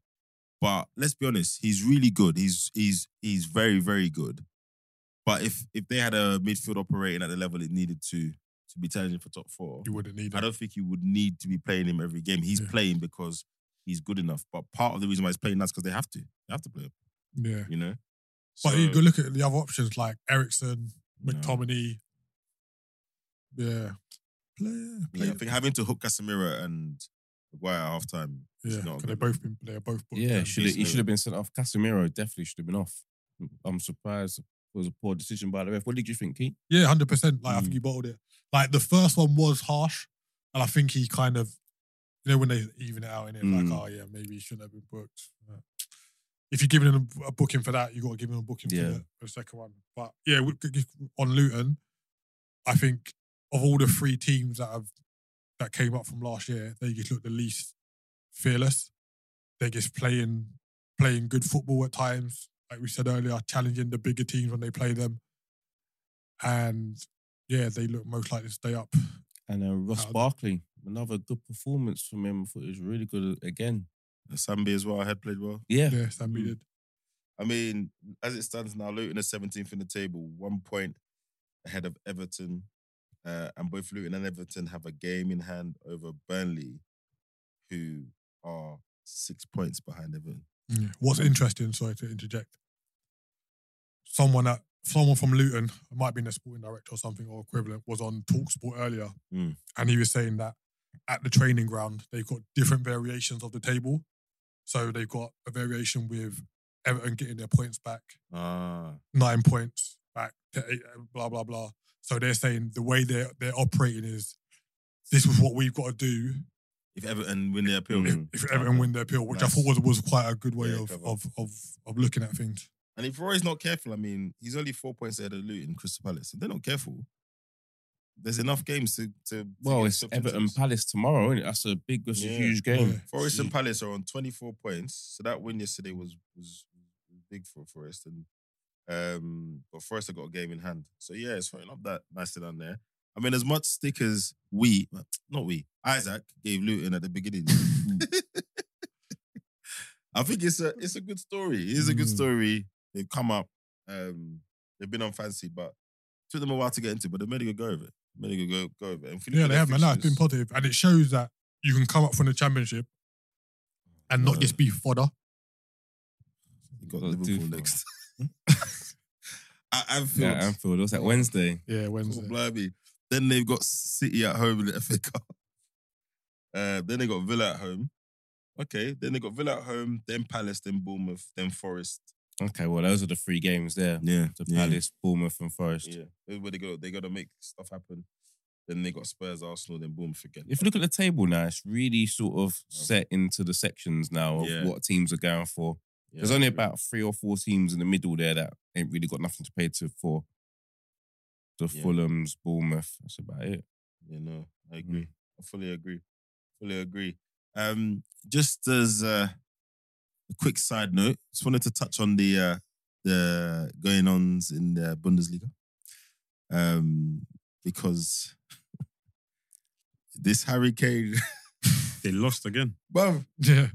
S1: But let's be honest, he's really good. He's he's he's very, very good. But if if they had a midfield operating at the level it needed to to be challenging for top four,
S3: You wouldn't need
S1: I
S3: him.
S1: don't think you would need to be playing him every game. He's
S3: Yeah.
S1: playing because he's good enough. But part of the reason why he's playing that's because they have to. They have to play him,
S3: Yeah,
S1: you know?
S3: but
S1: So-
S3: you go look at the other options like Ericsson,
S1: No.
S3: McTominay. Yeah, player.
S1: Like,
S3: player.
S1: I think having to hook Casemiro and Maguire at half time is
S3: yeah,
S1: not.
S3: 'cause they both been, they're both booked.
S2: Yeah,
S3: um,
S2: should have, he
S1: decent.
S2: should have been sent off. Casemiro definitely should have been off. I'm surprised it was a poor decision by the ref. What did you think, Keith?
S3: Yeah, hundred percent. Like I think he bottled it. Like the first one was harsh, and I think he kind of, you know, when they even it out in it, like,
S1: Mm.
S3: oh yeah, maybe he shouldn't have been booked. But If you're giving him a booking for that, you got to give him a booking
S2: Yeah.
S3: for, the, for the second one. But yeah, we- on Luton, I think of all the three teams that have that came up from last year, they just look the least fearless. They just playing playing good football at times, like we said earlier, challenging the bigger teams when they play them. And yeah, they look most likely to stay up.
S2: And uh, Ross
S3: Out.
S2: Barkley, another good performance from him. I thought it was really good again.
S1: Sambi as well. I had played well.
S2: Yeah,
S3: Yeah, Sambi
S1: Mm.
S3: did.
S1: I mean, as it stands now, Luton are 17th in the table, one point ahead of Everton. Uh, and both Luton and Everton have a game in hand over Burnley, who are six points behind Everton.
S3: Yeah. What's interesting, sorry to interject, someone that someone from Luton, it might be in a sporting director or something or equivalent, was on Talk Sport earlier.
S1: Mm.
S3: And he was saying that at the training ground, they've got different variations of the table. So they've got a variation with Everton getting their points back,
S1: Ah,
S3: nine points back, to eight, blah, blah, blah. So they're saying the way they're, they're operating is this is what we've got to do
S1: if Everton win their appeal.
S2: Mm.
S3: if Everton win their appeal, which I
S1: Nice.
S3: thought was, was quite a good way
S1: Yeah,
S3: of,
S1: clever.
S3: of, of, of looking at things.
S1: And if Roy's not careful, I mean, he's only four points ahead of Luton, Crystal Palace. If they're not careful, there's enough games to. to to
S2: Well,
S1: get
S2: it's
S1: swept into
S2: Everton
S1: this.
S2: Palace tomorrow, isn't it? That's a big, that's a
S1: Yeah.
S2: huge game.
S3: Yeah.
S1: Forest and Palace are on 24 points. So that win yesterday was was big for Forest. And um but Forest have got a game in hand. So yeah, it's throwing up that nicely down there. I mean, as much stick as we not we, Isaac gave Luton at the beginning. [LAUGHS] I think it's a it's a good story. It is a good
S3: Mm.
S1: story. They've come up. Um they've been unfancied, but took them a while to get into, but they made a good go of it. Made a good go, go of it. And if you look
S3: Yeah,
S1: at
S3: they
S1: their
S3: have, man. No, it's been
S1: fixtures-
S3: positive. And it shows that you can come up from the championship and not
S1: No.
S3: just be fodder.
S1: You got
S2: Got
S1: Liverpool
S2: Doof.
S1: next. [LAUGHS] At Anfield.
S2: Hmm? Yeah, Anfield. It was that Wednesday.
S3: Yeah,
S1: Oh,
S3: [LAUGHS] Wednesday.
S1: blimey. Then they've got City at home in the [LAUGHS] FA Cup. Uh, then they got Villa at home. Okay. Then they got Villa at home, then Palace, then Bournemouth, then Forest.
S2: Okay, well, those are the three games there.
S1: Yeah.
S2: The Palace, Bournemouth, and Forest.
S1: Yeah. That's where they got they gotta make stuff happen. Then they got Spurs, Arsenal, then Bournemouth again.
S2: If you look at the table now, it's really sort of set into the sections now of
S1: Yeah.
S2: what teams are going for.
S1: Yeah,
S2: There's only
S1: I agree.
S2: about three or four teams in the middle there that ain't really got nothing to pay to for. The
S1: Yeah.
S2: Fulham's, Bournemouth. That's about it.
S1: You know, I agree. I fully agree. Fully agree. Um, just as a, a quick side note, just wanted to touch on the uh, the going ons in the Bundesliga, um, because [LAUGHS] this Harry Kane, [LAUGHS]
S4: They lost again.
S1: bruv, [LAUGHS]
S3: Yeah.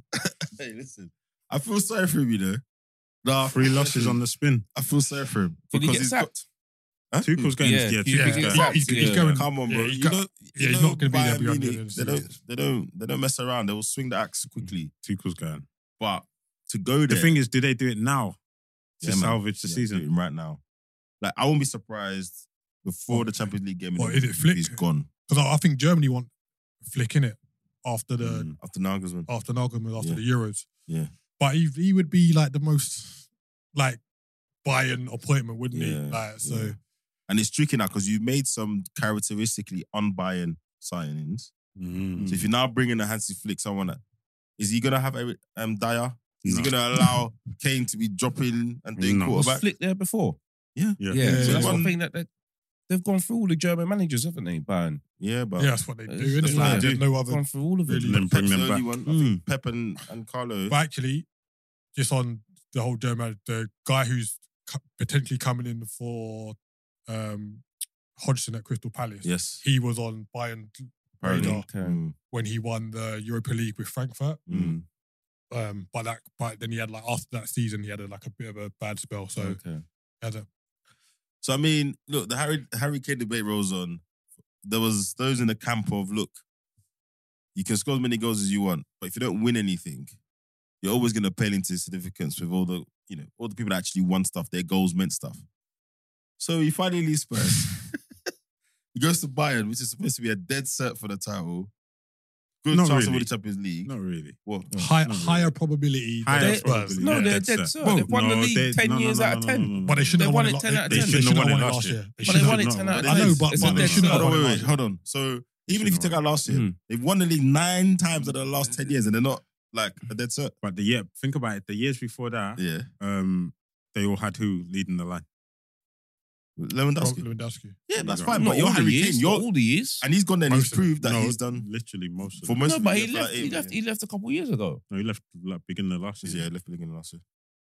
S1: hey, listen, I feel sorry for him, you know. Nah,
S4: Three losses on the spin.
S1: I feel sorry for him
S2: Did he get
S1: he's
S2: sacked?
S1: got- huh?
S4: Tuchel's going.
S2: Yeah,
S4: Yeah,
S2: he-
S4: Tuchel's
S2: he-
S4: going.
S3: Yeah, he's,
S2: Yeah.
S3: he's going.
S1: Come on,
S3: yeah,
S1: bro.
S3: he's
S1: you
S3: got-
S1: know,
S3: yeah,
S1: you
S3: he's
S1: know
S3: not gonna be there
S1: Bayern
S3: beyond the
S1: Munich,
S3: end of
S1: They
S3: the
S1: don't, they don't, they don't mess around. They will swing the axe quickly.
S4: Tuchel's going.
S1: But to go there,
S4: The thing is, do they do it now to
S1: Yeah, man.
S4: salvage the
S1: Yeah,
S4: season?
S1: do it right now, like I won't be surprised before the Champions League game. in
S3: Well,
S1: the
S3: is Oh. it
S1: week,
S3: Flick?
S1: He's gone
S3: Because I, I think Germany want flick in it after the Oh.
S4: Mm.
S1: after Nagelsmann.
S3: after Nagelsmann, after
S1: Yeah.
S3: the Euros.
S1: Yeah.
S3: But he he would be like the most like Bayern appointment, wouldn't
S1: Yeah,
S3: he? Like so.
S1: yeah. And it's tricky now because you made some characteristically unbuying signings. So
S4: Mm.
S1: if you're now bringing a Hansi Flick, someone that is he gonna have every, um Dyer? Is he
S4: No.
S1: gonna allow Kane to be dropping and doing
S4: No.
S2: Was
S1: quarterback?
S2: Flick there before?
S4: Yeah.
S3: Yeah,
S2: so
S3: yeah,
S2: that's
S1: yeah.
S2: one thing that they, they've gone through all the German managers, haven't they, Bayern?
S1: Yeah, but
S3: Yeah, that's what they do.
S2: That's
S3: innit?
S2: what they
S3: Like,
S1: do.
S3: No other
S2: Gone through all of it.
S4: And then
S1: Pep's
S4: bring them
S1: the
S4: back. Mm.
S1: only one. I think Pep and, and Carlo.
S3: But actually, just on the whole German, the guy who's co- potentially coming in for um, Hodgson at Crystal Palace,
S1: Yes,
S3: he was on Bayern
S1: apparently.
S3: radar
S2: Okay.
S1: Mm,
S3: when he won the Europa League with Frankfurt.
S1: mm.
S3: Um, but that, but then he had like after that season, he had a, like a bit of a bad spell. So
S2: okay.
S3: he had a,
S1: So I mean, look, the Harry Harry Kane debate rolls on. There was those in the camp of look, you can score as many goals as you want, but if you don't win anything, you're always going to pale into significance with all the you know all the people that [LAUGHS] actually won stuff. Their goals meant stuff. So he finally leaves Spurs. He goes to Bayern, which is supposed to be a dead set for the title. Good
S4: Not
S1: chance of
S4: really.
S1: winning Champions League.
S4: Not really.
S1: Well,
S3: High,
S4: not really.
S3: Mm. higher probability.
S4: Higher
S3: than
S2: They-
S3: Spurs.
S4: probability.
S2: no,
S4: Yeah,
S2: they're
S4: that's
S2: dead
S4: it.
S2: set. They've won the
S4: no,
S2: league
S4: they-
S2: 10
S4: no, no,
S2: years
S4: no,
S2: out of
S4: no,
S2: 10.
S4: no, no, no.
S3: But they shouldn't
S2: They
S3: have
S2: won
S3: won it.
S2: it
S3: lo-
S2: 10 out of
S3: They
S2: 10.
S3: shouldn't have
S4: They
S3: won it
S4: shouldn't
S3: last
S4: have
S3: year. They
S2: But
S3: shouldn't
S2: they
S3: have.
S2: won it 10 out of
S1: But
S2: 10.
S3: I know,
S1: it's-
S3: but-
S1: it's
S3: but
S1: in
S3: they
S1: the-
S3: shouldn't have
S1: Hold on,
S3: won
S1: wait,
S3: it.
S1: wait, hold on. So even if you take out last year,
S2: Mm.
S1: they've won the league nine times out of the last ten years, and they're not like a dead set.
S4: But the year, think about it. The years before that,
S1: Yeah,
S4: um, they all had who leading the line.
S1: Lewandowski.
S3: Lewandowski.
S1: Yeah, that's
S4: Not
S1: fine.
S2: Not
S1: But you're
S2: all the
S1: Harry Kane.
S2: years, not
S1: You're
S2: all the years.
S1: and he's gone there. and He's
S3: Most of it.
S1: proved that
S4: no,
S1: he's done
S4: literally most of
S1: for
S4: them.
S1: most.
S2: No,
S1: of
S2: but
S1: the
S2: he
S1: years, like,
S2: left, he
S1: eight,
S2: left,
S1: yeah.
S2: he left a couple years ago.
S4: No, he left like beginning of last
S1: Yeah,
S4: year.
S1: he left beginning last year.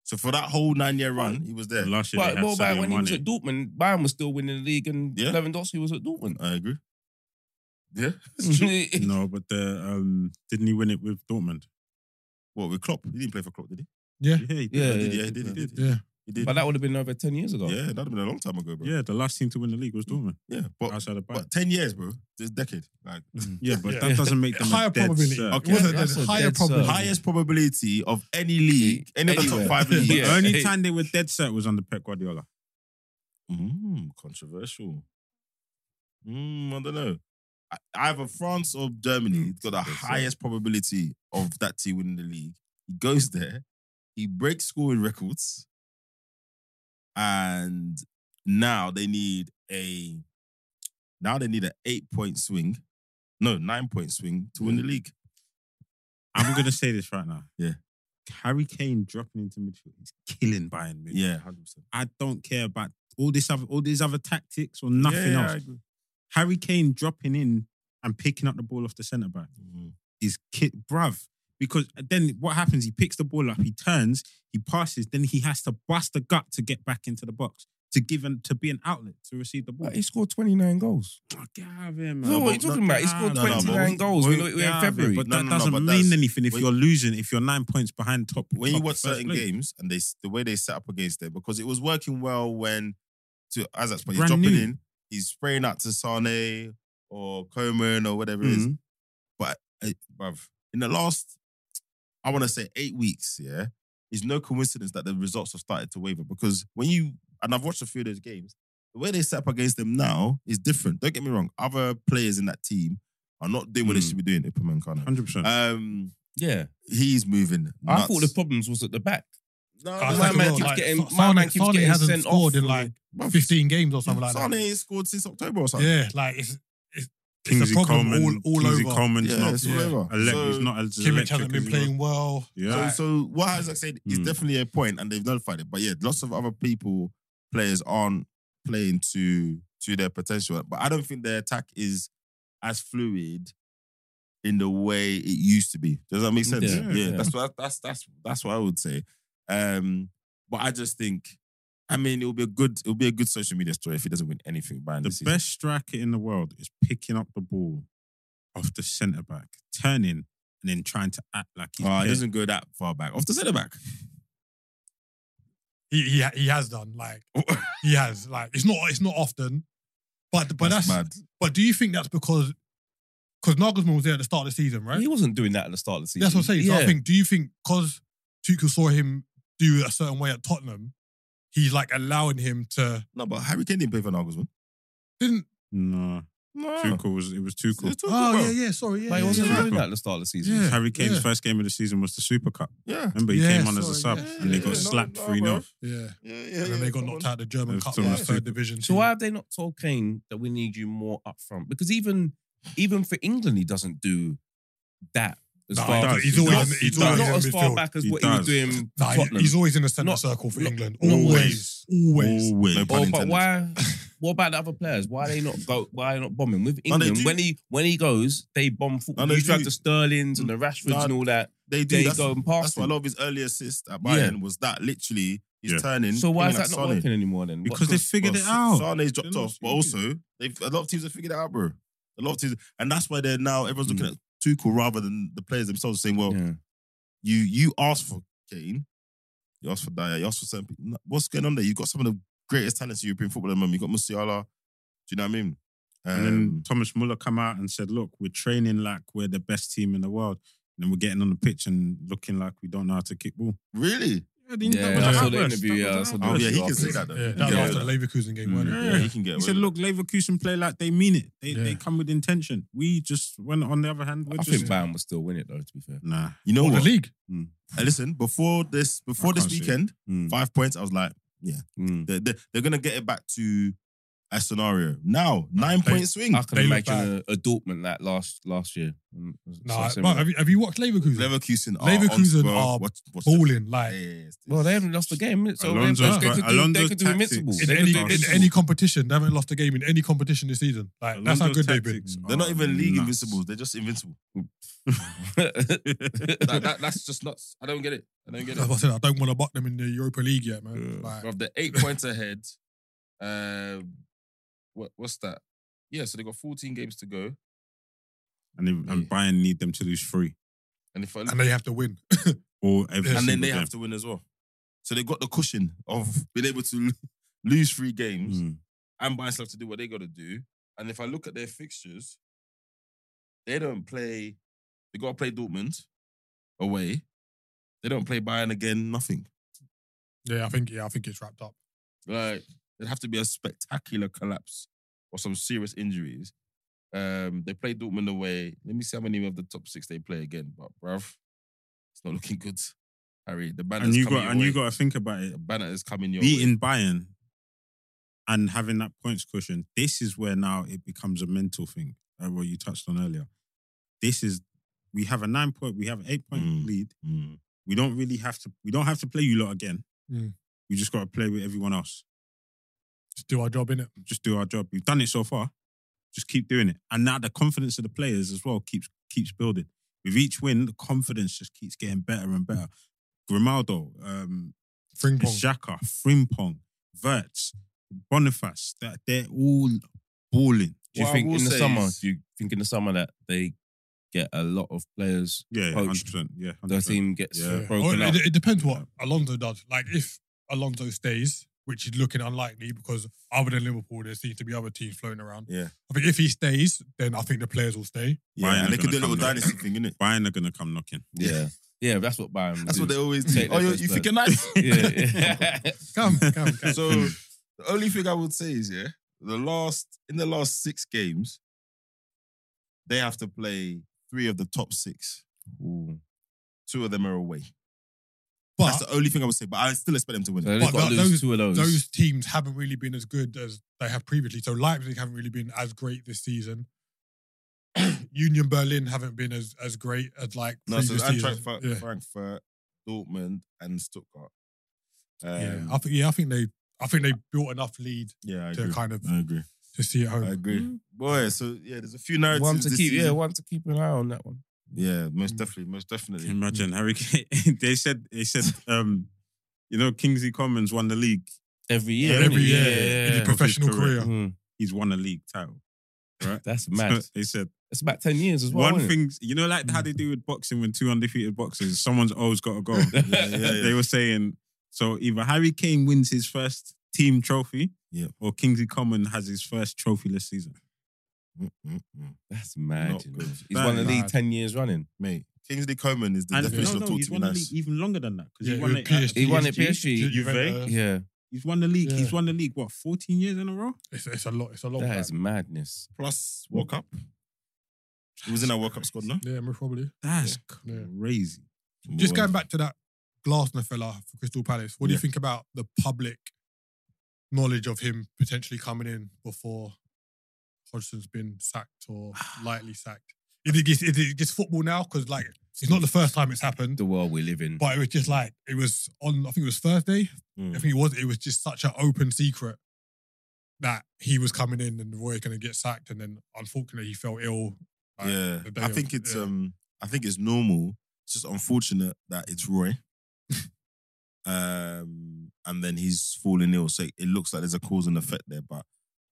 S1: So for that whole nine-year run, he was there.
S4: Last year
S2: But
S4: they had
S2: well,
S4: Sadio
S2: by when he was
S4: Mane.
S2: [LAUGHS] at Dortmund, Bayern was still winning the league and
S1: Yeah.
S2: Lewandowski was at Dortmund.
S1: I agree. Yeah. [LAUGHS]
S2: [LAUGHS] Mm-hmm.
S4: No, but the um, didn't he win it with Dortmund?
S1: What with Klopp? He didn't play for Klopp, did he?
S4: Yeah, he did.
S2: Yeah,
S1: he did.
S2: yeah,
S1: Yeah, he did. He did.
S3: Yeah.
S1: He did.
S2: But that would have been over 10 years ago.
S1: yeah, that'd have been a long time ago, bro.
S4: Yeah, the last team to win the league was Dortmund.
S1: yeah. But
S4: Outside of Bayern.
S1: but ten years, bro. This decade, like
S4: Yeah, but
S3: Yeah.
S4: that doesn't make them
S3: Higher
S4: a dead
S3: probability.
S4: cert.
S1: Okay.
S3: It wasn't
S2: That's
S3: a
S2: a
S3: higher
S2: dead
S3: probability.
S2: serve.
S1: highest probability of any league, any of the top
S2: Anywhere.
S1: five leagues.
S4: The
S2: Yeah.
S4: only
S2: [LAUGHS] Hey.
S4: time they were dead set was under Pep Guardiola.
S1: Mm, controversial. Mm, I don't know. I- Either France or Germany has got the
S2: so.
S1: highest probability of that team winning the league. He goes there, he breaks scoring records, and now they need a now they need an eight point swing, no nine point swing to win the league.
S4: I'm gonna say this right now.
S1: Yeah.
S4: Harry Kane dropping into midfield is killing Bayern. Munich.
S1: Yeah, hundred percent.
S4: I don't care about all this other all these other tactics or nothing
S1: Yeah, I
S4: else. Harry Kane dropping in and picking up the ball off the centre back is kit bruv. Because then what happens? He picks the ball up, he turns, he passes, then he has to bust the gut to get back into the box to give an, to be an outlet to receive the ball.
S2: But he scored 29 goals.
S4: Oh, get out of here, man.
S2: No, what are you
S4: But-
S2: talking about? He scored
S1: no, no, but
S2: 29
S1: we-
S2: goals.
S4: Well,
S2: We know it- we're
S4: yeah,
S2: in February.
S4: But
S1: No,
S4: that
S1: no, no,
S4: doesn't
S1: but
S4: mean
S1: that's-
S4: anything if
S1: when-
S4: you're losing, if you're nine points behind top.
S1: when you
S4: top
S1: watch
S4: first
S1: certain
S4: league.
S1: games and they the way they set up against it because it was working well when to Isaac's point, he's
S4: Brand
S1: dropping
S4: new.
S1: in, he's spraying out to Sane or Coman or whatever it is.
S4: Mhm.
S1: But eh, bruv, in the last, I want to say eight weeks, yeah, it's no coincidence that the results have started to waver because when you and I've watched a few of those games, the way they set up against them now is different. Don't get me wrong, other players in that team are not doing what they
S4: Mm.
S1: should be doing. Ipaman
S4: 100%.
S1: Um,
S2: Yeah.
S1: he's moving.
S2: I thought the problems was at the back.
S1: no,
S3: I
S1: no,
S2: my
S3: think
S2: man
S3: as well,
S2: keeps
S3: Uh, like,
S2: getting-
S3: Sa-
S2: my man
S3: Sane-
S2: keeps
S3: Sane
S2: getting
S3: hasn't
S2: sent off
S3: scored in
S2: for-
S3: like
S1: Bruv,
S3: 15 games or something like
S1: Sane
S3: that.
S1: ain't scored since October or something.
S3: Yeah, like it's it's, it's a problem all, all
S4: Kingsley
S3: over.
S4: Coleman's
S1: Yeah,
S4: not,
S1: it's all over.
S4: ele-
S1: So-
S4: he's not as
S3: Kimmich
S4: electric
S3: hasn't
S4: as
S3: been
S4: he
S3: playing well.
S4: was. Yeah.
S1: So, so what Isaac said is
S4: Mm.
S1: definitely a point, and they've nullified it. But yeah, lots of other people, players aren't playing to to their potential. But I don't think their attack is as fluid in the way it used to be. Does that make sense?
S2: Yeah,
S1: yeah.
S2: yeah.
S1: that's what that's that's that's what I would say. Um, but I just think, I mean, it'll be a good it'll be a good social media story if he doesn't win anything by
S4: the best striker in the world is picking up the ball off the centre back, turning, and then trying to act like he's.
S1: Oh, it
S4: playing.
S1: doesn't go that far back. Off the centre back.
S3: He, he he has done like he has like it's not it's not often, but but that's,
S1: mad.
S3: but do you think that's because because Nagelsmann was there at the start of the season, right?
S2: He wasn't doing that at the start of the season.
S3: That's what I'm saying. So I
S2: Yeah.
S3: think, do you think because Tuchel saw him do a certain way at Tottenham, he's like allowing him to
S1: No, but Harry Kane didn't play for Nagelsmann.
S3: didn't?
S4: No,
S1: No.
S4: Tuchel was. It was Tuchel.
S1: Ah. It's Tuchel,
S3: Oh
S1: bro.
S3: yeah, yeah. Sorry, yeah.
S2: But he
S3: yeah,
S2: wasn't
S3: yeah.
S2: doing that at the start of the season.
S3: Yeah.
S4: Harry Kane's
S3: yeah.
S4: first game of the season was the Super Cup.
S1: Yeah.
S4: Remember, he
S3: Yeah,
S4: came on as a
S3: sorry,
S4: sub,
S3: yeah,
S4: and they
S3: yeah,
S4: got
S3: yeah.
S4: slapped
S1: No,
S4: three
S1: no,
S4: 0
S1: bro.
S3: Yeah.
S1: Yeah,
S3: And then they got knocked out of the German
S4: It's
S3: Cup,
S4: almost
S3: like, third
S4: stupid.
S3: division.
S2: So
S3: team.
S2: why have they not told Kane that we need you more up front? Because even even for England, he doesn't do that as
S3: Nah,
S2: far
S4: he does,
S2: as
S4: he's
S2: not-
S4: always-
S3: he's always
S2: not
S3: in
S2: as far
S3: midfield.
S2: back as
S4: He
S2: what
S4: does.
S2: he was doing.
S3: Nah, he-
S2: Tottenham.
S3: he's always in the centre
S2: Not-
S3: circle for
S2: not-
S3: England.
S2: not
S3: Always, always.
S1: Always.
S4: No
S2: Oh, but why? What about the other players? Why they not go? Why they not bombing with
S1: No, they
S2: England?
S1: do.
S2: when he when he goes, they bomb football.
S1: No, they
S2: He's like
S1: do.
S2: the Sterlings and the Rashfords
S1: No,
S2: and all that.
S1: They do.
S2: They
S1: that's,
S2: go and pass.
S1: that's why a
S2: him.
S1: lot of his early assists at Bayern was that literally he's
S4: Yeah.
S1: turning.
S2: So why is
S1: pinging
S2: that
S1: at
S2: not
S1: Sonny.
S2: working anymore then? What-
S4: because they figured it out.
S1: Sane's dropped
S4: They're not
S1: off, but
S4: stupid.
S1: also they've a lot of teams have figured it out, bro. A lot of teams, and that's why they're now everyone's looking
S4: Hmm.
S1: at Tuchel rather than the players themselves, saying, "Well,
S2: Yeah.
S1: you you asked for Kane, you asked for Dyer, you asked for certain people. What's going on there? You got some of the greatest talents in European football at the moment. You got Musiala. Do you know what I mean?
S4: And then
S1: Um,
S4: Thomas Muller come out and said, "Look, we're training like we're the best team in the world, and then we're getting on the pitch and looking like we don't know how to kick ball."
S1: really,
S2: Yeah,
S3: I saw
S2: the interview, yeah, I saw the
S1: Oh yeah, he can
S2: afterwards.
S1: say that though.
S3: Yeah,
S1: He
S3: that
S1: can
S3: was
S1: get rid
S3: after the
S1: of
S3: Leverkusen game,
S1: it.
S3: wasn't
S1: Yeah,
S3: it?
S1: he can get
S4: He
S1: rid
S4: said,
S1: of it.
S4: "Look, Leverkusen play like they mean it. They
S3: Yeah.
S4: they come with intention. We just when on the other hand, we're
S2: I
S4: just
S2: think Bayern will still win it though. To be fair,
S4: [LAUGHS] nah.
S1: You know
S3: Or the
S1: what?
S3: league.
S1: Uh, Listen, before this, before
S4: I
S1: this
S4: can't see it. Hmm.
S1: weekend,
S2: Mm.
S1: five points. I was like,
S2: Mm.
S1: they're, they're, they're gonna get it back to a scenario. Now nine
S3: They-
S1: point swing.
S2: I can
S3: They look
S2: imagine a, a Dortmund like last last year. Mm,
S3: Nah,
S2: so
S3: bro,
S2: similar.
S3: have you, have you watched Leverkusen?
S1: Leverkusen, are
S3: Leverkusen
S1: on, bro,
S3: are
S1: what, what's
S3: Balling
S1: the-
S3: like
S1: Yeah, it's-
S2: well, they haven't lost a game, innit? so they-
S4: Alonso's
S2: they,
S4: got-
S2: could do, they
S4: Alonso's
S2: could do
S4: tactics.
S2: invincible.
S3: in
S4: They
S3: any
S4: look
S3: in
S4: awesome.
S3: any competition. They haven't lost a game in any competition this season. Like that's how good they've been.
S1: They're not even league
S4: invincible.
S1: invincibles. They're just
S3: [LAUGHS]
S1: invincible.
S2: [LAUGHS]
S1: That- that- that's just nuts. I don't get it. I don't get
S3: [LAUGHS] That's
S1: it.
S3: what I said. I don't want to buck them in the Europa League yet, man.
S4: Yeah.
S3: Like,
S1: Bruv, they're eight points ahead. Uh, what, what's that? Yeah, so they got 14 games to go.
S4: And, if,
S1: Yeah.
S4: and Bayern need them to lose three
S1: And if I,
S3: and they have to win.
S4: or every
S3: Yeah.
S1: and then
S4: single
S1: they have
S4: game.
S1: to win as well. So they got the cushion of being able to [LAUGHS] lo- lose three games
S4: Mm.
S1: and Bayern still have to do what they got to do. And if I look at their fixtures, they don't play. They got to play Dortmund away. They don't play Bayern again. Nothing.
S3: yeah, I think yeah, I think it's wrapped up.
S1: Like there'd have to be a spectacular collapse or some serious injuries. Um, they play Dortmund away. Let me see how many of the top six they play again. But bruv, it's not [LAUGHS] looking good. Harry, the banner
S4: And you
S1: coming
S4: got
S1: your
S4: and you
S1: way.
S4: got to think about it.
S1: the banner is coming your way.
S4: Beating Bayern and having that points cushion. This is where now it becomes a mental thing. uh, what you touched on earlier. This is we have a nine point, we have an eight point
S1: Mm.
S4: lead.
S1: Mm.
S4: We don't really have to. We don't have to play you lot again.
S3: Mm.
S4: We just got to play with everyone else.
S3: Just do our job in it.
S4: Just do our job. We've done it so far. Just keep doing it. And now the confidence of the players as well keeps keeps building. With each win, the confidence just keeps getting better and better. Grimaldo, um,
S3: Fringpong.
S4: Xhaka, Frimpong, Verts, Boniface, that they're all balling.
S2: Do you
S1: What I
S2: think
S1: will
S2: in the
S1: say
S2: summer?
S1: is-
S2: Do you think in the summer that they get a lot of players?
S4: Yeah, yeah,
S2: Poached.
S4: 100%. Yeah, 100%.
S2: Their team gets
S4: Yeah.
S2: broken
S3: Or
S2: up.
S3: [LAUGHS] it, it depends what Alonso does. Like if Alonso stays, which is looking unlikely because other than Liverpool, there seem to be other teams floating around.
S1: Yeah.
S3: I think if he stays, then I think the players will stay.
S4: Bayern
S1: Yeah,
S4: are
S1: and they could do
S4: gonna
S1: a little
S4: come
S1: dynasty thing, innit?
S4: Bayern are going to come knocking.
S2: yeah, yeah, that's what Bayern. would
S1: That's
S2: do.
S1: what they always do.
S2: Take
S1: Oh,
S2: their
S1: you,
S2: best
S1: you
S2: man.
S1: think you're nice?
S2: yeah. [LAUGHS]
S1: [LAUGHS]
S3: Come, come,
S4: [LAUGHS]
S3: come.
S1: so the only thing I would say is, yeah, the last in the last six games, they have to play three of the top six.
S2: Ooh.
S1: Two of them are away.
S3: but
S1: That's the only thing I would say. But I still expect them to win.
S2: So they've
S3: But
S2: got to
S3: that-
S2: lose two of those.
S3: those teams haven't really been as good as they have previously. So Leipzig haven't really been as great this season. [CLEARS THROAT] Union Berlin haven't been as as great as like
S1: no, so
S3: previous
S1: Eintracht,
S3: seasons.
S1: Fra-
S3: yeah.
S1: Frankfurt, Dortmund, and Stuttgart. Um,
S3: yeah,
S1: yeah,
S3: I think yeah, I think they I think they built enough lead
S1: I
S3: to
S1: agree.
S3: kind of
S1: I agree.
S3: to see it
S1: I
S3: home.
S1: agree. Boy, so yeah, there's a few narratives.
S2: one to
S1: this
S2: keep. Yeah,
S1: season.
S2: one to keep an eye on that one.
S1: yeah, most
S3: Mm.
S1: definitely, most definitely.
S4: Imagine Harry Kane. [LAUGHS] they said they said um, you know Kingsley Commons won the league.
S2: Every year,
S3: Every
S2: innit?
S3: year
S2: yeah,
S3: in his professional
S4: Correct.
S3: career.
S2: Mm,
S4: He's won a league title. [LAUGHS]
S2: that's mad.
S4: So they said
S2: It's about ten years as well.
S4: one
S2: isn't it?
S4: thing. You know, like how they do with boxing when two undefeated boxers, someone's always got
S1: [LAUGHS]
S4: to go.
S2: Yeah, yeah, yeah.
S4: They were saying so either Harry Kane wins his first team trophy,
S1: Yeah.
S4: or Kingsley Common has his first trophyless season.
S1: Mm, mm, mm.
S2: That's mad.
S1: Not
S2: you know.
S1: good.
S2: He's won the
S4: That-
S2: league
S3: mad.
S2: ten years running.
S1: Mate, Kingsley Coman is the
S4: And
S1: definition
S4: no,
S1: of
S4: no,
S1: talk
S4: he's
S1: to be
S4: won the
S1: nice.
S4: league even longer than that because
S3: Yeah,
S4: he won
S3: with
S4: it. at-
S3: PSG,
S2: He won it
S3: Ju-
S2: PSG.
S3: Juventus.
S2: Yeah,
S4: He's won the league.
S3: Yeah.
S4: He's won the league. What fourteen years in a row?
S3: It's, it's a lot. It's a lot.
S2: that
S3: man.
S2: is madness.
S1: Plus World Cup. He was in our World Cup squad, no?
S3: yeah, most probably.
S4: That's
S3: Yeah.
S4: crazy.
S3: Just going back to that Glasner fella for Crystal Palace. What do you
S1: Yeah.
S3: think about the public knowledge of him potentially coming in before Hodgson's been sacked
S2: [SIGHS]
S3: or lightly sacked? Is it just, is it just football now? Because like it's not the
S2: Mm.
S3: first time it's happened,
S2: The world we live in.
S3: but it was just like it was on. I think it was Thursday.
S2: Mm.
S3: I think it was. It was just such an open secret that he was coming in and Roy going to get sacked, and then unfortunately he fell ill. like,
S1: Yeah.
S3: the day
S1: I
S3: of-
S1: think it's
S3: yeah.
S1: um I think it's normal. It's just unfortunate that it's Roy. [LAUGHS] um and then he's falling ill. So it looks like there's a cause and effect there. But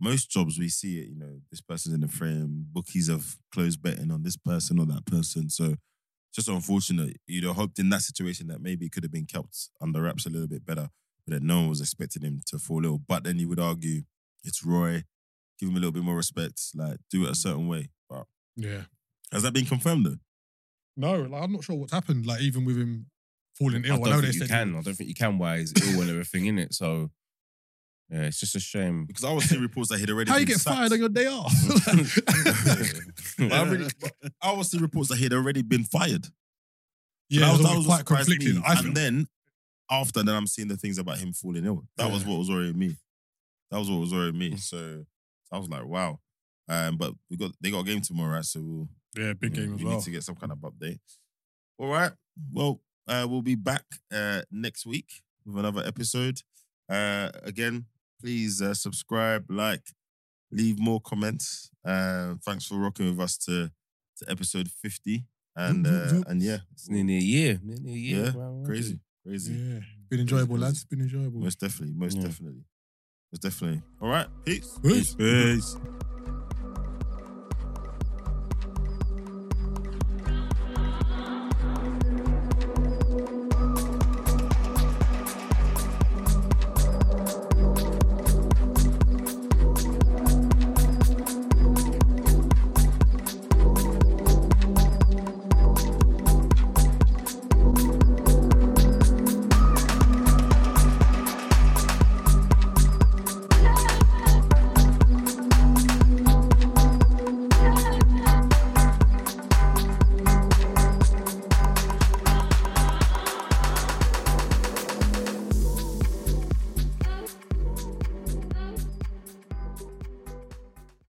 S1: most jobs we see it, you know, this person's in the frame, bookies have closed betting on this person or that person. So just unfortunate. You'd have hoped in that situation that maybe it could have been kept under wraps a little bit better, but that no one was expecting him to fall ill. But then you would argue it's Roy, give him a little bit more respect, like do it a certain way. But
S3: yeah.
S1: has that been confirmed though?
S3: No, like, I'm not sure what's happened. Like even with him falling ill. I,
S2: I don't
S3: know they
S2: think you
S3: said
S2: can. I don't think you can. Why is ill and everything in it? So yeah, it's just
S1: [LAUGHS]
S2: a shame.
S1: Because I was seeing reports that he'd already
S3: how you
S1: been
S3: get
S1: sacked.
S3: fired on your
S1: [LAUGHS]
S3: day off. [LAUGHS]
S1: But I, really, I was seeing reports that he'd already been fired.
S3: yeah,
S1: that was,
S3: it
S1: that was what
S3: quite
S1: surprised
S3: conflicting.
S1: me.
S3: I
S1: and
S3: think
S1: then after, then I'm seeing the things about him falling ill. That was
S3: Yeah. Mm.
S1: what was worrying me. That was what was worrying me. So I was like, wow. Um, but we got they got a game tomorrow, right? So we'll
S3: yeah, big
S1: Yeah,
S3: game as
S1: we
S3: well.
S1: need to get some kind of update. All right. Well, uh, we'll be back uh, next week with another episode. Uh, again, please uh, subscribe, like, leave more comments. Uh, thanks for rocking with us to, to episode 50. And
S3: Zoop, zoop,
S1: uh,
S3: zoop.
S1: and yeah,
S2: It's nearly a year. Nearly a year.
S1: Yeah,
S2: Wow, wow.
S1: crazy, crazy.
S3: Yeah, been enjoyable, lads. It's Been enjoyable.
S1: Most definitely, most
S2: Yeah.
S1: definitely. Most definitely. All right. Peace.
S3: Peace.
S4: Peace.